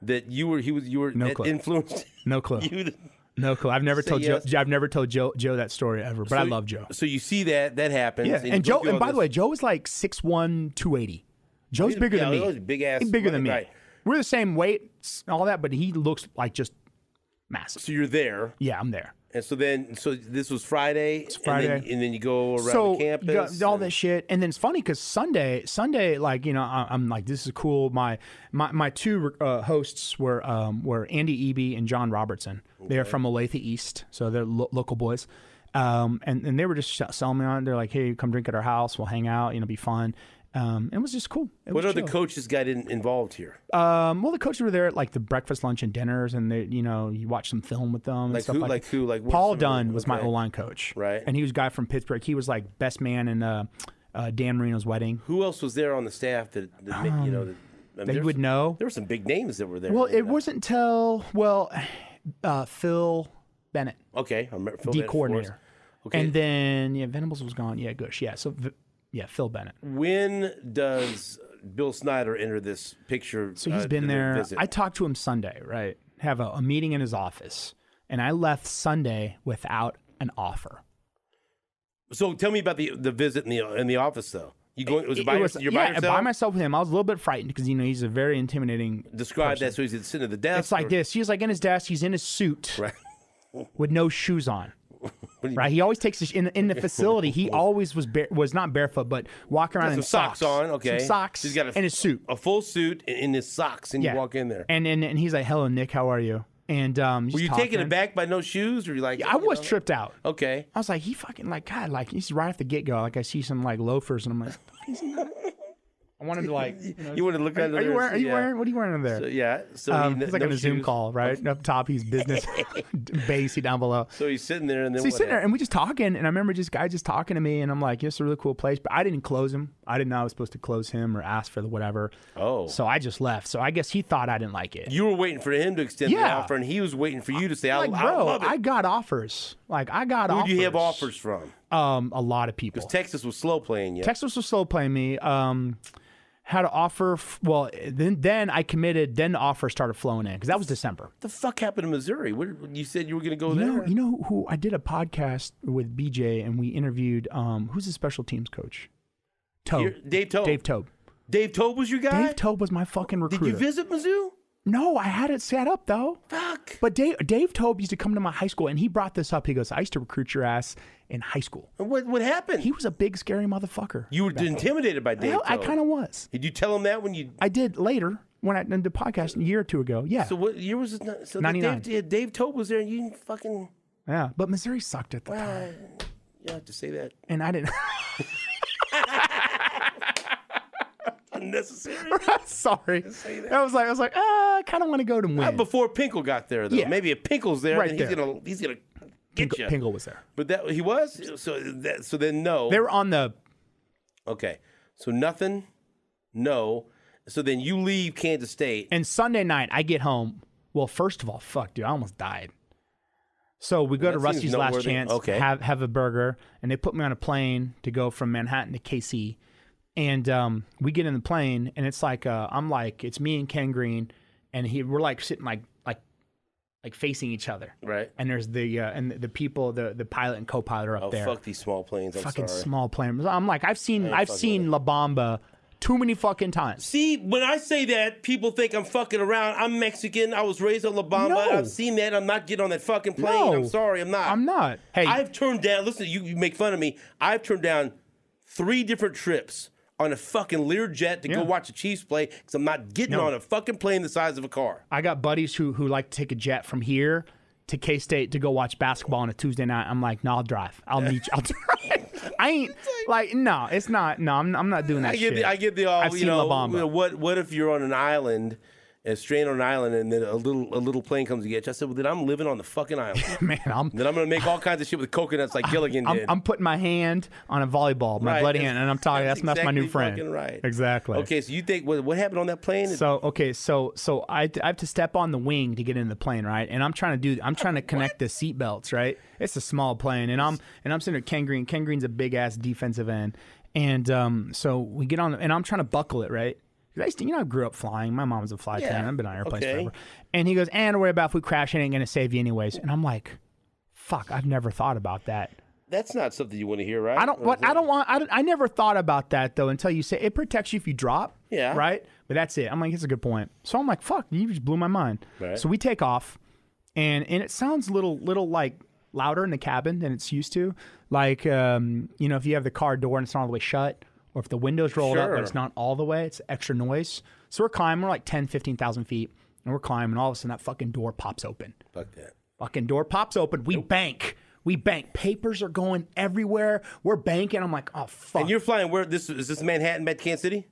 Speaker 1: that you were he was you were that
Speaker 2: clue.
Speaker 1: influenced
Speaker 2: no clue.
Speaker 1: you?
Speaker 2: no clue. I've never told
Speaker 1: yes.
Speaker 2: Joe. I've never told Joe Joe that story ever. But I love Joe.
Speaker 1: So you see that that happens.
Speaker 2: Yeah,
Speaker 1: you
Speaker 2: and
Speaker 1: go
Speaker 2: Joe.
Speaker 1: through
Speaker 2: And
Speaker 1: all
Speaker 2: by the
Speaker 1: this-
Speaker 2: way, Joe is like 6'1", 280. Joe's bigger
Speaker 1: yeah,
Speaker 2: than me.
Speaker 1: those big ass-
Speaker 2: He's bigger
Speaker 1: right,
Speaker 2: than me.
Speaker 1: right.
Speaker 2: We're the same weight, and all that, but he looks like just massive.
Speaker 1: so you're there,
Speaker 2: Yeah, I'm there.
Speaker 1: and so then so this was Friday. It's and then,
Speaker 2: Friday.
Speaker 1: and then you go around
Speaker 2: so
Speaker 1: the campus.
Speaker 2: got all
Speaker 1: and-
Speaker 2: that shit, and then it's funny because Sunday, Sunday, like you know, I, I'm like, this is cool. My my my two uh, hosts were um, were Andy Eby and John Robertson. They are from Olathe East, so they're lo- local boys. Um, and and they were just sh- selling me on. They're like, hey, come drink at our house. We'll hang out. You know, be fun. Um, and it was just cool. It
Speaker 1: What
Speaker 2: was
Speaker 1: other
Speaker 2: chill.
Speaker 1: coaches got in, involved here?
Speaker 2: um, well, the coaches were there at like the breakfast, lunch, and dinners, and they, you know, you watch some film with them. And
Speaker 1: Like
Speaker 2: stuff
Speaker 1: who-
Speaker 2: like,
Speaker 1: like who, like what
Speaker 2: Paul
Speaker 1: some-
Speaker 2: Dunn was my
Speaker 1: okay.
Speaker 2: O line coach,
Speaker 1: Right.
Speaker 2: And he was a guy from Pittsburgh. He was like best man in uh, uh, Dan Marino's wedding.
Speaker 1: Who else was there on the staff that, that ma- you know? That, I mean,
Speaker 2: Um, They
Speaker 1: there's-
Speaker 2: would know.
Speaker 1: There were some big names that were there. Uh,
Speaker 2: Well,
Speaker 1: you
Speaker 2: it
Speaker 1: know?
Speaker 2: wasn't till well, uh, Phil Bennett,
Speaker 1: okay. I remember Phil
Speaker 2: D
Speaker 1: Bennett, of course.
Speaker 2: coordinator,
Speaker 1: Okay.
Speaker 2: and then yeah, Venables was gone. Yeah, Gush. Yeah, so v- yeah, Phil Bennett.
Speaker 1: When does Bill Snyder enter this picture?
Speaker 2: So he's
Speaker 1: uh,
Speaker 2: been
Speaker 1: to their
Speaker 2: there.
Speaker 1: visit?
Speaker 2: I talked to him Sunday, right? Have a, a meeting in his office, and I left Sunday without an offer.
Speaker 1: So tell me about the the visit in the in the office though. You going? Was it,
Speaker 2: It
Speaker 1: by,
Speaker 2: was-
Speaker 1: you're
Speaker 2: yeah,
Speaker 1: by yourself.
Speaker 2: by myself with him. I was a little bit frightened because you know he's a very intimidating.
Speaker 1: Describe that. So he's sitting at the desk.
Speaker 2: It's like
Speaker 1: or-
Speaker 2: this. He's like in his desk. He's in his suit
Speaker 1: Right.
Speaker 2: with no shoes on.
Speaker 1: do you
Speaker 2: Right. He always takes his, in in the facility. He always was bare, was not barefoot, but walking around
Speaker 1: Some
Speaker 2: in
Speaker 1: socks, on. Okay.
Speaker 2: some socks.
Speaker 1: He's got a,
Speaker 2: and his suit.
Speaker 1: a full suit and in his socks, and
Speaker 2: Yeah.
Speaker 1: you walk in there.
Speaker 2: And, and and he's like, "Hello, Nick. How are you?" And um,
Speaker 1: Were you taken aback by no shoes, or you like?
Speaker 2: I
Speaker 1: you
Speaker 2: was
Speaker 1: know?
Speaker 2: tripped out.
Speaker 1: Okay.
Speaker 2: I was like, he fucking like God, like he's right off the get go. Like I see some like loafers, and I'm like, "Is he not?" I want him to like, you know,
Speaker 1: You want to look under
Speaker 2: are
Speaker 1: there
Speaker 2: you
Speaker 1: and
Speaker 2: wearing? Are
Speaker 1: see-
Speaker 2: you
Speaker 1: yeah.
Speaker 2: wearing? What are you wearing under there?
Speaker 1: So, yeah. So
Speaker 2: Um,
Speaker 1: he,
Speaker 2: he's like
Speaker 1: no
Speaker 2: on a Zoom
Speaker 1: shoes.
Speaker 2: call, right? Up top, he's business. Bassy down below. So
Speaker 1: So he's sitting there, and then
Speaker 2: he's
Speaker 1: what
Speaker 2: sitting there,
Speaker 1: happened?
Speaker 2: and we just talking. And I remember just guy just talking to me, and I'm like, "It's a really cool place," but I didn't close him. I didn't know I was supposed to close him or ask for the whatever.
Speaker 1: Oh.
Speaker 2: so I just left. So I guess he thought I didn't like it.
Speaker 1: You were waiting for him to extend the
Speaker 2: Yeah.
Speaker 1: offer, and he was waiting for you to say, "I,
Speaker 2: like,
Speaker 1: I
Speaker 2: bro,
Speaker 1: love it."
Speaker 2: I got offers. Like I got
Speaker 1: Who
Speaker 2: offers.
Speaker 1: do you have offers from?
Speaker 2: Um, a lot of people.
Speaker 1: Texas was slow playing you.
Speaker 2: Texas was slow playing me. Um, had an offer. F- well, then then I committed. Then the offer started flowing in because that was December.
Speaker 1: the fuck happened to Missouri? Where, you said you were going to go
Speaker 2: You
Speaker 1: there.
Speaker 2: know, you know who I did a podcast with BJ and we interviewed um who's the special teams coach?
Speaker 1: You're-
Speaker 2: Tobe.
Speaker 1: Dave Tobe.
Speaker 2: Dave Tobe.
Speaker 1: Dave Tobe was your guy?
Speaker 2: Dave Tobe was my fucking
Speaker 1: Did
Speaker 2: recruiter.
Speaker 1: you visit Mizzou?
Speaker 2: no, I had it set up though.
Speaker 1: Fuck.
Speaker 2: But Dave Dave Tobe used to come to my high school and he brought this up. He goes, I used to recruit your ass in high school.
Speaker 1: What what happened?
Speaker 2: He was a big scary motherfucker.
Speaker 1: you were intimidated by Dave
Speaker 2: Well, I
Speaker 1: Tobe.
Speaker 2: kind of was.
Speaker 1: Did you tell him that when you?
Speaker 2: I did later when I did the podcast a year or two ago. Yeah.
Speaker 1: So what year was it? not- So that
Speaker 2: 99.
Speaker 1: Dave, yeah, Dave Tobe was there, and you didn't fucking.
Speaker 2: yeah. But Missouri sucked at the time.
Speaker 1: Uh, you have to say that
Speaker 2: And I didn't
Speaker 1: unnecessary.
Speaker 2: sorry. I was like I was like, ah, I kinda wanna go to win.
Speaker 1: Before Pinkle got there, though,
Speaker 2: Yeah.
Speaker 1: maybe if Pinkle's there,
Speaker 2: Right
Speaker 1: then he's
Speaker 2: there.
Speaker 1: gonna he's gonna get
Speaker 2: Pingle,
Speaker 1: you.
Speaker 2: Pingle was there.
Speaker 1: But that he was. So that so then no.
Speaker 2: They were on the
Speaker 1: okay. So nothing. No. So then you leave Kansas State.
Speaker 2: and Sunday night I get home. Well, first of all, fuck, dude, I almost died. So we go
Speaker 1: that
Speaker 2: to
Speaker 1: seems
Speaker 2: Rusty's Last
Speaker 1: noteworthy.
Speaker 2: Chance,
Speaker 1: Okay.
Speaker 2: have have a burger, and they put me on a plane to go from Manhattan to KC. And um, we get in the plane, and it's like uh, I'm like it's me and Ken Green, and he we're like sitting like like like facing each other.
Speaker 1: Right.
Speaker 2: And there's the uh, and the people the the pilot and co-pilot are up
Speaker 1: Oh
Speaker 2: there.
Speaker 1: fuck these small planes. I'm
Speaker 2: fucking
Speaker 1: sorry.
Speaker 2: small plane. I'm like I've seen I've
Speaker 1: fucking
Speaker 2: seen La Bamba too many fucking times.
Speaker 1: See, when I say that, people think I'm fucking around. I'm Mexican. I was raised on La Bamba.
Speaker 2: No.
Speaker 1: I've seen that. I'm not getting on that fucking plane.
Speaker 2: No.
Speaker 1: I'm sorry, I'm not.
Speaker 2: I'm not. Hey,
Speaker 1: I've turned down. Listen, you, you make fun of me. I've turned down three different trips on a fucking Learjet to go
Speaker 2: Yeah.
Speaker 1: watch the Chiefs play because I'm not getting on a fucking plane the size of a car.
Speaker 2: I got buddies who who like to take a jet from here to K State to go watch basketball on a Tuesday night. I'm like, no, I'll drive. I'll meet you. I'll drive. I ain't like no, it's not. No, I'm, I'm not doing that
Speaker 1: I get
Speaker 2: shit.
Speaker 1: the I get the all
Speaker 2: I've
Speaker 1: you
Speaker 2: seen
Speaker 1: know,
Speaker 2: La Bamba.
Speaker 1: you know, what what if you're on an island and stranded on an island and then a little a little plane comes to get you. I said, Well then I'm living on the fucking island.
Speaker 2: Man, I'm
Speaker 1: then I'm gonna make all kinds of shit with coconuts like Gilligan
Speaker 2: I'm,
Speaker 1: did.
Speaker 2: I'm putting my hand on a volleyball, my
Speaker 1: Right,
Speaker 2: bloody
Speaker 1: that's-
Speaker 2: hand, and I'm talking. That's, that's my new
Speaker 1: exactly
Speaker 2: friend.
Speaker 1: fucking right.
Speaker 2: Exactly.
Speaker 1: okay, so you think what, what happened on that plane?
Speaker 2: So okay, so so I, I have to step on the wing to get in the plane, right? And I'm trying to do I'm trying to connect the seat belts, right? It's a small plane, and I'm and I'm sitting at Ken Green. Ken Green's a big ass defensive end, and um, so we get on, the, and I'm trying to buckle it, right? 'Cause I used to, you know, I grew up flying. My mom was a fly
Speaker 1: Yeah.
Speaker 2: trainer. I've been on airplanes
Speaker 1: Okay.
Speaker 2: forever. And he goes, "And don't worry about if we crash. It ain't gonna save you anyways." And I'm like, "Fuck, I've never thought about that."
Speaker 1: That's not something you want to hear, right? Oh, Mm-hmm.
Speaker 2: I don't.
Speaker 1: Or is
Speaker 2: What
Speaker 1: it?
Speaker 2: I don't want. I, don't- I never thought about that though until you say it protects you if you drop.
Speaker 1: Yeah.
Speaker 2: Right. But that's it. I'm like, it's a good point. So I'm like, fuck, you just blew my mind.
Speaker 1: Right.
Speaker 2: So we take off, and and it sounds little little like louder in the cabin than it's used to. Like um, you know, if you have the car door and it's not all the way shut, or if the windows rolled up
Speaker 1: Sure.
Speaker 2: but it's not all the way, it's extra noise. So we're climbing. We're like 10, 15,000 feet, and we're climbing. All of a sudden, that fucking door pops open.
Speaker 1: Fuck that.
Speaker 2: Fucking door pops open. We bank. We bank. Papers are going everywhere. We're banking. I'm like, oh fuck.
Speaker 1: And you're flying where this is this Manhattan back to Kansas City?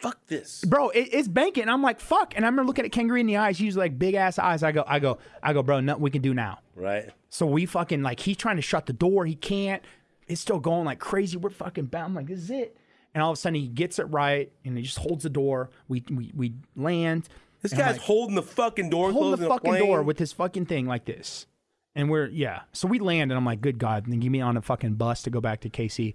Speaker 1: Fuck this.
Speaker 2: bro, it, it's banking. And I'm like, fuck. And I remember looking at Kangaroo in the eyes. He's like big ass eyes. I go, I go, I go, bro, nothing we can do now.
Speaker 1: Right?
Speaker 2: So we fucking like he's trying to shut the door. He can't. It's still going like crazy. We're fucking bound. I'm like, this is it. And all of a sudden he gets it right and he just holds the door. We we we land.
Speaker 1: This
Speaker 2: And I'm
Speaker 1: guy's
Speaker 2: like,
Speaker 1: holding the fucking door,
Speaker 2: hold
Speaker 1: closing
Speaker 2: the fucking
Speaker 1: plane.
Speaker 2: door with this fucking thing like this. And we're yeah. So we land and I'm like, good God, and then give me on a fucking bus to go back to KC.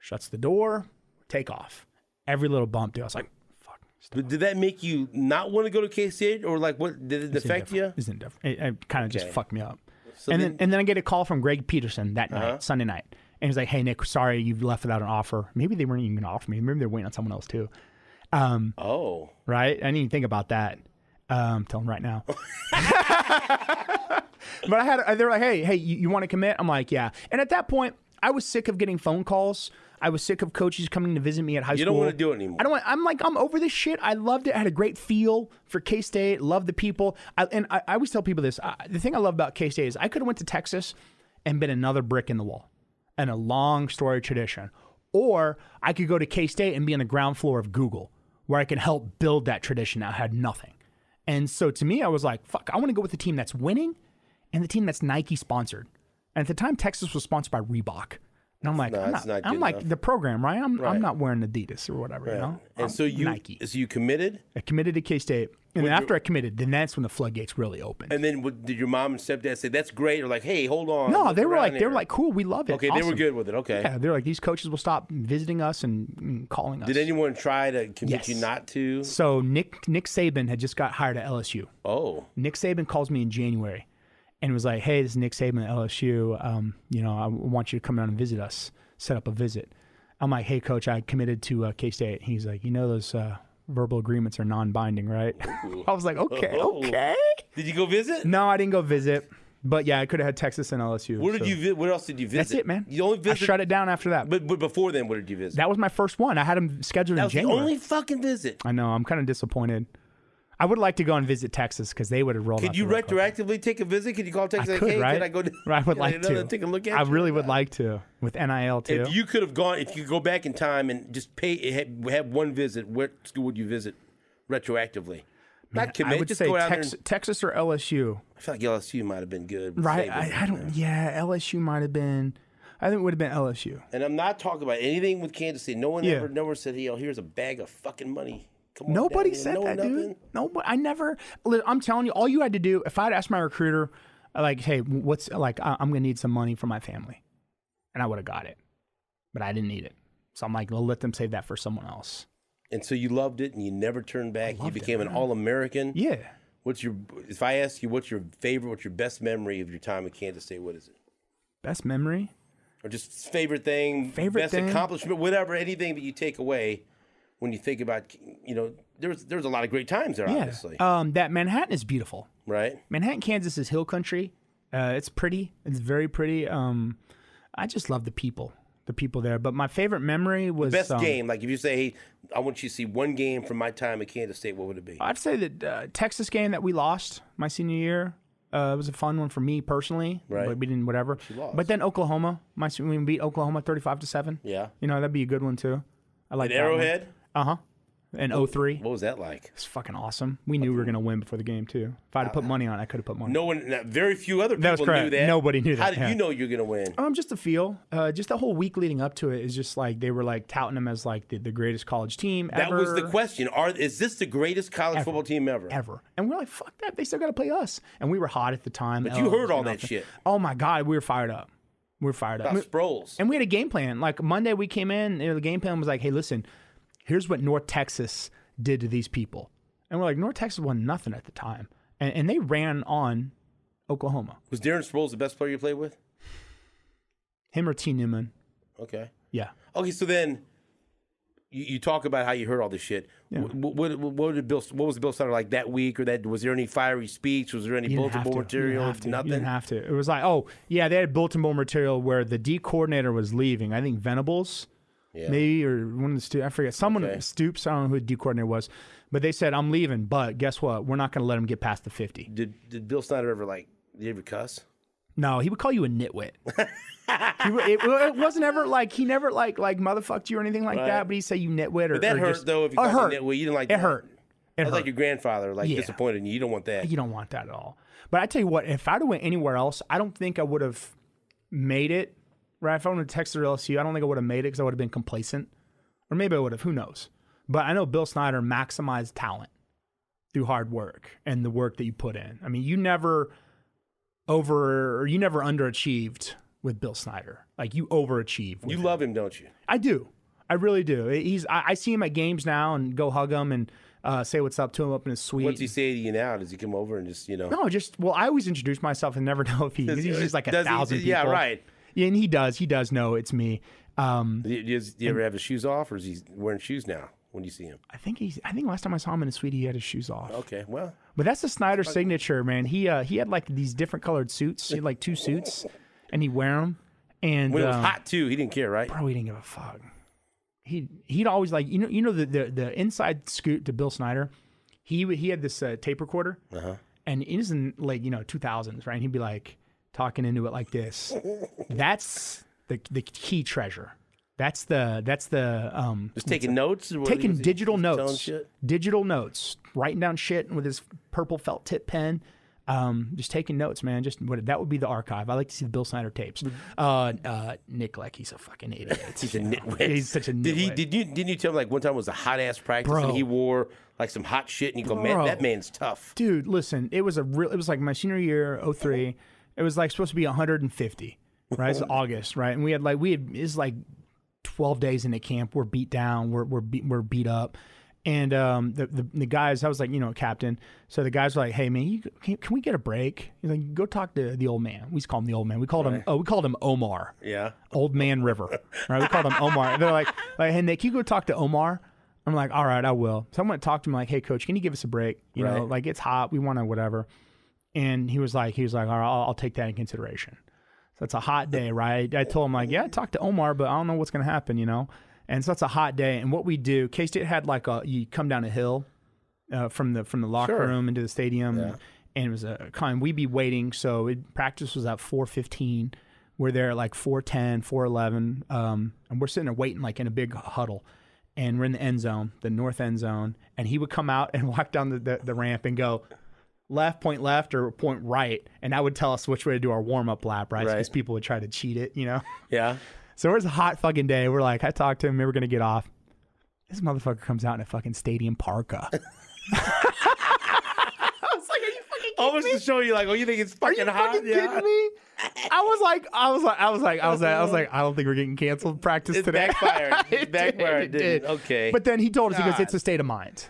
Speaker 2: Shuts the door, take off. Every little bump, dude. I was like, fuck. Stop.
Speaker 1: But did that make you not want to go to KCH or like what did it affect you?
Speaker 2: It's indifferent. It, it kind of just
Speaker 1: Okay.
Speaker 2: fucked me up. and then,
Speaker 1: then- Uh-huh.
Speaker 2: and then I get a call from Greg Peterson that night, Sunday night. And he's like, hey, Nick, sorry you've left without an offer. Maybe they weren't even going to offer me. Maybe they're waiting on someone else too.
Speaker 1: Oh.
Speaker 2: right? I didn't even think about that. Um, tell them right now. but I had, they're like, hey, hey, you, you want to commit? I'm like, yeah. And at that point, I was sick of getting phone calls. I was sick of coaches coming to visit me at high
Speaker 1: You
Speaker 2: school.
Speaker 1: don't wanna do it anymore.
Speaker 2: I don't want. I'm like, I'm over this shit. I loved it. I had a great feel for K State. Loved the people. I, and I, I always tell people this. I, the thing I love about K State is I could have went to Texas and been another brick in the wall, and a long story tradition. Or I could go to K State and be on the ground floor of Google, where I can help build that tradition. I had nothing, and so to me, I was like, fuck. I want to go with the team that's winning, and the team that's Nike sponsored. And at the time, Texas was sponsored by Reebok. And I'm like,
Speaker 1: No,
Speaker 2: I'm
Speaker 1: that's
Speaker 2: not,
Speaker 1: not
Speaker 2: I'm
Speaker 1: good
Speaker 2: like
Speaker 1: enough.
Speaker 2: the program, right? I'm, I'm not wearing Adidas or whatever, you know.
Speaker 1: And
Speaker 2: I'm
Speaker 1: so you
Speaker 2: Um, Nike.
Speaker 1: so you committed
Speaker 2: I committed to K State, and then after I committed, then that's when the floodgates really opened.
Speaker 1: and then what, did your mom and stepdad say that's great or like hey, hold on.
Speaker 2: no,
Speaker 1: look
Speaker 2: they were
Speaker 1: around
Speaker 2: like, they
Speaker 1: here."
Speaker 2: were like, cool, we love it.
Speaker 1: Okay, they were
Speaker 2: awesome."
Speaker 1: good with it. Okay.
Speaker 2: Yeah, they're like, these coaches will stop visiting us and, and calling us.
Speaker 1: Did anyone try to convince
Speaker 2: Yes.
Speaker 1: you not to?
Speaker 2: so Nick Nick Saban had just got hired at LSU.
Speaker 1: Oh.
Speaker 2: Nick Saban calls me in January and was like, "Hey, this is Nick Saban at LSU. Um, you know, I want you to come down and visit us. Set up a visit." I'm like, "Hey, coach, I committed to uh, K State." He's like, "You know those uh, verbal agreements are non-binding, right?" I was like, "Okay,
Speaker 1: Oh.
Speaker 2: okay."
Speaker 1: Did you go visit?
Speaker 2: No, I didn't go visit, but yeah, I could have had Texas and LSU.
Speaker 1: Where did
Speaker 2: so-
Speaker 1: you vi- what else did you visit?
Speaker 2: That's it, man.
Speaker 1: You only
Speaker 2: I
Speaker 1: visited
Speaker 2: shut it down after that. But
Speaker 1: but, but before then what did you visit?
Speaker 2: that was my first one. I had him scheduled
Speaker 1: That
Speaker 2: in
Speaker 1: was the
Speaker 2: January.
Speaker 1: only fucking visit.
Speaker 2: I know. I'm kind of disappointed. I would like to go and visit Texas because they would have rolled. out
Speaker 1: Could you
Speaker 2: the red carpet.
Speaker 1: retroactively take a visit? Could you call Texas?
Speaker 2: I
Speaker 1: like,
Speaker 2: could,
Speaker 1: hey,
Speaker 2: right?
Speaker 1: Can I go?
Speaker 2: right, I would
Speaker 1: can
Speaker 2: like
Speaker 1: go
Speaker 2: to.
Speaker 1: Take a look at.
Speaker 2: I
Speaker 1: you?"
Speaker 2: really would like to with NIL too.
Speaker 1: If you could have gone, if you could go back in time and just pay, had, have one visit, what school would you visit retroactively? Not commit,
Speaker 2: I would
Speaker 1: just
Speaker 2: say
Speaker 1: go out
Speaker 2: Tex-
Speaker 1: there. And,
Speaker 2: Texas or LSU.
Speaker 1: I feel like LSU might have been good, with
Speaker 2: Right?
Speaker 1: Saban.
Speaker 2: I, I don't. Yeah, LSU might have been. I think it would have been LSU.
Speaker 1: and I'm not talking about anything with Kansas City. No one
Speaker 2: Yeah.
Speaker 1: ever, never said, "Hey, oh, here's a bag of fucking money." Come on
Speaker 2: Nobody
Speaker 1: down here."
Speaker 2: said
Speaker 1: No,
Speaker 2: that,
Speaker 1: nothing.
Speaker 2: dude. Nobody. I never. li- I'm telling you, all you had to do, if I'd asked my recruiter, like, hey, what's like, I- I'm gonna need some money for my family, and I would have got it, but I didn't need it. So I'm like, well, let them save that for someone else.
Speaker 1: And so you loved it, and you never turned back. You
Speaker 2: loved it,
Speaker 1: became an all-American.
Speaker 2: Yeah.
Speaker 1: What's your? If I ask you, what's your favorite? What's your best memory of your time at Kansas State? What is it?
Speaker 2: Best memory.
Speaker 1: or just favorite thing,
Speaker 2: Favorite
Speaker 1: best
Speaker 2: thing?
Speaker 1: accomplishment, whatever, anything that you take away when you think about, you know, there's there's a lot of great times there,
Speaker 2: Yeah.
Speaker 1: obviously,
Speaker 2: Um, that Manhattan is beautiful.
Speaker 1: right?
Speaker 2: Manhattan, Kansas is hill country. Uh, it's pretty. It's very pretty. Um, I just love the people, the people there. But my favorite memory was
Speaker 1: Best
Speaker 2: um,
Speaker 1: game, like if you say, hey, I want you to see one game from my time at Kansas State, what would it be?
Speaker 2: I'd say the uh, Texas game that we lost my senior year. Uh, it was a fun one for me personally.
Speaker 1: Right.
Speaker 2: But we didn't whatever.
Speaker 1: lost.
Speaker 2: But then Oklahoma, my s- we beat Oklahoma thirty five to seven.
Speaker 1: Yeah.
Speaker 2: You know that'd be a good one too. I like
Speaker 1: An Arrowhead.
Speaker 2: Uh huh. And 03.
Speaker 1: What was that like?
Speaker 2: It's fucking awesome. We knew we were gonna win before the game too. If I'd have put money on, it, I could have put money.
Speaker 1: Uh, No one, not- very few other people
Speaker 2: was
Speaker 1: knew
Speaker 2: correct.
Speaker 1: that.
Speaker 2: Nobody knew
Speaker 1: How
Speaker 2: that,
Speaker 1: did
Speaker 2: yeah.
Speaker 1: you know you're gonna win?
Speaker 2: Um, just the feel. Uh, just the whole week leading up to it is just like they were like touting them as like the, the greatest college team
Speaker 1: That
Speaker 2: ever.
Speaker 1: was the question. Are is this the greatest college football team ever?
Speaker 2: Ever. And we're like, fuck that. They still got to play us. And we were hot at the time. But
Speaker 1: you heard all that shit.
Speaker 2: Oh my god, we were fired up. We were fired up.
Speaker 1: About
Speaker 2: We-
Speaker 1: Sproles.
Speaker 2: And we had a game plan. Like Monday, we came in, and the game plan was like, hey, listen, here's what North Texas did to these people. And we're like, North Texas won nothing at the time. And, and they ran on Oklahoma.
Speaker 1: Was Darren Sproles the best player you played with?
Speaker 2: Him or T. Newman.
Speaker 1: Okay.
Speaker 2: Yeah.
Speaker 1: Okay, so then you, you talk about how you heard all this shit. Wh- wh- What, what, did Bill? What was Bill Sutter like that week? Or that was there any fiery speech? Was there any
Speaker 2: You didn't have
Speaker 1: bulletin board
Speaker 2: to. You didn't
Speaker 1: material?
Speaker 2: have to. You
Speaker 1: Nothing.
Speaker 2: didn't have to. It was like, oh yeah, they had bulletin board material where the D coordinator was leaving. I think Venables, maybe or one of the students. I forget. Someone
Speaker 1: Okay.
Speaker 2: Stoops. I don't know who the D coordinator was, but they said I'm leaving. But guess what? We're not going to let him get past the 50.
Speaker 1: Did Did Bill Snyder ever like? Did he ever cuss?
Speaker 2: No, he would call you a nitwit. He would- it, it wasn't ever like he never like like motherfucked you or anything like that. But he say you nitwit or
Speaker 1: That
Speaker 2: or
Speaker 1: hurt
Speaker 2: just-
Speaker 1: though. If you
Speaker 2: Oh,
Speaker 1: called him
Speaker 2: hurt.
Speaker 1: that way, you didn't like.
Speaker 2: It hurt. It
Speaker 1: That's
Speaker 2: hurt.
Speaker 1: like your grandfather, like
Speaker 2: Yeah.
Speaker 1: disappointed in you. You don't want that.
Speaker 2: you don't want that at all. But I tell you what, if I'd have went anywhere else, I don't think I would have made it. Right? If I would have texted LSU, I don't think I would have made it because I would have been complacent, or maybe I would have. Who knows? But I know Bill Snyder maximized talent through hard work and the work that you put in. I mean, you never over or you never underachieved with Bill Snyder. Like you overachieved. with
Speaker 1: You love him, don't you?
Speaker 2: I do. I really do. He's. I, I see him at games now and go hug him and uh, say what's up to him up in his suite.
Speaker 1: What's he say to you now? Does he come over and just you know?
Speaker 2: No, just well, I always introduce myself and never know if he. He's just like a
Speaker 1: Does he-
Speaker 2: thousand people.
Speaker 1: yeah, right.
Speaker 2: Yeah, and he does. He does know it's me. Um,
Speaker 1: Do you, do you- do you ever have his shoes off, or is he wearing shoes now when you see him?
Speaker 2: I think he's. I think last time I saw him in a suite, he had his shoes off.
Speaker 1: Okay, well,
Speaker 2: But that's the Snyder signature, man. He uh, he had like these different colored suits. He had like two suits, and he wear them. And
Speaker 1: when it was
Speaker 2: um,
Speaker 1: hot too, he didn't care, right?
Speaker 2: bro, he didn't give a fuck. He he'd always like you know you know the the, the inside scoop to Bill Snyder. He would- he had this uh, tape recorder,
Speaker 1: Uh-huh.
Speaker 2: and it was in like you know two thousands, right? And he'd be like talking into it like this. That's the the key treasure. That's the that's the um
Speaker 1: Just taking notes, or what
Speaker 2: taking
Speaker 1: was he-
Speaker 2: digital
Speaker 1: was he telling
Speaker 2: notes,
Speaker 1: shit?
Speaker 2: digital notes, writing down shit with his purple felt tip pen. Um, just taking notes, man. Just what that would be the archive. I like to see the Bill Snyder tapes. Uh, uh, Nick, like he's a fucking idiot.
Speaker 1: He's a nitwit.
Speaker 2: Yeah, he's such a nitwit.
Speaker 1: Did he? Did you? Didn't you tell him like one time was a hot ass practice
Speaker 2: Bro.
Speaker 1: and he wore like some hot shit and you go, man,
Speaker 2: Bro.
Speaker 1: that man's tough.
Speaker 2: Dude, listen, it was a real. It was like my senior year, 03. It was like supposed to be 150, right? It's August, right? And we had like we had it's like 12 days into camp. We're beat down. We're we're beat, we're beat up. And um, the, the the guys, I was like, you know, captain. So the guys were like, "Hey man, you, can, can we get a break?" He's like, "Go talk to the old man." We just call him the old man. We called him. Oh, we called him Omar.
Speaker 1: Yeah.
Speaker 2: Old Man River. Right? We called him Omar. And they're like, like, hey Nick, you go talk to Omar. I'm like, all right, I will. So I went and talked to him, like, hey coach, can you give us a break? You know,
Speaker 1: Right.
Speaker 2: like it's hot, we want to whatever. And he was like, he was like, all right, I'll, I'll take that in consideration. So it's a hot day, right? I told him like, yeah, I talked to Omar, but I don't know what's gonna happen, you know. And so it's a hot day, and what we do, K State had like a you come down a hill uh, from the from the locker
Speaker 1: Sure.
Speaker 2: room into the stadium, and it was a climb. We'd be waiting, so it, practice was at four fifteen. We're there at like 410, 411, um, and we're sitting there waiting like in a big huddle. And we're in the end zone, the north end zone, and he would come out and walk down the, the, the ramp and go left, point left, or point right, and that would tell us which way to do our warm up lap, right? Because
Speaker 1: Right.
Speaker 2: people would try to cheat it, you know.
Speaker 1: Yeah.
Speaker 2: So it was a hot fucking day. We're like, I talked to him. Maybe we're gonna get off. This motherfucker comes out in a fucking stadium parka. I was like, are you fucking kidding
Speaker 1: Almost
Speaker 2: me?
Speaker 1: to show you, like, oh, you think it's
Speaker 2: Are you
Speaker 1: fucking hot?
Speaker 2: fucking
Speaker 1: yeah.
Speaker 2: kidding me? I was like, I was like, I was like, I was like, I was like, I don't think we're getting canceled practice
Speaker 1: It
Speaker 2: today.
Speaker 1: backfired. It
Speaker 2: did,
Speaker 1: backfired, didn't it? Okay.
Speaker 2: But then he told us, he goes,
Speaker 1: God.
Speaker 2: it's a state of mind.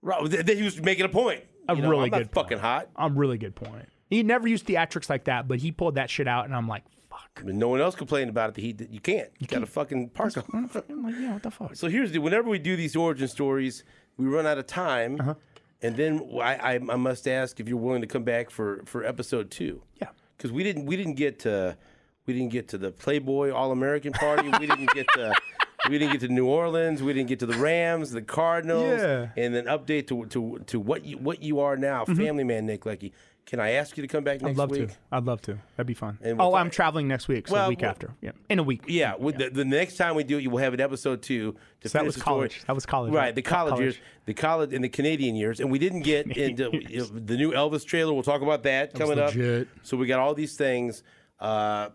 Speaker 1: Right, th- th- he was making a point.
Speaker 2: A
Speaker 1: You know,
Speaker 2: really
Speaker 1: I'm not
Speaker 2: good
Speaker 1: fucking hot.
Speaker 2: A really good point. He never used theatrics like that, but he pulled that shit out, and I'm like, fuck.
Speaker 1: But no one else complained about it. The heat. You can't. You got to fucking park on.
Speaker 2: I'm like, yeah, what the fuck?
Speaker 1: So here's the. Whenever we do these origin stories, we run out of time,
Speaker 2: Uh-huh.
Speaker 1: and then I, I, I must ask if you're willing to come back for for episode two.
Speaker 2: Yeah.
Speaker 1: because we didn't we didn't get to we didn't get to the Playboy All American party. we didn't get to we didn't get to New Orleans. We didn't get to the Rams, the Cardinals,
Speaker 2: Yeah. Mm-hmm.
Speaker 1: and then update to to to what you what you are now, family man Nick Leckie. Can I ask you to come back next
Speaker 2: I'd love
Speaker 1: week?
Speaker 2: to. I'd love to. That'd be fun.
Speaker 1: And we'll
Speaker 2: oh,
Speaker 1: talk-
Speaker 2: I'm traveling next week, so
Speaker 1: Well,
Speaker 2: the week
Speaker 1: we'll-
Speaker 2: after. Yeah, in a week.
Speaker 1: Yeah, with the, the next time we do it, you will have an episode two. To
Speaker 2: So that
Speaker 1: finish
Speaker 2: was
Speaker 1: the story.
Speaker 2: college. That was college,
Speaker 1: right?
Speaker 2: right?
Speaker 1: The college,
Speaker 2: College.
Speaker 1: years, the college, and the Canadian years, and we didn't get into you know, the new Elvis trailer. We'll talk about that, coming
Speaker 4: legit.
Speaker 1: up. So we got all these things. Uh,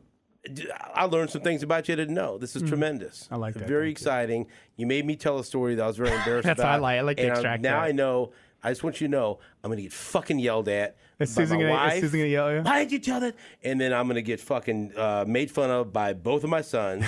Speaker 1: d- I learned some things about you I didn't know. This is tremendous. I
Speaker 2: Hmm. like that.
Speaker 1: Very exciting. You. made me tell a story that I was very embarrassed
Speaker 2: That's what
Speaker 1: about.
Speaker 2: I like. I like to
Speaker 1: and I'm-
Speaker 2: extract
Speaker 1: now
Speaker 2: that.
Speaker 1: I know. I just want you to know I'm going to get fucking yelled at.
Speaker 2: Is
Speaker 1: by
Speaker 2: Susan
Speaker 1: my
Speaker 2: gonna- is
Speaker 1: wife.
Speaker 2: Susan gonna yell at you?
Speaker 1: Why did you tell that? And then I'm gonna get fucking uh, made fun of by both of my sons,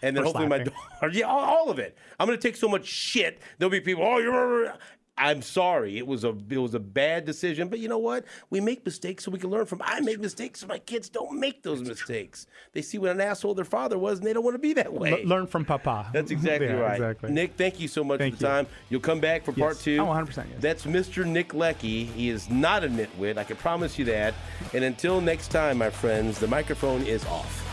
Speaker 1: and then hopefully my
Speaker 2: laughing.
Speaker 1: daughter. Yeah, all, all of it. I'm gonna take so much shit. There'll be people. Oh, you're. I'm sorry. It was a it was a bad decision, but you know what? We make mistakes so we can learn from. I make mistakes so my kids don't make those mistakes. They see what an asshole their father was, and they don't want to be that way.
Speaker 2: L- learn from Papa.
Speaker 1: That's exactly
Speaker 2: Yeah,
Speaker 1: right.
Speaker 2: Exactly.
Speaker 1: Nick, thank you so much
Speaker 2: Thank
Speaker 1: for the
Speaker 2: you.
Speaker 1: time. You'll come back for part
Speaker 2: Yes.
Speaker 1: two.
Speaker 2: Oh, 100%, yes.
Speaker 1: That's Mr. Nick Leckie. He is not a nitwit. I can promise you that. And until next time, my friends, the microphone is off.